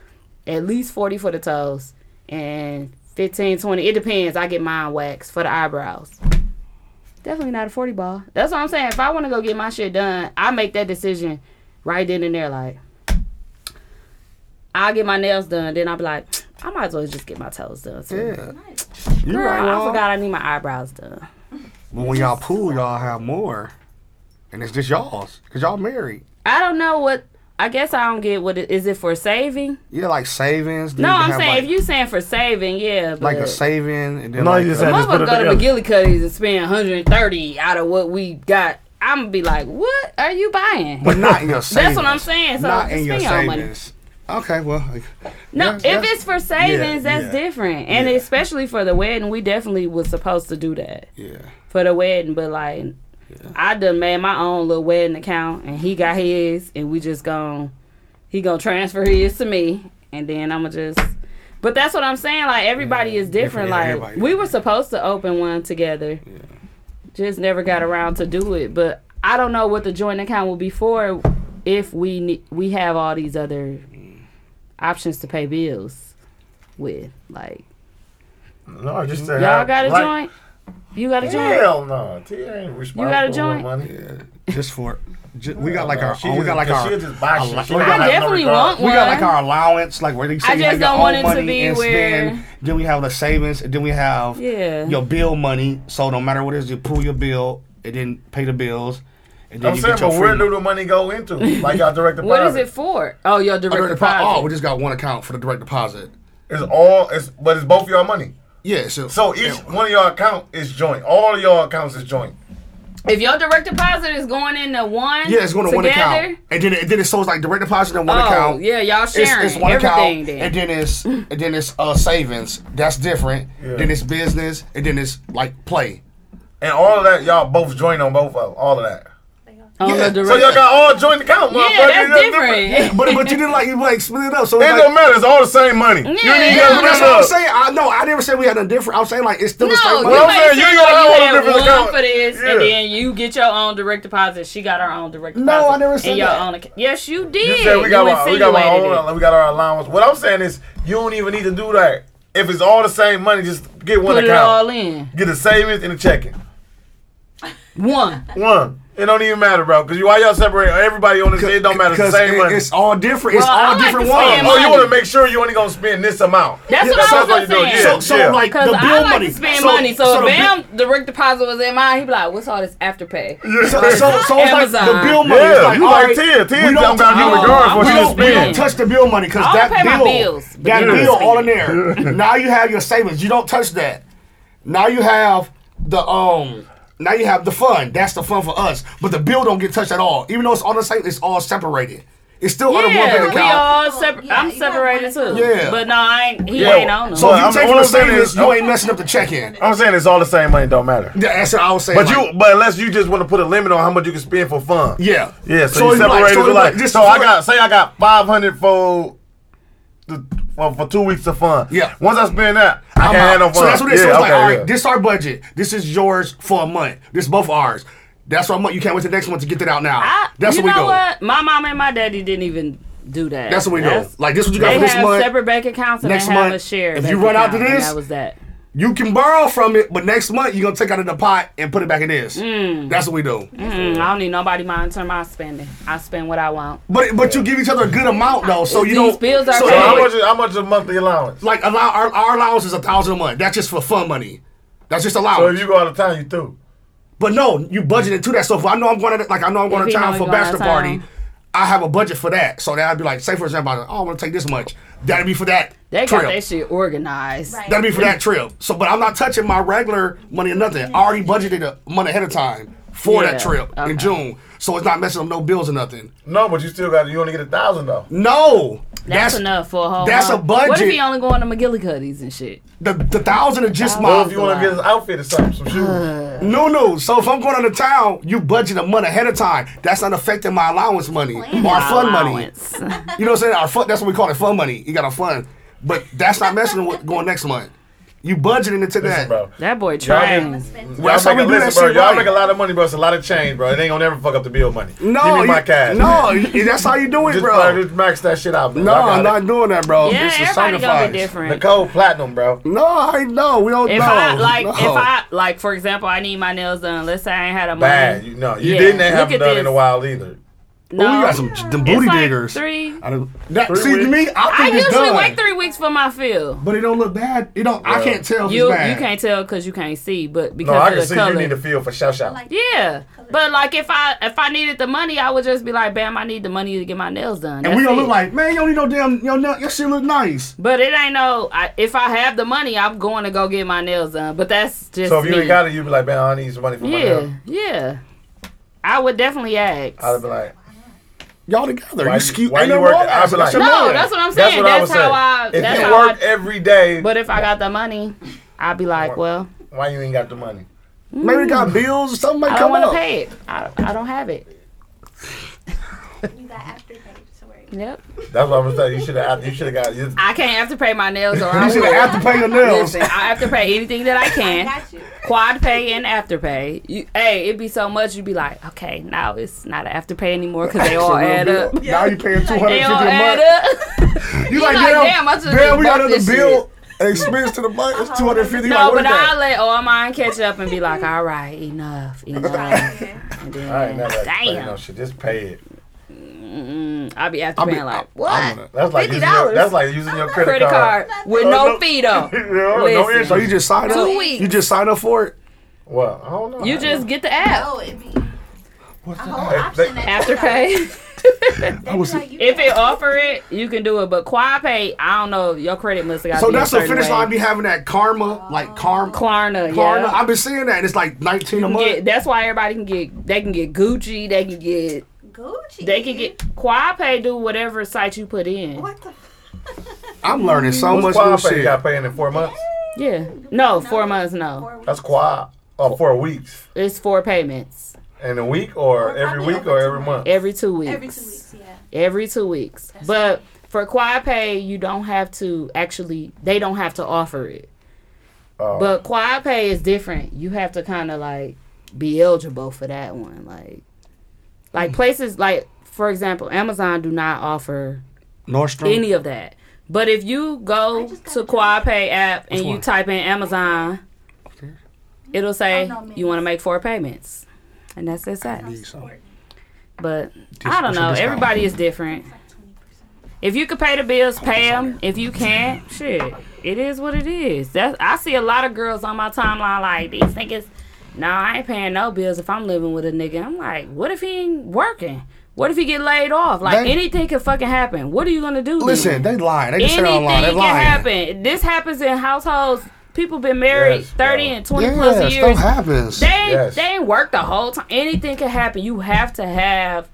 Speaker 2: at least 40 for the toes, and 15, 20. It depends. I get mine waxed for the eyebrows. Definitely not a 40 ball. That's what I'm saying. If I want to go get my shit done, I make that decision right then and there. Like, I'll get my nails done. Then I'll be like, I might as well just get my toes done. So,
Speaker 7: Yeah. You
Speaker 2: Girl,
Speaker 7: right,
Speaker 2: I
Speaker 7: Ron.
Speaker 2: forgot I need my eyebrows done.
Speaker 7: But when y'all pool, y'all have more, and it's just y'all's because y'all married.
Speaker 2: I don't know what. I guess I don't get what it, is it for saving?
Speaker 7: Yeah, like savings. then
Speaker 2: No,
Speaker 7: you
Speaker 2: I'm
Speaker 7: have,
Speaker 2: saying
Speaker 7: like,
Speaker 2: if you saying for saving, yeah, but
Speaker 7: like a saving and then
Speaker 5: No,
Speaker 7: like
Speaker 5: you just
Speaker 7: a-
Speaker 5: had- Just put it
Speaker 2: motherfucker go to
Speaker 5: together.
Speaker 2: McGillicuddy's and spend 130 out of what we got. I'm gonna be like, what are you buying?
Speaker 7: but not in your
Speaker 2: (laughs)
Speaker 7: savings.
Speaker 2: That's what I'm saying. So
Speaker 7: not
Speaker 2: just
Speaker 7: in your
Speaker 2: spend your own money.
Speaker 7: savings. Okay, well, like,
Speaker 2: No,
Speaker 7: that's-
Speaker 2: if
Speaker 7: that's-
Speaker 2: it's for savings,
Speaker 7: yeah,
Speaker 2: that's
Speaker 7: yeah.
Speaker 2: different, and
Speaker 7: Yeah.
Speaker 2: especially for the wedding, we definitely was supposed to do that.
Speaker 7: yeah,
Speaker 2: for the wedding, but like I done made my own little wedding account and he got his and we just gon' he gonna transfer his to me and then I'ma just but that's what I'm saying, like everybody is different.
Speaker 7: different, yeah,
Speaker 2: like
Speaker 7: everybody-
Speaker 2: we were supposed to open one together. Just never got around to do it. But I don't know what the joint account will be for if we ne- we have all these other
Speaker 7: Mm.
Speaker 2: options to pay bills with. Like
Speaker 5: No, I just said
Speaker 2: y'all got a
Speaker 5: like-
Speaker 2: joint? You got a joint?
Speaker 5: Hell no, T ain't responsible.
Speaker 2: You got a
Speaker 5: with
Speaker 2: joint?
Speaker 5: Money.
Speaker 7: just for ju- we got like our
Speaker 5: She
Speaker 7: own, we
Speaker 5: just-
Speaker 7: got like
Speaker 5: 'cause
Speaker 7: our
Speaker 5: she'll just buy
Speaker 7: a
Speaker 5: shit.
Speaker 7: lot-
Speaker 5: She
Speaker 7: we
Speaker 5: don't
Speaker 7: got
Speaker 5: have
Speaker 2: I
Speaker 5: no
Speaker 7: like
Speaker 2: definitely
Speaker 5: regard.
Speaker 2: want
Speaker 7: we
Speaker 2: one.
Speaker 7: got like our allowance like where they say
Speaker 2: I
Speaker 7: you
Speaker 2: just
Speaker 7: have your
Speaker 2: don't
Speaker 7: own
Speaker 2: want it to
Speaker 7: money
Speaker 2: be
Speaker 7: and
Speaker 2: where-
Speaker 7: spend. Then we have the savings and then we have
Speaker 2: Yeah.
Speaker 7: your bill money. So no matter what it is, you pull your bill and then pay the bills and then
Speaker 5: I'm
Speaker 7: you
Speaker 5: saying,
Speaker 7: get your
Speaker 5: but where
Speaker 7: free.
Speaker 5: do the money
Speaker 2: (laughs)
Speaker 5: go into? Like y'all direct deposit.
Speaker 2: What is it for? Oh, your direct,
Speaker 7: Direct deposit.
Speaker 2: deposit.
Speaker 7: Oh, we just got one account for the direct deposit.
Speaker 5: It's all. It's but it's both y'all money.
Speaker 7: Yeah, so,
Speaker 5: So each
Speaker 7: yeah.
Speaker 5: one of y'all account is joint. All of y'all accounts is joint.
Speaker 2: if your direct deposit is going into one,
Speaker 7: oh, Yeah, it's going to one
Speaker 2: together,
Speaker 7: account, and then it, then it's so it's like direct deposit and one
Speaker 2: oh,
Speaker 7: account.
Speaker 2: yeah, y'all
Speaker 7: It's,
Speaker 2: sharing
Speaker 7: it's one
Speaker 2: everything.
Speaker 7: account,
Speaker 2: then.
Speaker 7: and then it's and then it's uh savings. That's different. Then it's business, and then it's like play.
Speaker 5: And all of that, y'all both joint on both of all of that.
Speaker 2: on
Speaker 7: yeah.
Speaker 2: the direct.
Speaker 5: So y'all got all joint account, motherfucker.
Speaker 2: yeah, that's, different. (laughs)
Speaker 7: But but you didn't like you like split it up. So
Speaker 5: It
Speaker 7: it's like,
Speaker 5: don't matter. It's all the same money. You ain't
Speaker 2: Yeah, yeah,
Speaker 5: even gotta
Speaker 2: but
Speaker 7: that's
Speaker 5: split it
Speaker 7: what I'm
Speaker 5: up.
Speaker 7: saying. I know I never said we had a different. I'm saying like it's still the
Speaker 2: No,
Speaker 7: same
Speaker 2: you
Speaker 7: money.
Speaker 5: I'm saying,
Speaker 2: made it
Speaker 5: you
Speaker 2: sound
Speaker 5: got all
Speaker 2: like
Speaker 5: the
Speaker 2: you had
Speaker 5: different
Speaker 2: one
Speaker 5: account.
Speaker 2: for this,
Speaker 5: Yeah.
Speaker 2: and then you get your own direct deposit. She got her own direct deposit.
Speaker 7: No, I never said
Speaker 2: and your
Speaker 7: that.
Speaker 2: Own account. Yes, you did.
Speaker 5: You said we got,
Speaker 2: You
Speaker 5: our, we got
Speaker 2: insinuated
Speaker 5: our
Speaker 2: it.
Speaker 5: own, we got our allowance. What I'm saying is, you don't even need to do that. If it's all the same money, just get one
Speaker 2: Put it all
Speaker 5: account.
Speaker 2: in
Speaker 5: Get a savings and a checking.
Speaker 2: one.
Speaker 5: One. It don't even matter, bro. Cause you why y'all separate everybody on this? It don't matter. It's the
Speaker 7: Because
Speaker 5: same
Speaker 7: it,
Speaker 5: money.
Speaker 7: it's all different. It's
Speaker 2: Well, I
Speaker 7: all
Speaker 2: like
Speaker 7: different
Speaker 2: to
Speaker 7: ones.
Speaker 2: spend
Speaker 5: oh, you want
Speaker 2: money.
Speaker 5: to make sure you only gonna spend this amount.
Speaker 2: That's what
Speaker 5: that's
Speaker 2: I was
Speaker 5: what
Speaker 2: just
Speaker 5: you do.
Speaker 2: saying.
Speaker 5: Yeah.
Speaker 7: So, so like the
Speaker 2: Cause
Speaker 7: bill
Speaker 2: I like
Speaker 7: money.
Speaker 2: to spend
Speaker 7: So-
Speaker 2: money. So,
Speaker 7: the
Speaker 2: if
Speaker 7: bill-
Speaker 2: Bam direct deposit was in mine, he'd be like, "What's all this afterpay?"
Speaker 7: So, so, so it's like the
Speaker 2: Amazon.
Speaker 7: bill money.
Speaker 5: Yeah,
Speaker 7: It's like,
Speaker 5: you
Speaker 7: all
Speaker 5: like
Speaker 7: right,
Speaker 5: 10. 10
Speaker 7: we
Speaker 5: don't got no
Speaker 2: Oh,
Speaker 5: regard for
Speaker 2: I'm
Speaker 5: what
Speaker 7: we
Speaker 5: you
Speaker 2: gonna
Speaker 7: don't, we don't
Speaker 2: spend.
Speaker 5: spend.
Speaker 7: touch the bill money because
Speaker 2: I don't
Speaker 7: that
Speaker 2: pay my
Speaker 7: bill,
Speaker 2: bills, but
Speaker 7: that
Speaker 2: you don't
Speaker 7: bill all in
Speaker 2: spend
Speaker 7: there. now you have your savings. You don't touch that. Now you have the um Now you have the fun. That's the fun for us. But the bill don't get touched at all. Even though it's all the same, it's all separated. It's still under one bank
Speaker 2: Yeah, we
Speaker 7: account.
Speaker 2: all separ- I'm separated too.
Speaker 7: Yeah.
Speaker 2: But no, I ain't. He
Speaker 5: Yeah.
Speaker 2: ain't on them.
Speaker 7: So if
Speaker 5: But
Speaker 7: you
Speaker 5: I'm-
Speaker 7: take
Speaker 5: all
Speaker 7: from
Speaker 5: I'm
Speaker 7: the
Speaker 5: saying
Speaker 7: savings,
Speaker 5: is-
Speaker 7: you ain't messing up the check-in.
Speaker 5: I'm saying it's all the same money. Don't matter.
Speaker 7: Yeah, that's what I was saying.
Speaker 5: But
Speaker 7: like-
Speaker 5: you, but unless you just want to put a limit on how much you can spend for fun.
Speaker 7: Yeah.
Speaker 5: Yeah. So,
Speaker 7: So
Speaker 5: you
Speaker 7: it's like-
Speaker 5: separate
Speaker 7: so
Speaker 5: it.
Speaker 7: it's
Speaker 5: Like,
Speaker 7: like this
Speaker 5: so I
Speaker 7: for-
Speaker 5: got say I got five hundred for. the- For, for two weeks of fun.
Speaker 7: Yeah.
Speaker 5: Once I spend that, I
Speaker 7: I'm
Speaker 5: can't
Speaker 7: out.
Speaker 5: have no fun.
Speaker 7: So that's what it is.
Speaker 5: Yeah,
Speaker 7: so it's
Speaker 5: okay,
Speaker 7: like, all right,
Speaker 5: yeah.
Speaker 7: this our budget. This is yours for a month. This is both ours. That's what I'm. You can't wait till next month to get that out now.
Speaker 2: I,
Speaker 7: that's
Speaker 2: you
Speaker 7: what we
Speaker 2: know
Speaker 7: do.
Speaker 2: what? My mom and my daddy didn't even do that.
Speaker 7: That's what we do.
Speaker 2: That's-
Speaker 7: Like this, is what you got
Speaker 2: They
Speaker 7: for this
Speaker 2: have
Speaker 7: month.
Speaker 2: separate bank accounts and
Speaker 7: Next
Speaker 2: they have
Speaker 7: month,
Speaker 2: a share.
Speaker 7: if
Speaker 2: bank
Speaker 7: you run out to
Speaker 2: account, and
Speaker 7: this-
Speaker 2: that was that.
Speaker 7: You can borrow from it, but next month you're gonna take out of the pot and put it back in this. That's what we do.
Speaker 2: Mm, I don't need nobody monitoring my spending. I spend what I want.
Speaker 7: But but you give each other a good amount though, so
Speaker 2: If
Speaker 7: you
Speaker 2: these
Speaker 7: don't.
Speaker 2: bills are
Speaker 7: so
Speaker 5: So
Speaker 2: paid-
Speaker 5: how
Speaker 7: like-
Speaker 5: much? Is, how much is monthly allowance?
Speaker 7: like allow our, our allowance is a thousand a month. That's just for fun money. That's just
Speaker 5: So
Speaker 7: allowance.
Speaker 5: if you go out of town, you through.
Speaker 7: but no, you budgeted to that. So if I know I'm going to like I know I'm going
Speaker 2: If
Speaker 7: to
Speaker 2: you know
Speaker 7: town
Speaker 2: you
Speaker 7: for
Speaker 2: going out
Speaker 7: bachelor
Speaker 2: of
Speaker 7: party,
Speaker 2: town.
Speaker 7: I have a budget for that. So that'd be like, say for example, I oh, I want to take this much. That'd be for that
Speaker 2: They
Speaker 7: trip.
Speaker 2: got that shit organized.
Speaker 9: Right.
Speaker 7: That'd be for that trip. So, but I'm not touching my regular money or nothing. I already budgeted a month ahead of time for
Speaker 2: Yeah,
Speaker 7: that trip
Speaker 2: okay.
Speaker 7: in June. So it's not messing up no bills or nothing.
Speaker 5: No, but you still got. You only get a thousand though.
Speaker 7: No,
Speaker 2: That's, enough for a whole.
Speaker 7: that's a
Speaker 2: month. What if
Speaker 7: budget.
Speaker 2: he only going to McGillicuddy's and shit?
Speaker 7: The, the thousand is just
Speaker 5: Or
Speaker 7: my
Speaker 5: if you want to get an outfit or something,
Speaker 7: (sighs)
Speaker 5: some shoes.
Speaker 7: no no. So if I'm going out of town, you budget a month ahead of time. That's not affecting my allowance money or fun money.
Speaker 2: Allowance. (laughs)
Speaker 7: You know what I'm saying? Our fun, that's what we call it, fun money. You got a fun, but that's not messing with going next month. You budgeting into
Speaker 5: Listen,
Speaker 7: that.
Speaker 5: bro.
Speaker 2: that boy
Speaker 9: I'm gonna
Speaker 2: trying.
Speaker 9: spend
Speaker 5: Y'all
Speaker 7: That's how
Speaker 5: make,
Speaker 7: we
Speaker 5: a,
Speaker 7: do that
Speaker 5: listen, bro,
Speaker 7: shit
Speaker 5: y'all
Speaker 7: right.
Speaker 5: make a lot of money, bro. It's a lot of change, bro. It ain't gonna never fuck up the bill money.
Speaker 7: No,
Speaker 5: Give me my
Speaker 7: you-
Speaker 5: cash.
Speaker 7: No, you- that's how you do it,
Speaker 5: (laughs) just,
Speaker 7: bro.
Speaker 5: bro, just max that shit out, bro.
Speaker 7: No,
Speaker 5: I got
Speaker 7: I'm
Speaker 5: it.
Speaker 7: not doing that, bro.
Speaker 2: Yeah,
Speaker 7: This is
Speaker 2: everybody gonna be
Speaker 7: sacrifice.
Speaker 2: different.
Speaker 5: Nicole Platinum, bro.
Speaker 2: Mm-hmm.
Speaker 7: No, I know. We don't
Speaker 2: If
Speaker 7: know.
Speaker 2: I like,
Speaker 7: No.
Speaker 2: if I like, for example, I need my nails done. Let's say I ain't had a
Speaker 5: Bad.
Speaker 2: money.
Speaker 5: You, no, you
Speaker 2: Yeah.
Speaker 5: didn't have
Speaker 2: Look at
Speaker 5: done in
Speaker 2: this.
Speaker 5: a while either. Oh,
Speaker 7: Ooh, you
Speaker 2: No,
Speaker 7: Oh, got some them
Speaker 2: it's
Speaker 7: booty
Speaker 2: like
Speaker 7: diggers.
Speaker 2: three.
Speaker 7: I don't, that,
Speaker 5: Three
Speaker 7: see to
Speaker 5: weeks.
Speaker 7: me, I
Speaker 2: I
Speaker 7: think it's
Speaker 2: usually
Speaker 7: done.
Speaker 2: wait three weeks for my fill.
Speaker 7: but it don't look bad. You know, I can't tell if
Speaker 2: You
Speaker 7: it's
Speaker 2: you
Speaker 7: bad.
Speaker 2: can't tell because you can't see, but because
Speaker 5: No, I
Speaker 2: of
Speaker 5: can
Speaker 2: the
Speaker 5: see
Speaker 2: color.
Speaker 5: you need a feel for shout shout.
Speaker 9: Like-
Speaker 2: yeah, but like if I if I needed the money, I would just be like, bam, I need the money to get my nails done.
Speaker 7: And we
Speaker 2: That's
Speaker 7: gonna
Speaker 2: it.
Speaker 7: look like, man, you don't need no damn your nail- your shit look nice.
Speaker 2: But it ain't no. I, if I have the money, I'm going to go get my nails done. But that's just
Speaker 5: So if you
Speaker 2: me.
Speaker 5: ain't got it, you'd be like, man, I need some money for my
Speaker 2: yeah,
Speaker 5: nails.
Speaker 2: yeah. I would definitely ask.
Speaker 5: I'd have been like,
Speaker 7: Y'all together. you
Speaker 5: Why you-
Speaker 7: skew.
Speaker 5: why
Speaker 7: ain't
Speaker 5: you
Speaker 7: no
Speaker 5: work-
Speaker 7: wrong
Speaker 5: I
Speaker 7: ass,
Speaker 5: feel
Speaker 7: that's
Speaker 5: like-
Speaker 7: your
Speaker 2: no,
Speaker 7: man.
Speaker 2: that's what I'm
Speaker 5: that's
Speaker 2: saying.
Speaker 5: what I would
Speaker 2: That's,
Speaker 5: say.
Speaker 2: how I.
Speaker 5: if
Speaker 2: that's
Speaker 5: you
Speaker 2: how
Speaker 5: work
Speaker 2: I,
Speaker 5: every day,
Speaker 2: But if I got the money, I'd be like, well,
Speaker 5: why you ain't got the money?
Speaker 7: Maybe it got bills or something might
Speaker 2: Mm. I don't
Speaker 7: come
Speaker 2: want
Speaker 7: up.
Speaker 2: to pay it. I, I don't have it.
Speaker 9: You got afterpay, so worry.
Speaker 2: Yep.
Speaker 5: That's what I was saying. You should have. You should have got. You,
Speaker 2: I can't have to pay my nails or I
Speaker 7: You should
Speaker 2: will.
Speaker 7: have to pay your nails.
Speaker 2: Listen, I have to pay anything that I can.
Speaker 9: Got you.
Speaker 2: Quad pay and after pay. You, hey, it'd be so much you'd be like, okay, now it's not an after pay anymore because they all
Speaker 7: Extra
Speaker 2: add
Speaker 7: little
Speaker 2: up.
Speaker 7: bill. Now you paying two hundred
Speaker 2: They all
Speaker 7: fifty a
Speaker 2: add
Speaker 7: month.
Speaker 2: up.
Speaker 7: (laughs) You like,
Speaker 2: like,
Speaker 7: damn,
Speaker 2: damn, I should've
Speaker 7: damn, we
Speaker 2: bought
Speaker 7: got another
Speaker 2: this Oh,
Speaker 7: bill. Expense to the month
Speaker 2: (laughs)
Speaker 7: is two hundred fifty.
Speaker 2: No, but I'll let all mine catch up and be like, all right,
Speaker 7: (laughs)
Speaker 2: enough, enough. And then,
Speaker 5: I ain't never had to pay
Speaker 2: damn,
Speaker 5: no shit. Just pay it.
Speaker 2: I'll be after
Speaker 7: I'll be-
Speaker 2: paying like,
Speaker 7: I- I
Speaker 2: what?
Speaker 7: wanna-
Speaker 5: That's like using your,
Speaker 2: $50?
Speaker 5: that's like using your credit,
Speaker 2: Credit card with
Speaker 5: Oh,
Speaker 2: no
Speaker 5: no.
Speaker 2: fee
Speaker 7: (laughs)
Speaker 5: (laughs)
Speaker 2: though.
Speaker 5: Yeah, no
Speaker 2: Listen.
Speaker 5: interest.
Speaker 7: So you just sign
Speaker 2: Two
Speaker 7: up.
Speaker 2: weeks.
Speaker 7: You just sign up for it.
Speaker 5: Well, I don't know.
Speaker 2: You just get the app.
Speaker 9: No, it'd Oh, be a whole
Speaker 5: They-
Speaker 9: option
Speaker 5: they-
Speaker 9: that
Speaker 2: After pay.
Speaker 9: I was like, you
Speaker 2: If
Speaker 9: got-
Speaker 2: it offer it, you can do it. But quad pay, I don't know. Your credit must have got
Speaker 7: So
Speaker 2: to be
Speaker 7: that's
Speaker 2: a
Speaker 7: the
Speaker 2: certain
Speaker 7: finish
Speaker 2: way.
Speaker 7: line. Be having that karma, like karma.
Speaker 2: Klarna,
Speaker 7: Klarna.
Speaker 2: yeah.
Speaker 7: I've been seeing that. It's like nineteen a
Speaker 2: You can
Speaker 7: month.
Speaker 2: get- that's why everybody can get. They can get Gucci. They can get.
Speaker 9: Gucci.
Speaker 2: They can get quad pay. Do whatever site you put in.
Speaker 9: What the?
Speaker 7: I'm learning so
Speaker 5: What's
Speaker 7: much
Speaker 5: quad
Speaker 7: new
Speaker 5: pay? You
Speaker 7: shit.
Speaker 5: got paying in four months.
Speaker 2: Yeah. No, four months. No,
Speaker 9: Four
Speaker 5: That's quad. Oh, four weeks.
Speaker 2: it's four payments
Speaker 5: In a week, or every
Speaker 9: probably
Speaker 5: week,
Speaker 9: over
Speaker 5: or
Speaker 9: two
Speaker 5: every month.
Speaker 2: every two weeks.
Speaker 9: Every two weeks, yeah.
Speaker 2: Every two weeks. But for quad pay, you don't have to actually. They don't have to offer it.
Speaker 5: Oh.
Speaker 2: But quad pay is different. You have to kind of like be eligible for that one. Like, like
Speaker 9: Mm.
Speaker 2: places like for example, Amazon do not offer
Speaker 7: Nordstrom.
Speaker 2: any of that. But if you go
Speaker 9: just got
Speaker 2: to
Speaker 9: it.
Speaker 2: quad pay app and
Speaker 7: Which
Speaker 2: you
Speaker 7: one?
Speaker 2: type in Amazon, it'll say
Speaker 9: Oh, no,
Speaker 2: you want to make four payments, and that's that's that.
Speaker 9: Support.
Speaker 2: But I don't know.
Speaker 7: special discount.
Speaker 2: Everybody is different. If you could pay the bills, pay them. If you can't, shit, it is what it is. That's I see a lot of girls on my timeline like these niggas. No, I ain't paying no bills if I'm living with a nigga. I'm like, what if he ain't working? What if he get laid off? Like
Speaker 7: They-
Speaker 2: anything can fucking happen. What are you gonna do? then?
Speaker 7: Listen, they lying. They just said
Speaker 2: anything
Speaker 7: online. They
Speaker 2: can
Speaker 7: lying.
Speaker 2: happen. This happens in households people been married
Speaker 5: Yes,
Speaker 2: thirty
Speaker 5: bro.
Speaker 2: and twenty
Speaker 7: Yeah,
Speaker 2: plus
Speaker 7: stuff
Speaker 2: years.
Speaker 7: happens.
Speaker 2: They ain't-
Speaker 5: Yes.
Speaker 2: they ain't work the whole time. Anything can happen. You have to have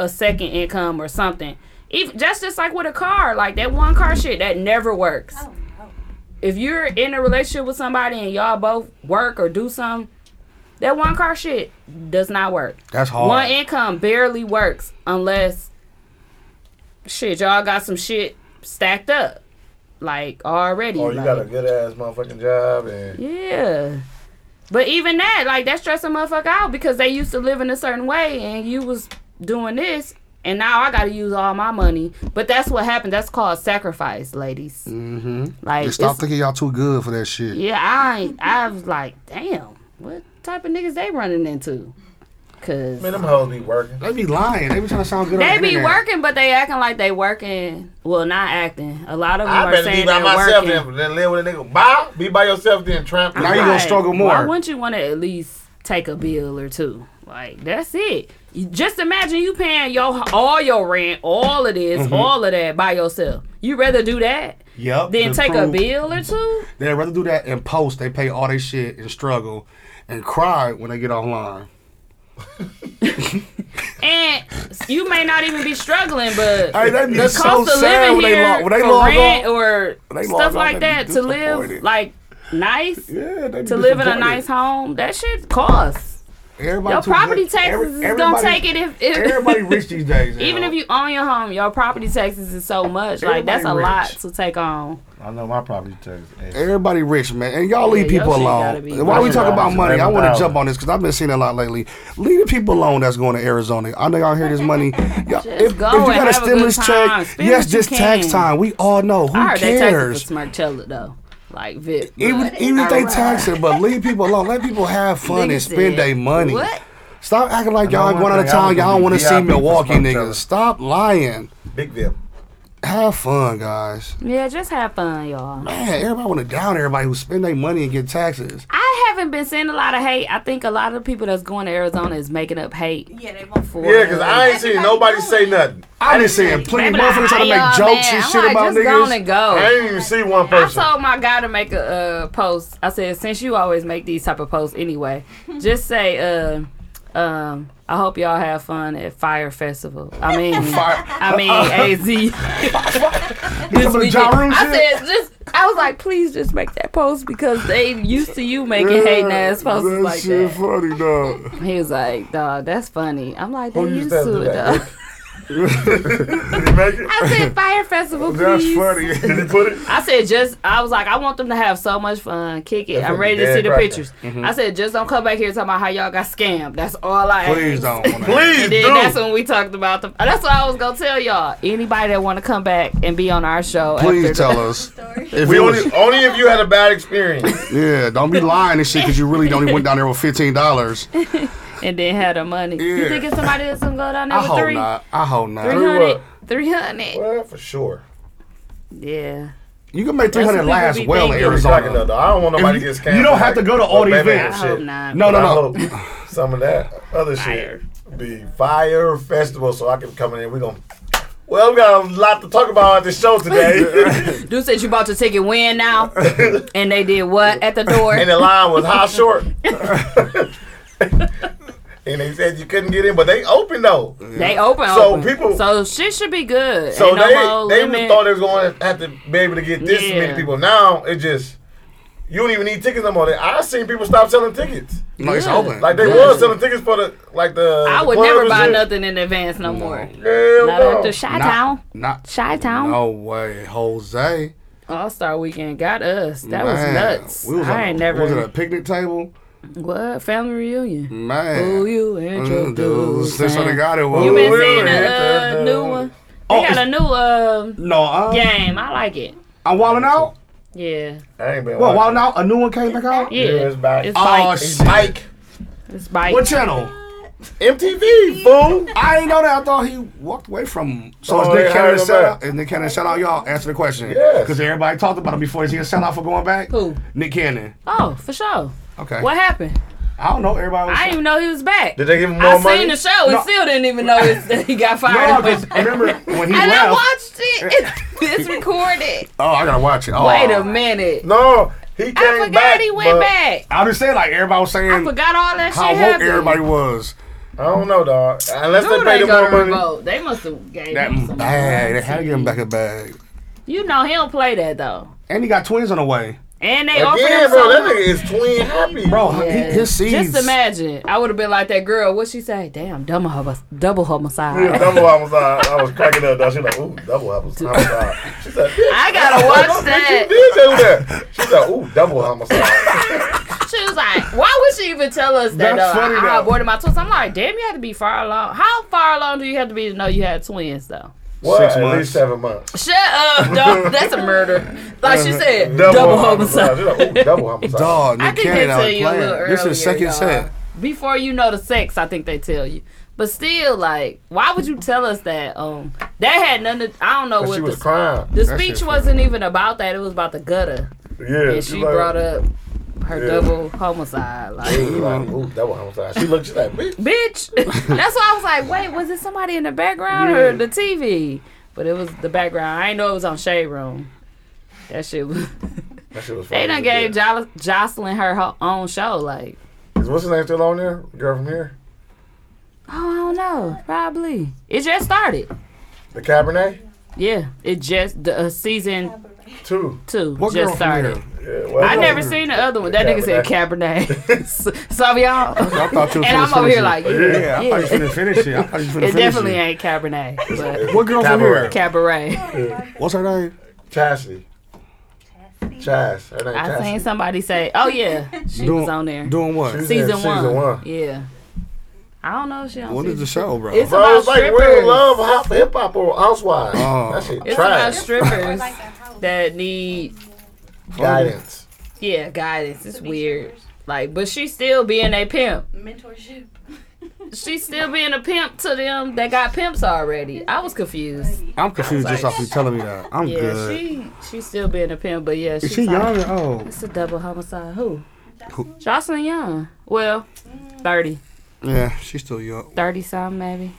Speaker 2: a second income or something. Even just just like with a car, like that one car shit that never works.
Speaker 9: Oh, no.
Speaker 2: If you're in a relationship with somebody and y'all both work or do something, that one car shit does not work.
Speaker 7: That's hard.
Speaker 2: One income barely works unless shit y'all got some shit stacked up like already.
Speaker 5: Or Oh, you
Speaker 2: like-
Speaker 5: got a good ass motherfucking job and
Speaker 2: yeah. But even that, like that stressed a motherfucker out because they used to live in a certain way and you was doing this and now I gotta use all my money. But that's what happened. That's called sacrifice, ladies. Mm-hmm. Like
Speaker 7: Just stop
Speaker 2: it's-
Speaker 7: thinking y'all too good for that shit.
Speaker 2: yeah, I ain't, I was like, damn, what type of niggas they running into? Cause
Speaker 5: man, them hoes be working.
Speaker 7: They be lying. They be trying to sound good. on
Speaker 2: they
Speaker 7: the
Speaker 2: be
Speaker 7: internet.
Speaker 2: working, but they acting like they working. Well, not acting. A lot of them
Speaker 5: I
Speaker 2: are
Speaker 5: better be
Speaker 2: saying
Speaker 5: by
Speaker 2: they're
Speaker 5: myself
Speaker 2: working.
Speaker 5: than, than live with a nigga. Bow, be by yourself then tramp.
Speaker 7: Now you gonna
Speaker 2: Right.
Speaker 7: struggle
Speaker 2: Why
Speaker 7: more.
Speaker 2: wouldn't you want to at least take a bill or two? Like that's it. You just imagine you paying your all your rent, all of this,
Speaker 7: Mm-hmm.
Speaker 2: all of that by yourself. You rather do that
Speaker 7: Yep.
Speaker 2: than
Speaker 7: to
Speaker 2: take a
Speaker 7: prove-
Speaker 2: bill or two?
Speaker 7: They'd rather do that and post. They pay all their shit and struggle and cry when they get online.
Speaker 2: And you may not even be struggling, but
Speaker 7: (laughs) Hey, that'd be
Speaker 2: the
Speaker 7: so
Speaker 2: cost of
Speaker 7: sad
Speaker 2: living
Speaker 7: when they
Speaker 2: here
Speaker 7: log- when they
Speaker 2: for
Speaker 7: log
Speaker 2: rent
Speaker 7: off.
Speaker 2: or
Speaker 7: When they log
Speaker 2: stuff
Speaker 7: off,
Speaker 2: like
Speaker 7: they
Speaker 2: that
Speaker 7: be
Speaker 2: to live
Speaker 7: disappointed.
Speaker 2: like nice,
Speaker 7: Yeah. They be
Speaker 2: to live in a
Speaker 7: disappointed.
Speaker 2: nice home, that shit costs.
Speaker 7: Everybody
Speaker 2: Your
Speaker 7: too
Speaker 2: property
Speaker 7: good.
Speaker 2: taxes
Speaker 7: Every-
Speaker 2: is gonna
Speaker 7: everybody-
Speaker 2: take it if, if
Speaker 7: Everybody rich these days. now.
Speaker 2: Even if you own your home, your property taxes is so much. Like that's a
Speaker 7: Everybody
Speaker 2: lot
Speaker 7: rich.
Speaker 2: to take on.
Speaker 5: I know my property tax. Hey,
Speaker 7: Everybody rich, man, and y'all leave
Speaker 2: Yeah, your
Speaker 7: people
Speaker 2: shit gotta
Speaker 7: alone.
Speaker 2: be-
Speaker 7: Why we
Speaker 5: Your
Speaker 7: talking
Speaker 5: shit
Speaker 7: about
Speaker 5: gotta be
Speaker 7: money? I want to
Speaker 5: $11,000.
Speaker 7: jump on this because I've been seeing a lot lately. Leave the people alone that's going to Arizona. I know y'all hear
Speaker 2: (laughs)
Speaker 7: this money. Y'all, if,
Speaker 2: go
Speaker 7: if you
Speaker 2: and
Speaker 7: got
Speaker 2: have a
Speaker 7: a stimulus
Speaker 2: good time.
Speaker 7: check,
Speaker 2: Spend
Speaker 7: yes,
Speaker 2: what you
Speaker 7: just tax
Speaker 2: can.
Speaker 7: time. We all know who
Speaker 2: I heard they taxes
Speaker 7: cares.
Speaker 2: for Smartella though. Like Vic.
Speaker 7: Even
Speaker 2: but-
Speaker 7: even if they
Speaker 2: Alright.
Speaker 7: tax it, but leave people alone. Let people have fun
Speaker 2: Nigga
Speaker 7: and
Speaker 2: said,
Speaker 7: spend their money.
Speaker 2: What?
Speaker 7: Stop acting like
Speaker 5: And I
Speaker 7: y'all
Speaker 5: wanna
Speaker 7: going out of
Speaker 5: think I
Speaker 7: town.
Speaker 5: was
Speaker 7: Y'all
Speaker 5: gonna
Speaker 7: want
Speaker 5: be
Speaker 7: to see
Speaker 5: VIP for
Speaker 7: Milwaukee
Speaker 5: some
Speaker 7: niggas.
Speaker 5: fella.
Speaker 7: Stop lying.
Speaker 5: big deal.
Speaker 7: Have fun, guys.
Speaker 2: Yeah, just have fun, y'all.
Speaker 7: Man, everybody want to down everybody who spend their money and get taxes.
Speaker 2: I haven't been seeing a lot of hate. I think a lot of the people that's going to Arizona is making up hate.
Speaker 9: Yeah, they won't
Speaker 2: For
Speaker 5: Yeah, cause I ain't seen nobody say nothing.
Speaker 7: I've been seeing plenty of motherfuckers trying to make jokes and shit about
Speaker 2: just Gone
Speaker 7: niggas.
Speaker 2: and go.
Speaker 5: I ain't even see one
Speaker 2: I
Speaker 5: person.
Speaker 2: told my guy to make a uh, post. I said, since you always make these type of posts
Speaker 7: (laughs)
Speaker 2: anyway, just say, uh, um, I hope y'all have fun at Fire Festival. I mean,
Speaker 7: (laughs)
Speaker 2: I
Speaker 7: Uh,
Speaker 2: mean, AZ. this
Speaker 7: the
Speaker 2: weekend.
Speaker 7: Ja Rule
Speaker 2: I
Speaker 7: shit?
Speaker 2: said, just, I was like, please just make that post because they used to you making hating ass posts
Speaker 7: that
Speaker 2: like
Speaker 7: shit
Speaker 2: that.
Speaker 7: funny, (laughs) dog.
Speaker 2: He was like, dog, that's funny. I'm like,
Speaker 7: Oh,
Speaker 2: they
Speaker 5: Who used
Speaker 2: used
Speaker 5: to do
Speaker 2: to it,
Speaker 5: that?
Speaker 2: dog. (laughs) I said,
Speaker 7: (laughs)
Speaker 2: Fire Festival,
Speaker 5: That's
Speaker 2: please.
Speaker 5: funny. Did he put it?
Speaker 2: I said just I was like I want them to have so much fun, kick it.
Speaker 5: That's
Speaker 2: I'm
Speaker 5: a
Speaker 2: ready to
Speaker 5: dead
Speaker 2: see the
Speaker 5: cracker.
Speaker 2: pictures. I said just don't come back here talking about how y'all got scammed. That's all I.
Speaker 7: Please
Speaker 2: asked.
Speaker 7: don't. wanna-
Speaker 5: Please
Speaker 2: And then
Speaker 5: do.
Speaker 2: that's when we talked about the. That's what I was gonna tell y'all. Anybody that want to come back and be on our show,
Speaker 7: Please
Speaker 2: after
Speaker 7: tell us.
Speaker 9: Story.
Speaker 7: If
Speaker 5: we
Speaker 7: it
Speaker 5: only
Speaker 7: was,
Speaker 5: only if you had a bad experience.
Speaker 7: yeah, don't be lying and shit because you really only went down there with fifteen
Speaker 2: (laughs)
Speaker 7: dollars.
Speaker 2: the, and then had the money. You
Speaker 7: Yeah.
Speaker 2: think it's somebody that's gonna go down there
Speaker 7: I
Speaker 2: with
Speaker 7: hope
Speaker 2: three,
Speaker 7: not. I hope
Speaker 2: three
Speaker 7: not.
Speaker 2: hundred, three hundred?
Speaker 5: well, for sure.
Speaker 2: Yeah,
Speaker 7: You can make three
Speaker 2: what
Speaker 7: hundred
Speaker 2: people
Speaker 7: last
Speaker 2: be
Speaker 7: well in
Speaker 2: thinking.
Speaker 5: Talking though,
Speaker 7: Arizona.
Speaker 5: though, I don't want nobody
Speaker 7: If
Speaker 5: to
Speaker 7: you-
Speaker 5: get scammed.
Speaker 7: you don't
Speaker 5: with,
Speaker 7: have to go to
Speaker 5: with
Speaker 7: all these
Speaker 5: Batman
Speaker 7: events.
Speaker 2: I
Speaker 5: and
Speaker 2: hope
Speaker 5: shit.
Speaker 2: not.
Speaker 7: No, no,
Speaker 5: I
Speaker 7: no.
Speaker 5: hope some of that other
Speaker 2: Fire.
Speaker 5: shit be fire festival, so I can come in. We're gonna. Well, we got a lot to talk about at the
Speaker 7: (laughs)
Speaker 5: show today,
Speaker 2: Dude said you bought your ticket when
Speaker 5: (laughs)
Speaker 2: now, and they did what at the door?
Speaker 5: and the line was how short. (laughs) and they said you couldn't get in, but they open though.
Speaker 2: They open.
Speaker 5: So
Speaker 2: open.
Speaker 5: people-
Speaker 2: So shit should be good.
Speaker 5: So
Speaker 2: Ain't no more
Speaker 5: they they
Speaker 2: limit.
Speaker 5: thought they was going to have to be able to get this
Speaker 2: Yeah.
Speaker 5: many people. Now it just you don't even need tickets no more. I seen people stop selling tickets.
Speaker 7: No, it's
Speaker 2: Good.
Speaker 7: open.
Speaker 5: Like they
Speaker 2: Yeah.
Speaker 5: was selling tickets for the like the.
Speaker 2: I
Speaker 5: the
Speaker 2: would
Speaker 5: club
Speaker 2: never
Speaker 5: and
Speaker 2: buy
Speaker 5: shit.
Speaker 2: nothing in advance no more.
Speaker 5: Hell
Speaker 2: Not
Speaker 5: no.
Speaker 2: after Chi Town.
Speaker 7: Not, not
Speaker 2: Chi Town.
Speaker 7: No way, Jose.
Speaker 2: All Star Weekend got us. That
Speaker 7: Man,
Speaker 2: was nuts.
Speaker 7: We was
Speaker 2: I
Speaker 7: at-
Speaker 2: ain't
Speaker 7: we Was at a
Speaker 2: never.
Speaker 7: picnic table?
Speaker 2: What family reunion?
Speaker 7: Man. Mm,
Speaker 2: Who you and your dudes?
Speaker 7: That's what I
Speaker 2: man.
Speaker 7: got it
Speaker 2: You been
Speaker 5: Who
Speaker 7: was.
Speaker 2: seeing
Speaker 5: you and
Speaker 2: a uh,
Speaker 5: your
Speaker 2: new
Speaker 5: dudes?
Speaker 2: one? They
Speaker 7: Oh,
Speaker 2: got a
Speaker 7: it's-
Speaker 2: new uh,
Speaker 7: No, uh,
Speaker 2: game. I like it.
Speaker 7: I'm wilding out.
Speaker 2: Yeah,
Speaker 5: I ain't been.
Speaker 7: Well,
Speaker 5: watching.
Speaker 7: wilding out. A new one came back out.
Speaker 2: yeah.
Speaker 5: Yeah, it's back.
Speaker 2: It's
Speaker 5: Oh,
Speaker 7: Oh
Speaker 2: bike.
Speaker 7: shit!
Speaker 5: Mike
Speaker 2: It's bike.
Speaker 7: What channel?
Speaker 5: MTV fool.
Speaker 7: I ain't know that. I thought he walked away from. So
Speaker 5: Oh,
Speaker 7: is
Speaker 5: they
Speaker 7: Nick Cannon
Speaker 5: hired
Speaker 7: a
Speaker 5: him
Speaker 7: sellout?
Speaker 5: back.
Speaker 7: Is Nick Cannon a sellout? Y'all answer the question.
Speaker 5: Yes.
Speaker 7: Because everybody talked about him before. Is he a sellout for going back?
Speaker 2: Who?
Speaker 7: Nick Cannon.
Speaker 2: Oh, for sure.
Speaker 7: Okay.
Speaker 2: What happened?
Speaker 7: I don't know. Everybody. Was
Speaker 2: I didn't even know he was back.
Speaker 5: Did they give him more
Speaker 2: I
Speaker 5: money?
Speaker 2: seen the show and
Speaker 7: No.
Speaker 2: still didn't even know it's, (laughs) he got
Speaker 7: No,
Speaker 2: fired.
Speaker 7: 'cause remember when
Speaker 2: and (laughs)
Speaker 7: he
Speaker 2: I (laughs)
Speaker 7: left? (laughs)
Speaker 2: watched it. It's, it's recorded.
Speaker 7: Oh, I gotta watch it. Oh.
Speaker 2: Wait a minute.
Speaker 5: No,
Speaker 7: He came
Speaker 2: I forgot
Speaker 7: back.
Speaker 2: he went
Speaker 7: but
Speaker 2: back.
Speaker 7: I'm just saying, like everybody was saying,
Speaker 2: I forgot all that
Speaker 7: how
Speaker 2: shit
Speaker 7: woke
Speaker 2: happened.
Speaker 7: everybody was.
Speaker 5: I don't know, dog. Unless
Speaker 2: Dude,
Speaker 5: they pay
Speaker 2: they
Speaker 5: them
Speaker 2: go
Speaker 5: more
Speaker 2: to
Speaker 5: money.
Speaker 2: vote. They must have gave
Speaker 7: That
Speaker 2: him some.
Speaker 7: bag, they had to give him back a bag.
Speaker 2: You know he don't play that though.
Speaker 7: And he got twins on the way,
Speaker 2: And they offered
Speaker 5: Again,
Speaker 2: him
Speaker 5: bro,
Speaker 2: some.
Speaker 5: that nigga is twin happy.
Speaker 7: bro. he-
Speaker 2: Yeah.
Speaker 7: his seeds.
Speaker 2: Just imagine, I would have been like that girl. What she say? Damn, double homo- double homicide.
Speaker 5: Yeah, double homicide. I was cracking up, dog. She like, ooh, double homicide. uh," She said, bitch.
Speaker 2: I
Speaker 7: (laughs)
Speaker 2: gotta watch that.
Speaker 5: Did do that? She said, "Ooh, double uh, homicide."
Speaker 2: She was like, "Why would she even tell us that?"
Speaker 7: That's
Speaker 2: though?
Speaker 7: funny,
Speaker 2: I, I
Speaker 7: though.
Speaker 2: aborted my twins. I'm like, "Damn, you had to be far along. How far along do you have to be to know you had twins, though?"
Speaker 5: What?
Speaker 7: Six
Speaker 5: At
Speaker 7: months.
Speaker 5: least seven months.
Speaker 2: Shut up,
Speaker 5: (laughs)
Speaker 2: dog. That's a murder. Like she said, double, uh, homicide.
Speaker 5: uh, She like, "Ooh, double uh," homicide."
Speaker 7: Dog,
Speaker 2: I
Speaker 7: Nick
Speaker 2: think
Speaker 7: Cannon
Speaker 2: they
Speaker 7: out
Speaker 2: tell you a little
Speaker 7: playing.
Speaker 2: earlier.
Speaker 7: This is second
Speaker 2: y'all.
Speaker 7: set.
Speaker 2: Before you know the sex, I think they tell you. But still, like, why would you tell us that? Um, that had nothing. To, I uh, don't know
Speaker 5: And
Speaker 2: what
Speaker 5: she
Speaker 2: the,
Speaker 5: was crying.
Speaker 2: the
Speaker 7: That
Speaker 2: speech
Speaker 7: shit
Speaker 2: wasn't even about that. It was about the gutter,
Speaker 5: Yeah,
Speaker 2: and she brought up her
Speaker 5: Yeah.
Speaker 2: double homicide. Like,
Speaker 5: She was like, "Ooh, double homicide." She looked. She's like, "Bitch."
Speaker 2: bitch. (laughs) That's why I was like, wait, was it somebody in the background or the TV? But it was the background. I didn't know it was on Shade Room. That shit was. (laughs)
Speaker 5: That shit was funny.
Speaker 2: They done gave jo- Jocelyn her, her own show. Like,
Speaker 5: Is what's his name still on there? Girl from here,
Speaker 2: oh, I don't know. Probably. It just started.
Speaker 5: the Cabernet
Speaker 2: Yeah. It just, the uh, season
Speaker 5: too.
Speaker 2: two
Speaker 7: What girl
Speaker 2: just
Speaker 7: from here?
Speaker 2: started.
Speaker 5: Yeah, well,
Speaker 2: I never seen the other one. That nigga said
Speaker 7: (laughs)
Speaker 2: Cabernet. So- Some of y'all.
Speaker 7: I thought you was
Speaker 2: And
Speaker 7: finna
Speaker 2: I'm over
Speaker 7: finish
Speaker 2: here
Speaker 7: it.
Speaker 2: like, yeah.
Speaker 7: yeah, I thought you finna finish it. I thought
Speaker 2: (laughs)
Speaker 7: you finna
Speaker 2: It
Speaker 7: finish
Speaker 2: definitely
Speaker 7: it.
Speaker 2: ain't Cabernet,
Speaker 7: (laughs)
Speaker 2: but
Speaker 7: What girl from
Speaker 5: Cabaret.
Speaker 7: here?
Speaker 2: Cabaret.
Speaker 7: What's her name?
Speaker 5: Chassie. Chas. Her name
Speaker 2: I seen
Speaker 5: Chassie.
Speaker 2: somebody say, "Oh yeah, she
Speaker 7: Doing-
Speaker 2: was on there,
Speaker 7: Doing what?
Speaker 5: She's in
Speaker 2: season, one.
Speaker 5: Season one.
Speaker 2: Yeah, I don't know. if She on
Speaker 7: What is
Speaker 2: season-
Speaker 7: the show, bro?
Speaker 2: It's
Speaker 5: Bro,
Speaker 2: about
Speaker 5: it's like
Speaker 2: strippers.
Speaker 5: real love, hop, hip hop, or housewives.
Speaker 7: Oh.
Speaker 5: That shit
Speaker 2: It's about
Speaker 5: trash.
Speaker 2: strippers
Speaker 9: Like a house.
Speaker 2: that need
Speaker 5: Guidance.
Speaker 2: yeah guidance. It's weird. Like, but she still being a pimp.
Speaker 9: Mentorship.
Speaker 2: She's still being a pimp to them that got pimps already. I was confused.
Speaker 7: I'm confused just off you telling me that. I'm
Speaker 2: Yeah,
Speaker 7: good.
Speaker 2: she she's still being a pimp, but yeah, she's
Speaker 7: is she
Speaker 2: like,
Speaker 7: young Oh. or old?
Speaker 2: It's a double homicide. Who? Jocelyn Young. Well, 30.
Speaker 7: Yeah, she's still young.
Speaker 2: 30 something maybe.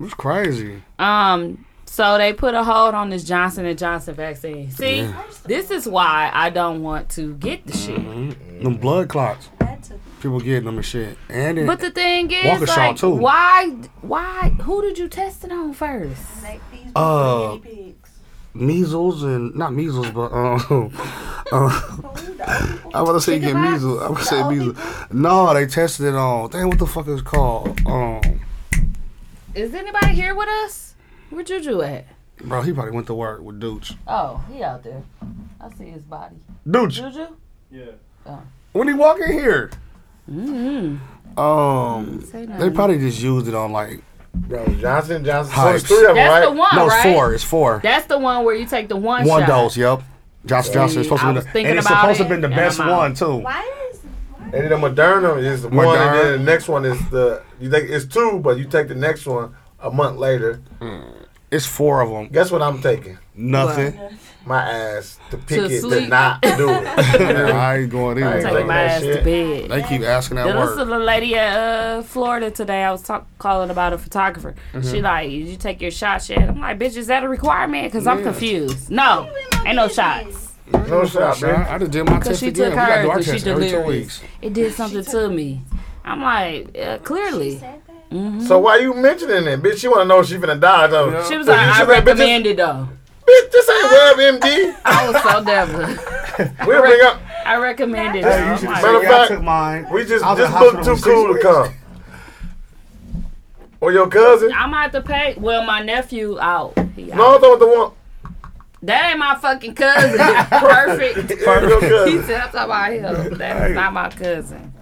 Speaker 7: It's crazy.
Speaker 2: Um, so they put a hold on this Johnson and Johnson vaccine. See, this is why I don't want to get the shit.
Speaker 7: Mm-hmm. Them blood clots.
Speaker 9: That took
Speaker 7: People getting them and shit. And then
Speaker 2: But the thing is,
Speaker 7: Walker shot,
Speaker 2: like,
Speaker 7: too.
Speaker 2: why, why, who did you test it on first?
Speaker 9: like these
Speaker 7: Uh,
Speaker 9: guinea pigs.
Speaker 7: measles and not measles, but um, (laughs) uh, I want to say you get
Speaker 9: Chickenpox?
Speaker 7: measles. I want to
Speaker 9: The
Speaker 7: say
Speaker 9: old
Speaker 7: measles. No, they tested it on. Dang, what the fuck is it called? Um,
Speaker 2: Is anybody here with us? Where Juju at?
Speaker 7: bro, he probably went to work with dudes.
Speaker 2: Oh, he out there. I see his body.
Speaker 7: Dudes,
Speaker 2: Juju?
Speaker 7: when he walk in here,
Speaker 2: Mm-hmm.
Speaker 7: um,
Speaker 2: Say
Speaker 7: they
Speaker 2: nothing.
Speaker 7: probably just used it on like
Speaker 5: Bro, Johnson Johnson. So there's
Speaker 7: Pipes.
Speaker 5: three of them,
Speaker 2: That's
Speaker 5: right?
Speaker 2: the one,
Speaker 7: no, it's
Speaker 2: right?
Speaker 7: four. It's four.
Speaker 2: That's the one where you take the one
Speaker 7: One
Speaker 2: shot.
Speaker 7: dose. Yep. Johnson Johnson is supposed
Speaker 2: I
Speaker 7: to be
Speaker 2: was
Speaker 7: the,
Speaker 2: thinking
Speaker 7: and it's
Speaker 2: about
Speaker 7: supposed to
Speaker 2: it,
Speaker 7: have been the
Speaker 2: and
Speaker 7: best
Speaker 2: I'm out.
Speaker 7: one too.
Speaker 9: Why is why
Speaker 5: And then the Moderna is the one, and
Speaker 7: Moderna.
Speaker 5: then the next one is the you think it's two, but you take the next one a month later.
Speaker 7: It's four of them.
Speaker 5: Guess what I'm taking?
Speaker 2: (laughs)
Speaker 7: Nothing.
Speaker 5: My ass to pick
Speaker 2: To
Speaker 5: it to
Speaker 2: sleep.
Speaker 5: not do
Speaker 2: (laughs)
Speaker 5: it.
Speaker 7: I ain't going
Speaker 5: I ain't
Speaker 2: Take
Speaker 5: Like
Speaker 7: in.
Speaker 2: my
Speaker 5: that
Speaker 2: ass
Speaker 5: shit.
Speaker 2: to bed.
Speaker 7: They keep asking that
Speaker 2: Then this is
Speaker 7: word.
Speaker 2: the lady at uh, Florida today. I was talk- calling about a photographer.
Speaker 5: Mm-hmm.
Speaker 2: She like, did you take your shot shit? I'm like, bitch, is that a requirement? Because I'm confused. No, ain't no shots.
Speaker 5: No shot, man.
Speaker 7: I just did my
Speaker 2: Because
Speaker 7: test
Speaker 2: she took
Speaker 7: again. We gotta
Speaker 2: hers,
Speaker 7: do our
Speaker 2: but she
Speaker 7: test every two
Speaker 2: delirious.
Speaker 7: weeks.
Speaker 2: It did something to me. I'm like, uh, clearly.
Speaker 9: said that?
Speaker 5: So why you mentioning it, bitch? She want to know if she finna die though.
Speaker 2: She was like, I
Speaker 5: She said, bitch, this-
Speaker 2: recommend it though.
Speaker 5: Bitch, this
Speaker 2: (laughs)
Speaker 5: ain't WebMD.
Speaker 2: I was so devil.
Speaker 5: We'll bring up.
Speaker 2: I recommend it. though.
Speaker 7: Hey, you
Speaker 2: I'm
Speaker 7: should
Speaker 2: like,
Speaker 5: Matter
Speaker 7: say,
Speaker 5: of
Speaker 7: yeah, I
Speaker 5: fact,
Speaker 7: took mine.
Speaker 5: We just
Speaker 7: I was in
Speaker 5: just
Speaker 7: the
Speaker 5: looked
Speaker 7: hospital
Speaker 5: too
Speaker 7: for six
Speaker 5: cool to
Speaker 7: weeks.
Speaker 5: come. Or your cousin?
Speaker 2: I'm gonna have to pay. Well, my nephew out. He out.
Speaker 5: No, though the one.
Speaker 2: That ain't my fucking cousin. Perfect.
Speaker 5: (laughs) Your
Speaker 2: He
Speaker 5: cousin.
Speaker 2: said, I'm talking about him. That is not my cousin.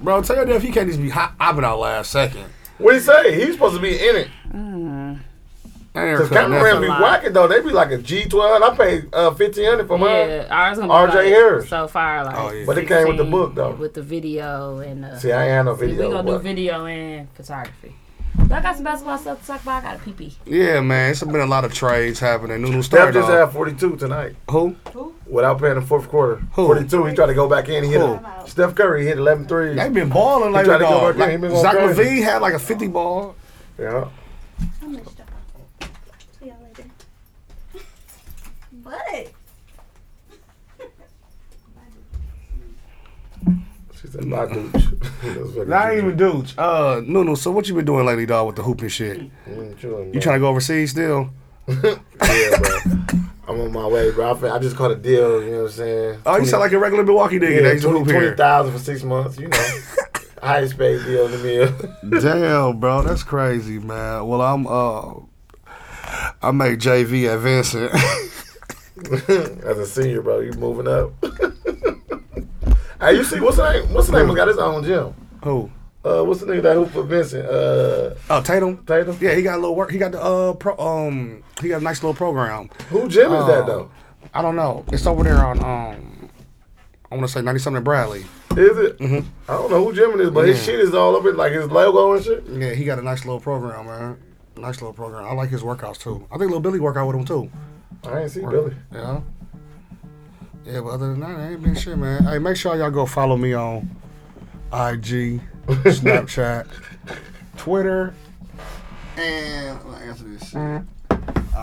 Speaker 7: Bro, tell your dad he can't just be hop- hopping out last second.
Speaker 5: What he say? He's supposed to be in it.
Speaker 7: That ain't
Speaker 5: Cause
Speaker 7: recording
Speaker 5: cameraman be
Speaker 2: a
Speaker 7: nothing.
Speaker 2: lot.
Speaker 5: whacking though. They be like a G twelve. I paid uh fifteen hundred for mine.
Speaker 2: Yeah, ours gonna
Speaker 5: RJ
Speaker 2: be like
Speaker 5: Harris.
Speaker 2: so far like.
Speaker 7: Oh, yeah.
Speaker 5: But it came with the
Speaker 2: 16
Speaker 5: book, though.
Speaker 2: With the video and uh,
Speaker 5: See, I ain't had no video.
Speaker 2: we gonna
Speaker 5: but-
Speaker 2: do video and photography. Y'all got some basketball stuff to talk about. I got a pee pee.
Speaker 7: Yeah, man, it's been a lot of trades happening. Nunu
Speaker 5: Steph
Speaker 7: started
Speaker 5: just
Speaker 7: off.
Speaker 5: had forty two tonight
Speaker 7: Who?
Speaker 5: without paying the fourth quarter.
Speaker 7: Who?
Speaker 5: Forty two. He tried to go back in. He hit
Speaker 7: Who?
Speaker 5: a, Steph Curry hit 11 threes.
Speaker 7: They been balling like
Speaker 5: tried
Speaker 7: a
Speaker 5: to go
Speaker 7: dog.
Speaker 5: back there, he
Speaker 7: Like,
Speaker 5: been going
Speaker 7: Zach
Speaker 5: crazy.
Speaker 7: Levine had like a 50 ball.
Speaker 5: Yeah.
Speaker 9: I messed up. See y'all (laughs) later. But
Speaker 7: Not (laughs) Dooch. Not even Dooch. Uh, Nunu, so what you been doing lately, dog, with the hoop and shit?
Speaker 5: Mm, chilling,
Speaker 7: You
Speaker 5: bro.
Speaker 7: trying to go overseas still?
Speaker 5: Yeah, bro.
Speaker 7: (laughs)
Speaker 5: I'm on my way, bro. I, fin- I just caught a deal. You know what I'm saying?
Speaker 7: Oh, you sound like a regular Milwaukee nigga that used to hoop
Speaker 5: twenty
Speaker 7: here.
Speaker 5: thousand for six months. You know,
Speaker 7: (laughs)
Speaker 5: highest paid deal in the meal.
Speaker 7: Damn, bro, that's crazy, man. Well, I'm uh, I make JV at Vincent. (laughs)
Speaker 5: (laughs) As a senior, bro, you moving up. (laughs) hey, you see what's the name? What's the name? who got his own gym.
Speaker 7: Who?
Speaker 5: Uh, what's the nigga that hoop for Vincent? Uh,
Speaker 7: Oh, Tatum.
Speaker 5: Tatum.
Speaker 7: Yeah, he got a little work. He got the uh, pro, um, he got a nice little program.
Speaker 5: Who gym is that
Speaker 7: Um,
Speaker 5: though?
Speaker 7: I don't know. It's over there on um, I want to say ninety something Bradley.
Speaker 5: Is it? I don't know who gym it is, but his
Speaker 7: Mm-hmm. Yeah.
Speaker 5: shit is all over it, like his logo and shit.
Speaker 7: Yeah, he got a nice little program, man. Nice little program. I like his workouts too. I think Lil Billy work out with him too.
Speaker 5: I ain't see Billy.
Speaker 7: Yeah. Yeah, but other than that, it ain't been shit, man. Hey, make sure y'all go follow me on
Speaker 5: (laughs)
Speaker 7: IG, Snapchat, Twitter, and what else is this shit? I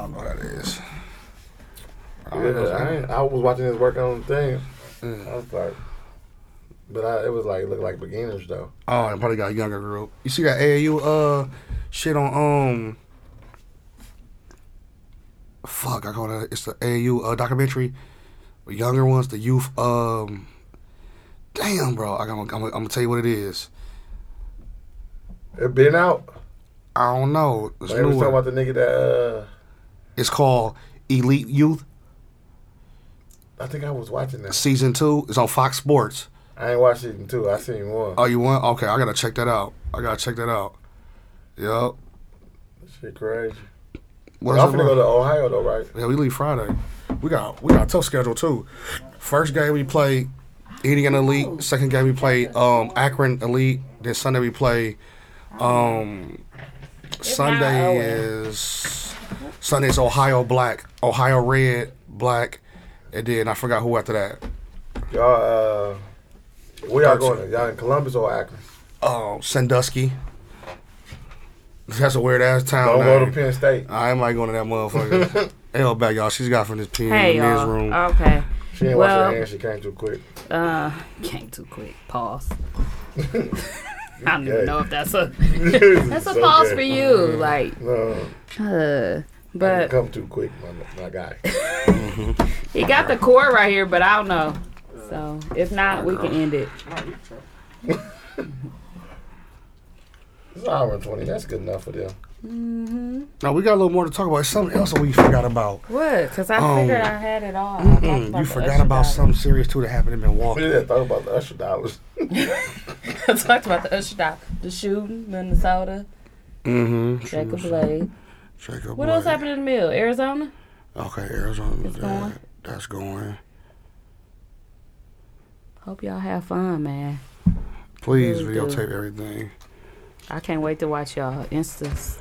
Speaker 7: don't know what that is. I don't know
Speaker 5: Yeah,
Speaker 7: what that
Speaker 5: I, ain't, Mm. I was watching his work on thing. I was like, but I, it was like looked like beginners though.
Speaker 7: Oh, and probably got a younger group. You see that AAU uh shit on um fuck, I call it it's the AAU uh, documentary. The younger ones, the youth um damn bro, I, I'm, I'm, I'm gonna tell you what it is.
Speaker 5: It been out.
Speaker 7: I don't know. It's,
Speaker 5: They was
Speaker 7: new
Speaker 5: talking
Speaker 7: one.
Speaker 5: about the nigga that uh,
Speaker 7: it's called Elite Youth
Speaker 5: I think I was watching that.
Speaker 7: Season Two. It's on Fox Sports.
Speaker 5: I ain't watched season two. I seen one.
Speaker 7: Oh, you want? Okay, I gotta check that out. I gotta check that out. Yup.
Speaker 5: Shit crazy.
Speaker 7: What
Speaker 5: I'm
Speaker 7: is it
Speaker 5: finna go
Speaker 7: about?
Speaker 5: to Ohio though, right?
Speaker 7: Yeah, we leave Friday. We got we got a tough schedule too. First game we play Indiana Elite. Second game we play um, Akron Elite. Then Sunday we play. Um, Sunday is Sunday's Ohio Black, Ohio Red Black, and then I forgot who after that.
Speaker 5: Y'all, uh, where y'all going? to? Y'all in Columbus or Akron?
Speaker 7: Um, Sandusky. That's a weird ass town.
Speaker 5: Don't Uh, go to
Speaker 7: name.
Speaker 5: Penn State.
Speaker 7: I ain't like going to that
Speaker 5: (laughs)
Speaker 7: motherfucker. Hell back y'all. She's got from this pen
Speaker 2: Hey,
Speaker 7: in this
Speaker 2: y'all.
Speaker 7: room.
Speaker 2: Okay.
Speaker 5: She didn't wash
Speaker 2: Well-
Speaker 5: her hands. She came too
Speaker 2: (laughs)
Speaker 5: quick.
Speaker 2: Uh, came too quick.
Speaker 5: (laughs)
Speaker 2: Pause. I don't
Speaker 5: Okay.
Speaker 2: even know if that's a
Speaker 5: That's
Speaker 2: that's a pause for you. Like,
Speaker 5: No,
Speaker 2: uh,
Speaker 5: didn't
Speaker 2: but
Speaker 5: come too quick, my, my guy.
Speaker 2: he got the core right here, but I don't know. So if not, we can end it.
Speaker 5: It's an hour and twenty. That's good enough for them.
Speaker 7: Now we got a little more to talk about. Something else that we forgot about.
Speaker 2: What? Cause I
Speaker 7: Um,
Speaker 2: figured I had it all. I talked
Speaker 7: Mm,
Speaker 2: about
Speaker 7: you
Speaker 2: the
Speaker 7: forgot
Speaker 2: usher
Speaker 7: about
Speaker 2: dollars. (laughs)
Speaker 7: something serious too that happened in
Speaker 5: We
Speaker 7: Milwaukee.
Speaker 5: didn't talk about the usher dollars.
Speaker 2: I talked about the usher dollars, the shooting, Minnesota,
Speaker 7: Mm-hmm.
Speaker 2: Jacob Blade.
Speaker 7: Jacob
Speaker 2: What
Speaker 7: Blake.
Speaker 2: else happened in the mill? Arizona.
Speaker 7: Okay, Arizona.
Speaker 2: It's
Speaker 7: that-
Speaker 2: going.
Speaker 7: That's going.
Speaker 2: Hope y'all have fun, man.
Speaker 7: Please
Speaker 2: Really good.
Speaker 7: videotape everything.
Speaker 2: I can't wait to watch y'all instas.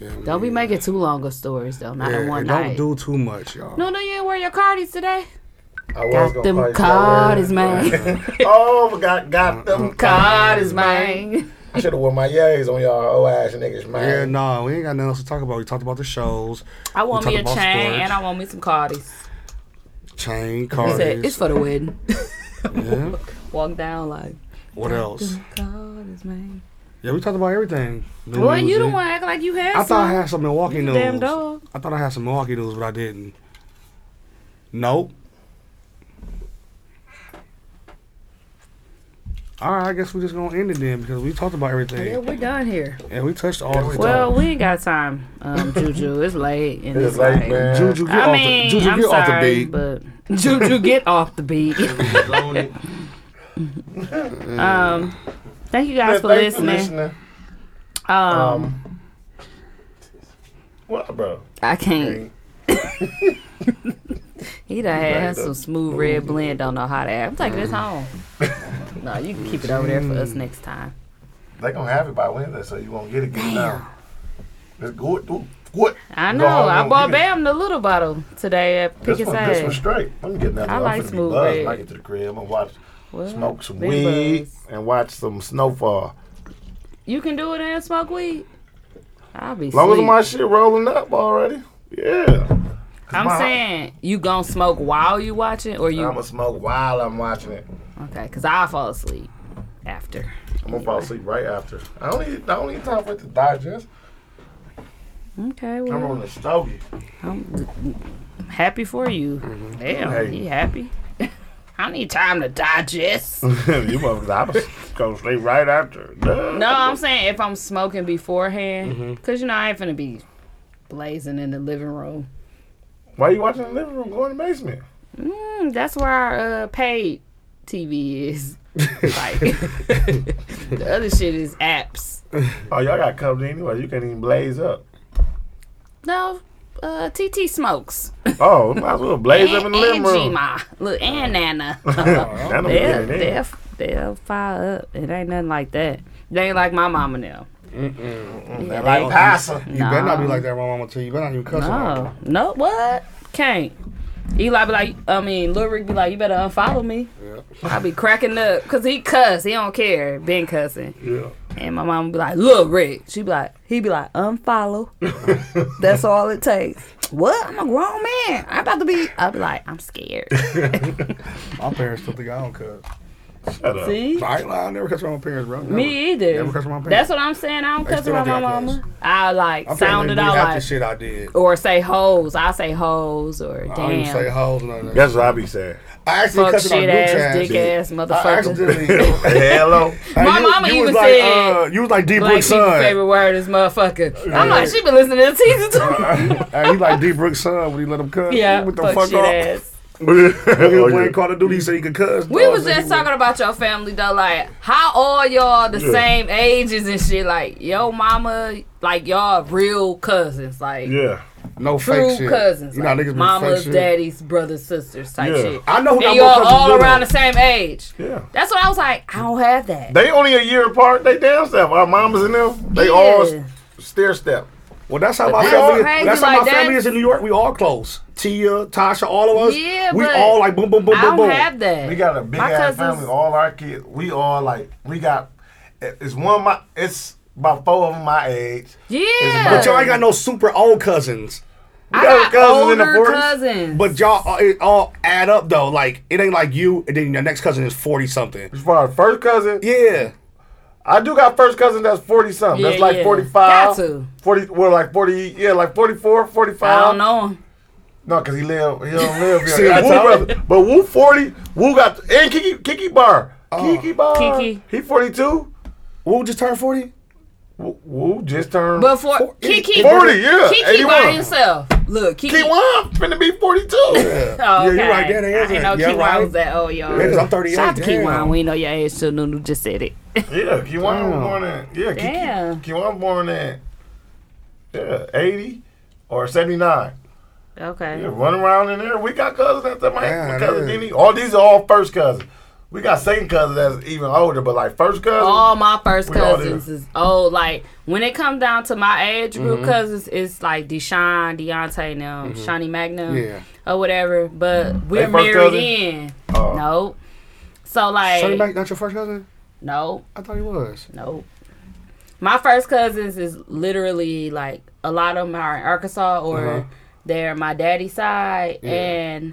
Speaker 7: Yeah,
Speaker 2: Don't be
Speaker 7: man.
Speaker 2: making too long of stories though. Not
Speaker 7: Yeah,
Speaker 2: in one
Speaker 7: and
Speaker 2: night.
Speaker 7: Don't do too much, y'all.
Speaker 2: no, no, you didn't wear your cardies today.
Speaker 5: I was
Speaker 2: Got
Speaker 5: gonna
Speaker 2: them
Speaker 5: call you
Speaker 2: cardies,
Speaker 5: that
Speaker 2: man. (laughs)
Speaker 7: (laughs)
Speaker 5: word. (laughs) oh, got got
Speaker 7: Uh-uh.
Speaker 5: them.
Speaker 2: Cardies, man.
Speaker 5: I should have worn my yays on y'all old ass niggas,
Speaker 7: Yeah,
Speaker 5: man.
Speaker 7: no, we ain't got nothing else to talk about. We talked about the shows,
Speaker 2: I want
Speaker 7: We
Speaker 2: me a
Speaker 7: talked
Speaker 2: chain
Speaker 7: about sports.
Speaker 2: and I want me some cardies.
Speaker 7: chain,
Speaker 2: He
Speaker 7: cars.
Speaker 2: said, it's for the wedding. (laughs)
Speaker 7: yeah.
Speaker 2: Walk down like
Speaker 7: What else?
Speaker 2: cardies, man.
Speaker 7: Yeah, we talked about everything. New
Speaker 2: Well, you
Speaker 7: music.
Speaker 2: don't want to act like you had
Speaker 7: I thought I
Speaker 2: some.
Speaker 7: had some Milwaukee
Speaker 2: You
Speaker 7: news.
Speaker 2: damn dog.
Speaker 7: I thought I had some Milwaukee news, but I didn't. Nope. All right, I guess we're just gonna end it then because we talked about
Speaker 2: Yeah,
Speaker 7: everything
Speaker 2: we're done here.
Speaker 7: and we touched all the
Speaker 2: Well,
Speaker 7: stuff.
Speaker 2: we ain't got time, um, Juju. It's late and
Speaker 5: It's late, man.
Speaker 7: Juju, get
Speaker 2: I
Speaker 7: off
Speaker 2: mean,
Speaker 7: the Juju,
Speaker 2: I'm
Speaker 7: get
Speaker 2: sorry,
Speaker 7: off the beat.
Speaker 2: but Juju, get off the beat.
Speaker 5: (laughs)
Speaker 2: um, thank you guys
Speaker 5: Man,
Speaker 2: for
Speaker 5: thanks
Speaker 2: listening. Um,
Speaker 5: Um, what, bro?
Speaker 2: I can't. he done had some smooth red blend. Don't know how to act. I'm taking this home. no, you can keep it over there for us next time.
Speaker 5: They gonna have it by Wednesday, so you won't get it good now. Let's go it, do what?
Speaker 2: I
Speaker 5: Go
Speaker 2: know.
Speaker 5: home,
Speaker 2: I
Speaker 5: you
Speaker 2: bought
Speaker 5: get it.
Speaker 2: Bam the little bottle today at
Speaker 5: This
Speaker 2: Pick
Speaker 5: one, this one
Speaker 2: Ass.
Speaker 5: straight. I'm getting that.
Speaker 2: I
Speaker 5: I'm
Speaker 2: like
Speaker 5: finna be
Speaker 2: smooth
Speaker 5: buzzed
Speaker 2: red.
Speaker 5: when I get to the crib. I'm gonna watch,
Speaker 2: Well,
Speaker 5: smoke some
Speaker 2: big
Speaker 5: weed,
Speaker 2: buzz.
Speaker 5: and watch some snowfall.
Speaker 2: You can do it and smoke weed. I'll be
Speaker 5: As long as
Speaker 2: sleep.
Speaker 5: my shit rolling up already. Yeah.
Speaker 2: I'm
Speaker 5: my-
Speaker 2: saying you gonna smoke while you watching, or you
Speaker 5: I'ma smoke while I'm watching it.
Speaker 2: okay? Cause I fall asleep. after.
Speaker 5: I'm gonna fall asleep right after. I don't need I don't need time for it to digest.
Speaker 2: Okay,
Speaker 5: I'm on
Speaker 2: well,
Speaker 5: the stogie.
Speaker 2: (laughs) I'm happy for you. Damn,
Speaker 5: Mm-hmm. Hey.
Speaker 2: he happy. (laughs) I need time to digest.
Speaker 5: you motherfucker, I'm gonna go sleep right after.
Speaker 2: No,
Speaker 5: (laughs)
Speaker 2: I'm saying if I'm smoking beforehand,
Speaker 5: Mm-hmm.
Speaker 2: cause you know I ain't finna be blazing in the living room.
Speaker 5: Why you watching the living room? Go in the basement.
Speaker 2: Mm, that's where our uh, paid TV
Speaker 5: (laughs)
Speaker 2: is. like (laughs) the other shit is apps.
Speaker 5: Oh, y'all got covered anyway. You can't even blaze up.
Speaker 2: No, uh, TT smokes.
Speaker 5: Oh, might as well blaze up in the living
Speaker 2: and
Speaker 5: (laughs) room.
Speaker 2: G-Ma. Look, and
Speaker 5: (laughs)
Speaker 2: Nana.
Speaker 5: That'll be
Speaker 2: they'll,
Speaker 5: getting in.
Speaker 2: they'll, they'll fire up. It ain't nothing like that. They ain't like my mama now.
Speaker 5: That like pasta.
Speaker 7: You better not be like that, my mama. Tell you, you better not even cuss. her.
Speaker 2: No, Oh, no, what? Can't. Eli be like, I mean, Lil Rick be like, you better unfollow me. I be cracking up because he cuss. He don't care. Been cussing.
Speaker 5: Yeah.
Speaker 2: And my mom be like, Lil Rick. She be like, he be like, (laughs) unfollow. That's all it takes. What? I'm a grown man. I'm about to be. I be like, I'm scared.
Speaker 7: My parents still think I don't cuss.
Speaker 5: Shut
Speaker 2: (laughs)
Speaker 5: up.
Speaker 2: See?
Speaker 7: I ain't lying. I never cuss around my parents, bro. Never.
Speaker 2: Me either.
Speaker 7: Never cuss around my
Speaker 2: That's
Speaker 7: parents.
Speaker 2: what I'm saying. I don't
Speaker 7: They
Speaker 2: cuss
Speaker 7: still
Speaker 2: around my
Speaker 7: don't think I
Speaker 2: mama. I like
Speaker 7: I'm
Speaker 2: sound it out
Speaker 7: Half the
Speaker 2: like,
Speaker 7: shit I did.
Speaker 2: or say hoes. I say hoes or
Speaker 7: I don't even say
Speaker 2: damn.
Speaker 7: hoes. None of that.
Speaker 5: That's what I be saying.
Speaker 7: I actually
Speaker 2: Fuck
Speaker 7: cussed in
Speaker 2: shit
Speaker 7: our group
Speaker 2: ass,
Speaker 7: chat.
Speaker 2: dick ass
Speaker 7: I
Speaker 2: motherfucker. (laughs)
Speaker 7: accidentally.
Speaker 5: (laughs) Hello.
Speaker 2: My
Speaker 7: Hey,
Speaker 2: mama
Speaker 7: was
Speaker 2: even
Speaker 7: like,
Speaker 2: said-
Speaker 7: uh, "You was like
Speaker 2: (laughs)
Speaker 7: D
Speaker 2: Black
Speaker 7: Brook's
Speaker 2: people's
Speaker 7: son." (laughs)
Speaker 2: favorite word is motherfucker. I'm like, she been listening to the
Speaker 7: (laughs)
Speaker 2: teaser (laughs) too.
Speaker 7: hey, he like D Brook's son when he let him cuss.
Speaker 2: yeah,
Speaker 7: what the
Speaker 2: fuck,
Speaker 7: fuck
Speaker 2: shit
Speaker 7: off?
Speaker 2: ass.
Speaker 7: (laughs) He was
Speaker 5: Oh,
Speaker 7: playing
Speaker 5: yeah.
Speaker 7: Call of Duty, he said he could cuss.
Speaker 2: We
Speaker 7: dog,
Speaker 2: was
Speaker 7: so he
Speaker 2: just talking about your family though, like how all y'all the same ages and shit. Like yo mama, like y'all real cousins, like
Speaker 5: Yeah.
Speaker 7: no
Speaker 2: true
Speaker 7: fake shit.
Speaker 2: cousins,
Speaker 7: You know,
Speaker 2: like
Speaker 7: niggas be
Speaker 2: mamas,
Speaker 7: fake shit.
Speaker 2: daddies, brothers, sisters type
Speaker 5: Yeah.
Speaker 2: shit.
Speaker 7: I know who got
Speaker 2: And y'all
Speaker 7: more cousins
Speaker 2: all
Speaker 7: than
Speaker 2: around
Speaker 7: us.
Speaker 2: the same age.
Speaker 5: Yeah.
Speaker 2: That's what I was like. I don't have that.
Speaker 5: They only a year apart. They damn self. Our mamas and them, they all
Speaker 2: Yeah.
Speaker 5: stair step.
Speaker 7: Well, that's how my
Speaker 2: that's
Speaker 7: family.
Speaker 2: crazy,
Speaker 7: That's how
Speaker 2: like,
Speaker 7: my family
Speaker 2: that's-
Speaker 7: is in New York. We all close. Tia, Tasha, all of us.
Speaker 2: Yeah,
Speaker 7: we
Speaker 2: but
Speaker 7: all like boom, boom, boom,
Speaker 2: I
Speaker 7: boom,
Speaker 2: don't
Speaker 7: boom.
Speaker 2: have that.
Speaker 5: We got a big
Speaker 2: My
Speaker 5: ass
Speaker 2: cousins-
Speaker 5: family. All our kids, we all like we got. It's one my. It's about four of them my age.
Speaker 2: Yeah,
Speaker 7: But y'all ain't got no super old cousins.
Speaker 2: I got,
Speaker 5: got cousins in the
Speaker 2: older
Speaker 5: 40s,
Speaker 2: cousins.
Speaker 7: But y'all, all- it all add up though. Like it ain't like you, and then your next cousin is forty something.
Speaker 5: As far as first cousin,
Speaker 7: Yeah,
Speaker 5: I do got first cousin that's forty something. that's
Speaker 2: Yeah,
Speaker 5: like
Speaker 2: yeah.
Speaker 5: forty five.
Speaker 2: Got to.
Speaker 5: Forty. Well, like forty. Yeah, like 44, 45.
Speaker 2: I don't know 'em.
Speaker 5: No, because he live. He don't (laughs) live here.
Speaker 7: See,
Speaker 5: That's
Speaker 7: Wu
Speaker 5: Wu
Speaker 7: brother.
Speaker 5: brother. But Wu forty. Wu got and Kiki Kiki Bar. Kiki Bar.
Speaker 2: Kiki.
Speaker 5: He forty two.
Speaker 7: Wu just turned forty.
Speaker 5: Wu Wu just turned.
Speaker 2: But for Kiki,
Speaker 5: 40, yeah,
Speaker 2: Kiki
Speaker 5: 81.
Speaker 2: by himself. Look, Kiki.
Speaker 5: Kiki Wan finna be forty two.
Speaker 2: Oh,
Speaker 7: Yeah,
Speaker 2: okay.
Speaker 7: you right there, there
Speaker 2: I
Speaker 7: is
Speaker 2: didn't
Speaker 7: it.
Speaker 2: know
Speaker 7: Yeah,
Speaker 2: Keywan
Speaker 7: right.
Speaker 2: was that old, y'all.
Speaker 7: Yeah, 'cause I'm thirty eight.
Speaker 2: Shout out to
Speaker 7: Damn.
Speaker 2: Keywan. We ain't know your age till Nunu just said it.
Speaker 5: Yeah, Kiwan was born at yeah,
Speaker 2: Yeah.
Speaker 5: Kiki, Kiwan born at yeah eighty or seventy nine.
Speaker 2: (laughs) Okay.
Speaker 5: Yeah, run around in there. We got cousins that's my
Speaker 7: Yeah,
Speaker 5: cousin
Speaker 7: that is.
Speaker 5: Dini. All these are all first cousins. We got second cousins that's even older, but like first cousin.
Speaker 2: All my first
Speaker 5: We all
Speaker 2: cousins is old. Like when it comes down to my age group
Speaker 7: Mm-hmm.
Speaker 2: cousins, it's like Deshaun, Deontay, and them, Shawnee Magnum,
Speaker 7: Yeah. Mm-hmm.
Speaker 2: or whatever. But we're
Speaker 5: first
Speaker 2: married
Speaker 5: cousin?
Speaker 2: in.
Speaker 5: Oh.
Speaker 2: No. So like,
Speaker 7: Sonny Mac, not your first cousin?
Speaker 2: no,
Speaker 7: I thought he was.
Speaker 2: no. My first cousins is literally like a lot of them are in Arkansas or
Speaker 7: Uh-huh.
Speaker 2: they're my daddy's side, and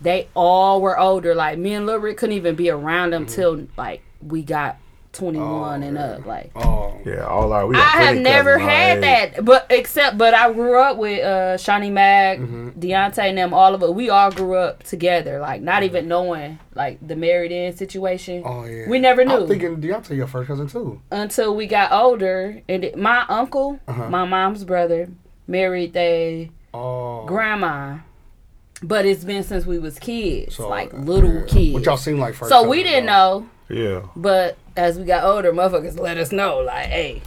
Speaker 2: they all were older. Like me and Lil Rick couldn't even be around
Speaker 7: Mm-hmm.
Speaker 2: them till like we got twenty one and up. Like
Speaker 7: Oh,
Speaker 5: yeah, all our. We got
Speaker 2: I have
Speaker 5: plenty
Speaker 2: never
Speaker 5: cousins my
Speaker 2: had
Speaker 5: age.
Speaker 2: that, but except but I grew up with uh Shawnee Mag,
Speaker 7: Mm-hmm.
Speaker 2: Deontay, and them. All of us, we all grew up together. Like not even knowing like the married in situation.
Speaker 7: Mm-hmm. oh yeah.
Speaker 2: We never knew
Speaker 7: I'm thinking Deontay your first cousin too.
Speaker 2: until we got older. And it- my uncle, my mom's brother, married their
Speaker 7: Oh,
Speaker 2: grandma, but it's been since we was kids,
Speaker 7: So,
Speaker 2: like little
Speaker 7: yeah.
Speaker 2: kids.
Speaker 7: What y'all seem like first?
Speaker 2: so we
Speaker 7: cousin,
Speaker 2: didn't
Speaker 7: though.
Speaker 2: know,
Speaker 5: Yeah,
Speaker 2: but as we got older, motherfuckers let us know. Like, hey,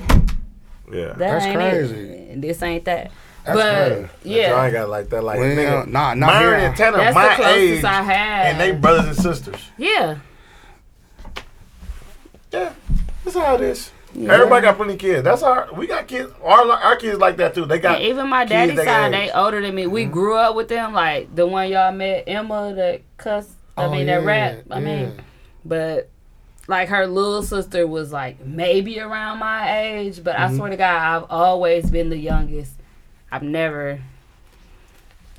Speaker 5: yeah.
Speaker 2: that
Speaker 7: That's
Speaker 2: ain't
Speaker 7: crazy.
Speaker 2: it. And This ain't that.
Speaker 7: That's
Speaker 2: but
Speaker 7: crazy.
Speaker 5: Y'all ain't
Speaker 2: yeah,
Speaker 5: got like that. Like
Speaker 7: Well,
Speaker 5: nigga,
Speaker 7: nah, not
Speaker 5: Myron
Speaker 7: here.
Speaker 5: and Tanner
Speaker 2: that's
Speaker 5: my
Speaker 2: the closest
Speaker 5: age,
Speaker 2: I had.
Speaker 5: and they brothers and sisters.
Speaker 2: yeah.
Speaker 5: Yeah, that's how it is. Everybody got plenty of kids. That's our we got kids. Our our kids like that too. They got
Speaker 2: And even my
Speaker 5: kids
Speaker 2: daddy's
Speaker 5: that
Speaker 2: side,
Speaker 5: age.
Speaker 2: they older than me. We grew up with them, like the one y'all met, Emma, that cuss. I
Speaker 7: Oh,
Speaker 2: mean,
Speaker 7: yeah,
Speaker 2: that rap. I
Speaker 7: yeah.
Speaker 2: mean, but like her little sister was like maybe around my age,
Speaker 7: Mm-hmm.
Speaker 2: but I swear to God, I've always been the youngest. I've never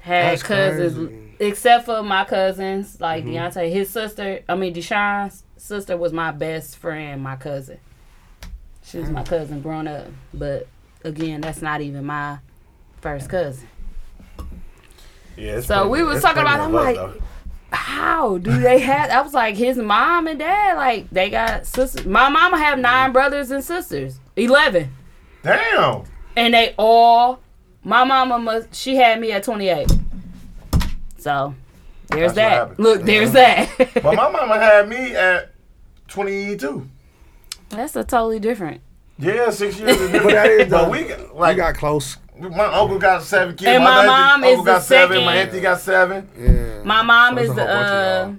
Speaker 2: had
Speaker 7: That's
Speaker 2: cousins,
Speaker 7: crazy. Mm-hmm.
Speaker 2: except for my cousins, like Deontay, his sister. I mean, Deshaun's sister was my best friend, my cousin. She was my
Speaker 7: Mm.
Speaker 2: cousin growing up, but again, that's not even my first cousin.
Speaker 5: Yeah. it's
Speaker 2: So
Speaker 5: plenty-
Speaker 2: we was
Speaker 5: it's
Speaker 2: talking
Speaker 5: plenty
Speaker 2: about-
Speaker 5: of
Speaker 2: I'm
Speaker 5: us,
Speaker 2: like-
Speaker 5: though.
Speaker 2: How do they have? I was like, his mom and dad, like they got sisters. My mama have nine brothers and sisters, eleven,
Speaker 5: damn.
Speaker 2: and they all. My mama must. She had me at twenty eight. So there's
Speaker 5: That's what
Speaker 2: that.
Speaker 5: happened.
Speaker 2: Look, there's that.
Speaker 5: (laughs) But my mama had me at 22.
Speaker 2: That's a totally different.
Speaker 5: Yeah, six (laughs) years. Is different.
Speaker 7: But that is
Speaker 5: but
Speaker 7: the-
Speaker 5: we got-
Speaker 7: I
Speaker 5: like
Speaker 7: got close.
Speaker 5: my uncle got seven kids.
Speaker 2: And my
Speaker 5: auntie-
Speaker 2: mom is
Speaker 5: uncle
Speaker 2: the
Speaker 5: got seven.
Speaker 2: second.
Speaker 5: My auntie got seven.
Speaker 7: Yeah.
Speaker 2: My mom
Speaker 5: So it's
Speaker 2: is
Speaker 5: a whole
Speaker 2: the.
Speaker 5: bunch of
Speaker 2: Uh,
Speaker 5: y'all.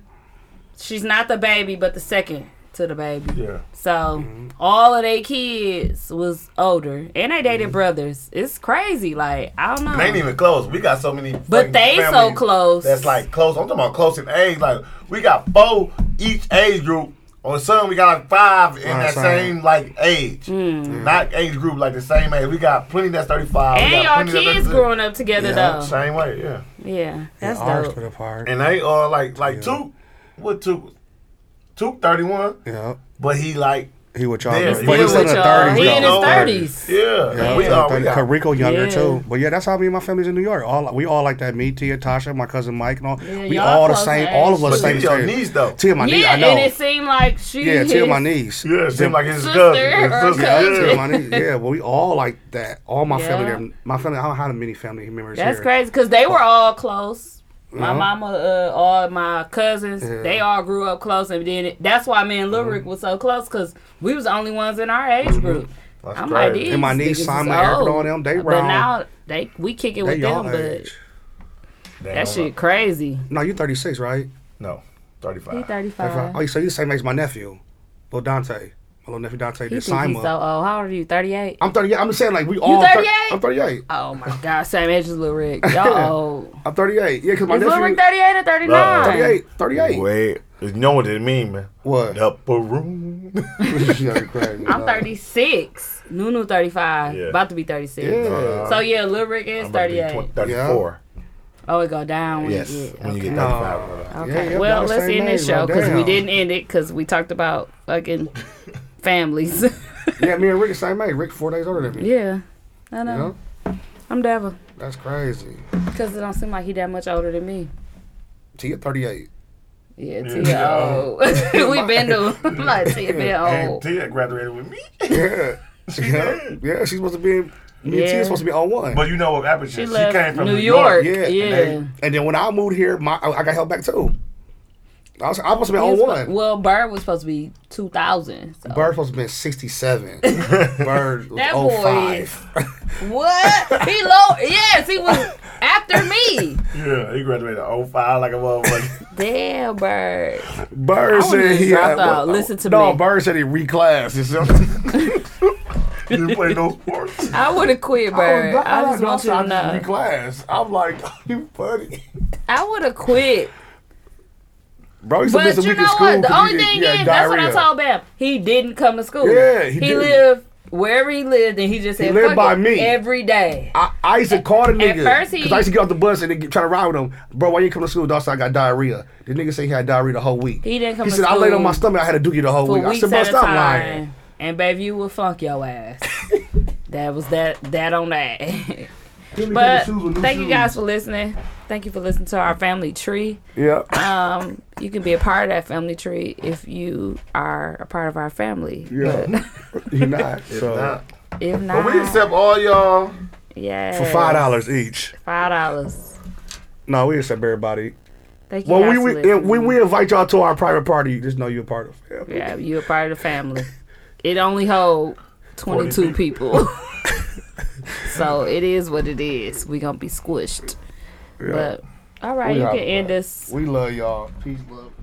Speaker 2: she's not the baby, but the second to the baby.
Speaker 5: Yeah.
Speaker 2: So
Speaker 5: Mm-hmm.
Speaker 2: all of their kids was older, and they dated brothers. It's crazy. Like I don't know.
Speaker 5: They ain't Mm-hmm. even close. We got so many.
Speaker 2: But
Speaker 5: fucking
Speaker 2: they so
Speaker 5: families
Speaker 2: close.
Speaker 5: That's like close. I'm talking about close in age. Like we got four each age group. On some, we got like five in that
Speaker 7: same.
Speaker 5: same like age, not age group like the same age. We got plenty that's 35. we
Speaker 2: Hmm. and
Speaker 5: got
Speaker 2: y'all
Speaker 5: plenty that's
Speaker 2: kids
Speaker 5: 36.
Speaker 2: growing up together
Speaker 5: Yeah,
Speaker 2: though.
Speaker 5: same way. Yeah.
Speaker 2: Yeah, that's
Speaker 7: Ours
Speaker 2: dope.
Speaker 7: split apart.
Speaker 5: and they are like like two, what two, two thirty one,
Speaker 7: Yeah.
Speaker 5: but he like
Speaker 7: He with y'all.
Speaker 5: Yeah,
Speaker 7: but
Speaker 5: he
Speaker 7: he
Speaker 5: was
Speaker 7: was in the
Speaker 2: with y'all.
Speaker 7: 30s.
Speaker 2: He in his
Speaker 7: though.
Speaker 2: 30s.
Speaker 5: yeah,
Speaker 7: Yeah,
Speaker 5: we
Speaker 7: we
Speaker 5: are we got
Speaker 7: Rico younger
Speaker 2: Oh, Yeah.
Speaker 7: too. But yeah, that's how me and my family's in New York. All we all like that. Me, Tia, Tasha, my cousin Mike, and all.
Speaker 2: Yeah,
Speaker 7: we
Speaker 2: y'all
Speaker 7: all the
Speaker 2: close
Speaker 7: same.
Speaker 2: age.
Speaker 7: All of
Speaker 5: but
Speaker 7: us
Speaker 5: to
Speaker 7: same.
Speaker 5: your
Speaker 7: same.
Speaker 5: knees though.
Speaker 7: Tia, my knee.
Speaker 2: yeah,
Speaker 7: I know.
Speaker 2: and it seemed like she.
Speaker 7: yeah, Tia,
Speaker 2: his-
Speaker 7: my knees.
Speaker 5: Yeah, it seemed like his
Speaker 2: Sister
Speaker 5: cousin. His
Speaker 2: or
Speaker 5: sister,
Speaker 7: Yeah,
Speaker 2: cousin.
Speaker 5: yeah.
Speaker 7: Tia, my knees. Yeah, but we all like that. All my
Speaker 2: Yeah.
Speaker 7: family. My family. I don't have many family members
Speaker 2: That's
Speaker 7: here.
Speaker 2: crazy because they were all close. My
Speaker 7: Uh-huh.
Speaker 2: mama, uh, all my cousins, they all grew up close, and then it, that's why me and
Speaker 7: Uh-huh.
Speaker 2: Lil Rick was so close because we was the only ones in our age group.
Speaker 5: That's
Speaker 2: I'm like,
Speaker 5: crazy.
Speaker 2: these
Speaker 7: Mm-hmm. And my niece,
Speaker 2: niggas is
Speaker 7: Simon, Erica,
Speaker 2: old.
Speaker 7: all them, they
Speaker 2: But
Speaker 7: round.
Speaker 2: now they we kick it
Speaker 7: They
Speaker 2: with them,
Speaker 7: y'all
Speaker 2: but
Speaker 7: age.
Speaker 5: Damn,
Speaker 2: that shit crazy.
Speaker 7: No, you 36, right?
Speaker 5: No, thirty
Speaker 2: He
Speaker 5: five.
Speaker 2: thirty five.
Speaker 7: Oh, you so you the same age as my nephew, little Dante. My little nephew Dante.
Speaker 2: He thinks
Speaker 7: This
Speaker 2: he's
Speaker 7: Simon.
Speaker 2: so old. How old are you? Thirty eight.
Speaker 7: I'm 38. I'm just saying, like we all. thir-
Speaker 2: 38?
Speaker 7: I'm 38.
Speaker 2: Oh my god, same age as Lil Rick. Y'all old.
Speaker 7: I'm 38. Yeah, because my
Speaker 2: Is Lil Rick
Speaker 7: nephew.
Speaker 2: thirty eight or thirty nine?
Speaker 7: 38. 38.
Speaker 5: (laughs) Wait, you know what it mean, man?
Speaker 7: What?
Speaker 5: The upper room.
Speaker 2: I'm thirty six. Nunu thirty five.
Speaker 5: Yeah.
Speaker 2: About to be thirty six.
Speaker 7: Yeah.
Speaker 2: So yeah, Lil Rick is thirty eight.
Speaker 5: Thirty four.
Speaker 2: Oh, it go down when
Speaker 5: Yes,
Speaker 2: you get.
Speaker 5: when you get thirty
Speaker 7: No.
Speaker 5: five.
Speaker 2: Okay.
Speaker 7: Yeah, yeah,
Speaker 2: well,
Speaker 7: about the
Speaker 2: let's
Speaker 7: same
Speaker 2: end this
Speaker 7: age,
Speaker 2: show
Speaker 7: like,
Speaker 2: because we
Speaker 7: damn.
Speaker 2: didn't end it because we talked about fucking families.
Speaker 7: Yeah, me and Rick the same age. Rick four days older than me.
Speaker 2: yeah, I know.
Speaker 7: You know?
Speaker 2: I'm Dava
Speaker 7: That's crazy.
Speaker 2: because it don't seem like he that much older than me.
Speaker 7: Tia 38.
Speaker 2: Yeah, Tia old. (laughs) we been to I'm like Tia been
Speaker 5: And
Speaker 2: old.
Speaker 5: Tia graduated with me.
Speaker 7: (laughs) Yeah. (laughs) yeah. Yeah, she's supposed to be, me and
Speaker 2: Yeah.
Speaker 7: Tia's supposed to be on one.
Speaker 5: (laughs) But you know what happened?
Speaker 2: She
Speaker 5: She,
Speaker 2: left
Speaker 5: came from
Speaker 2: New, York.
Speaker 7: yeah,
Speaker 2: Yeah,
Speaker 7: and and then when I moved here, my I, I got held back too. I was, I was supposed to be
Speaker 2: He
Speaker 7: on
Speaker 2: was
Speaker 7: Oh, one.
Speaker 2: spo- well, Bird was supposed to be two thousand.
Speaker 7: (laughs)
Speaker 2: So.
Speaker 7: Bird supposed to been
Speaker 2: (laughs)
Speaker 7: 67. Bird
Speaker 2: That
Speaker 7: was
Speaker 2: boy
Speaker 7: 05.
Speaker 2: What? He low? Yes, he was after me.
Speaker 5: Yeah, he graduated in 05 like a motherfucker. (laughs)
Speaker 2: Damn, Bird.
Speaker 7: Bird
Speaker 2: I wouldn't
Speaker 7: said he
Speaker 2: even
Speaker 7: had,
Speaker 2: drop out. Listen to
Speaker 7: no,
Speaker 2: me.
Speaker 7: Bird said he reclassed himself.
Speaker 5: Didn't play no sports.
Speaker 2: I would have quit, Bird. I, just want you to know.
Speaker 5: class. I'm like,
Speaker 7: (laughs)
Speaker 5: you funny.
Speaker 2: I would have quit.
Speaker 7: Bro, he's
Speaker 2: But
Speaker 7: missed a
Speaker 2: you
Speaker 7: week
Speaker 2: know
Speaker 7: of school.
Speaker 2: what? The only
Speaker 7: 'cause he did-
Speaker 2: thing
Speaker 7: he had
Speaker 2: is, that's what I
Speaker 7: diarrhea.
Speaker 2: told Bam. He didn't come to school.
Speaker 7: Yeah, he didn't.
Speaker 2: lived wherever he lived, and he just said,
Speaker 7: lived
Speaker 2: "Fuck
Speaker 7: by
Speaker 2: it,"
Speaker 7: me.
Speaker 2: every day.
Speaker 7: I, I used to call the
Speaker 2: At
Speaker 7: nigga
Speaker 2: first he-
Speaker 7: because I used to get off the bus and then get, try to ride with him. Bro, why you come to school? Dawson, I got diarrhea. The nigga said he had diarrhea the whole week.
Speaker 2: He didn't come
Speaker 7: He
Speaker 2: to
Speaker 7: said I laid on
Speaker 2: school
Speaker 7: my stomach. I had a dookie the whole
Speaker 2: For
Speaker 7: week. I
Speaker 2: weeks
Speaker 7: said, bro,
Speaker 2: at a
Speaker 7: stop
Speaker 2: time,
Speaker 7: lying.
Speaker 2: and baby, you will funk your
Speaker 7: (laughs)
Speaker 2: ass. that was that. That on that. (laughs) but thank you guys for listening. Thank you for listening to our family tree.
Speaker 7: Yeah,
Speaker 2: Um, you can be a part of that family tree if you are a part of our family.
Speaker 7: (laughs) yeah. (laughs) You're not. So
Speaker 5: Nah.
Speaker 2: But if not,
Speaker 5: But we accept all y'all.
Speaker 2: yes,
Speaker 7: for five dollars each.
Speaker 2: Five dollars.
Speaker 7: No, we accept everybody.
Speaker 2: Thank you.
Speaker 7: Well,
Speaker 2: guys
Speaker 7: we
Speaker 2: for
Speaker 7: we,
Speaker 2: listening.
Speaker 7: if we we invite y'all to our private party. Just know you're a part of. it.
Speaker 2: Yeah, you're a part of the family. It only hold 22 people. (laughs) so it is what it is. We going to be squished. But all right,
Speaker 7: We
Speaker 2: you
Speaker 7: out,
Speaker 2: can end us.
Speaker 7: We love y'all. Peace, love.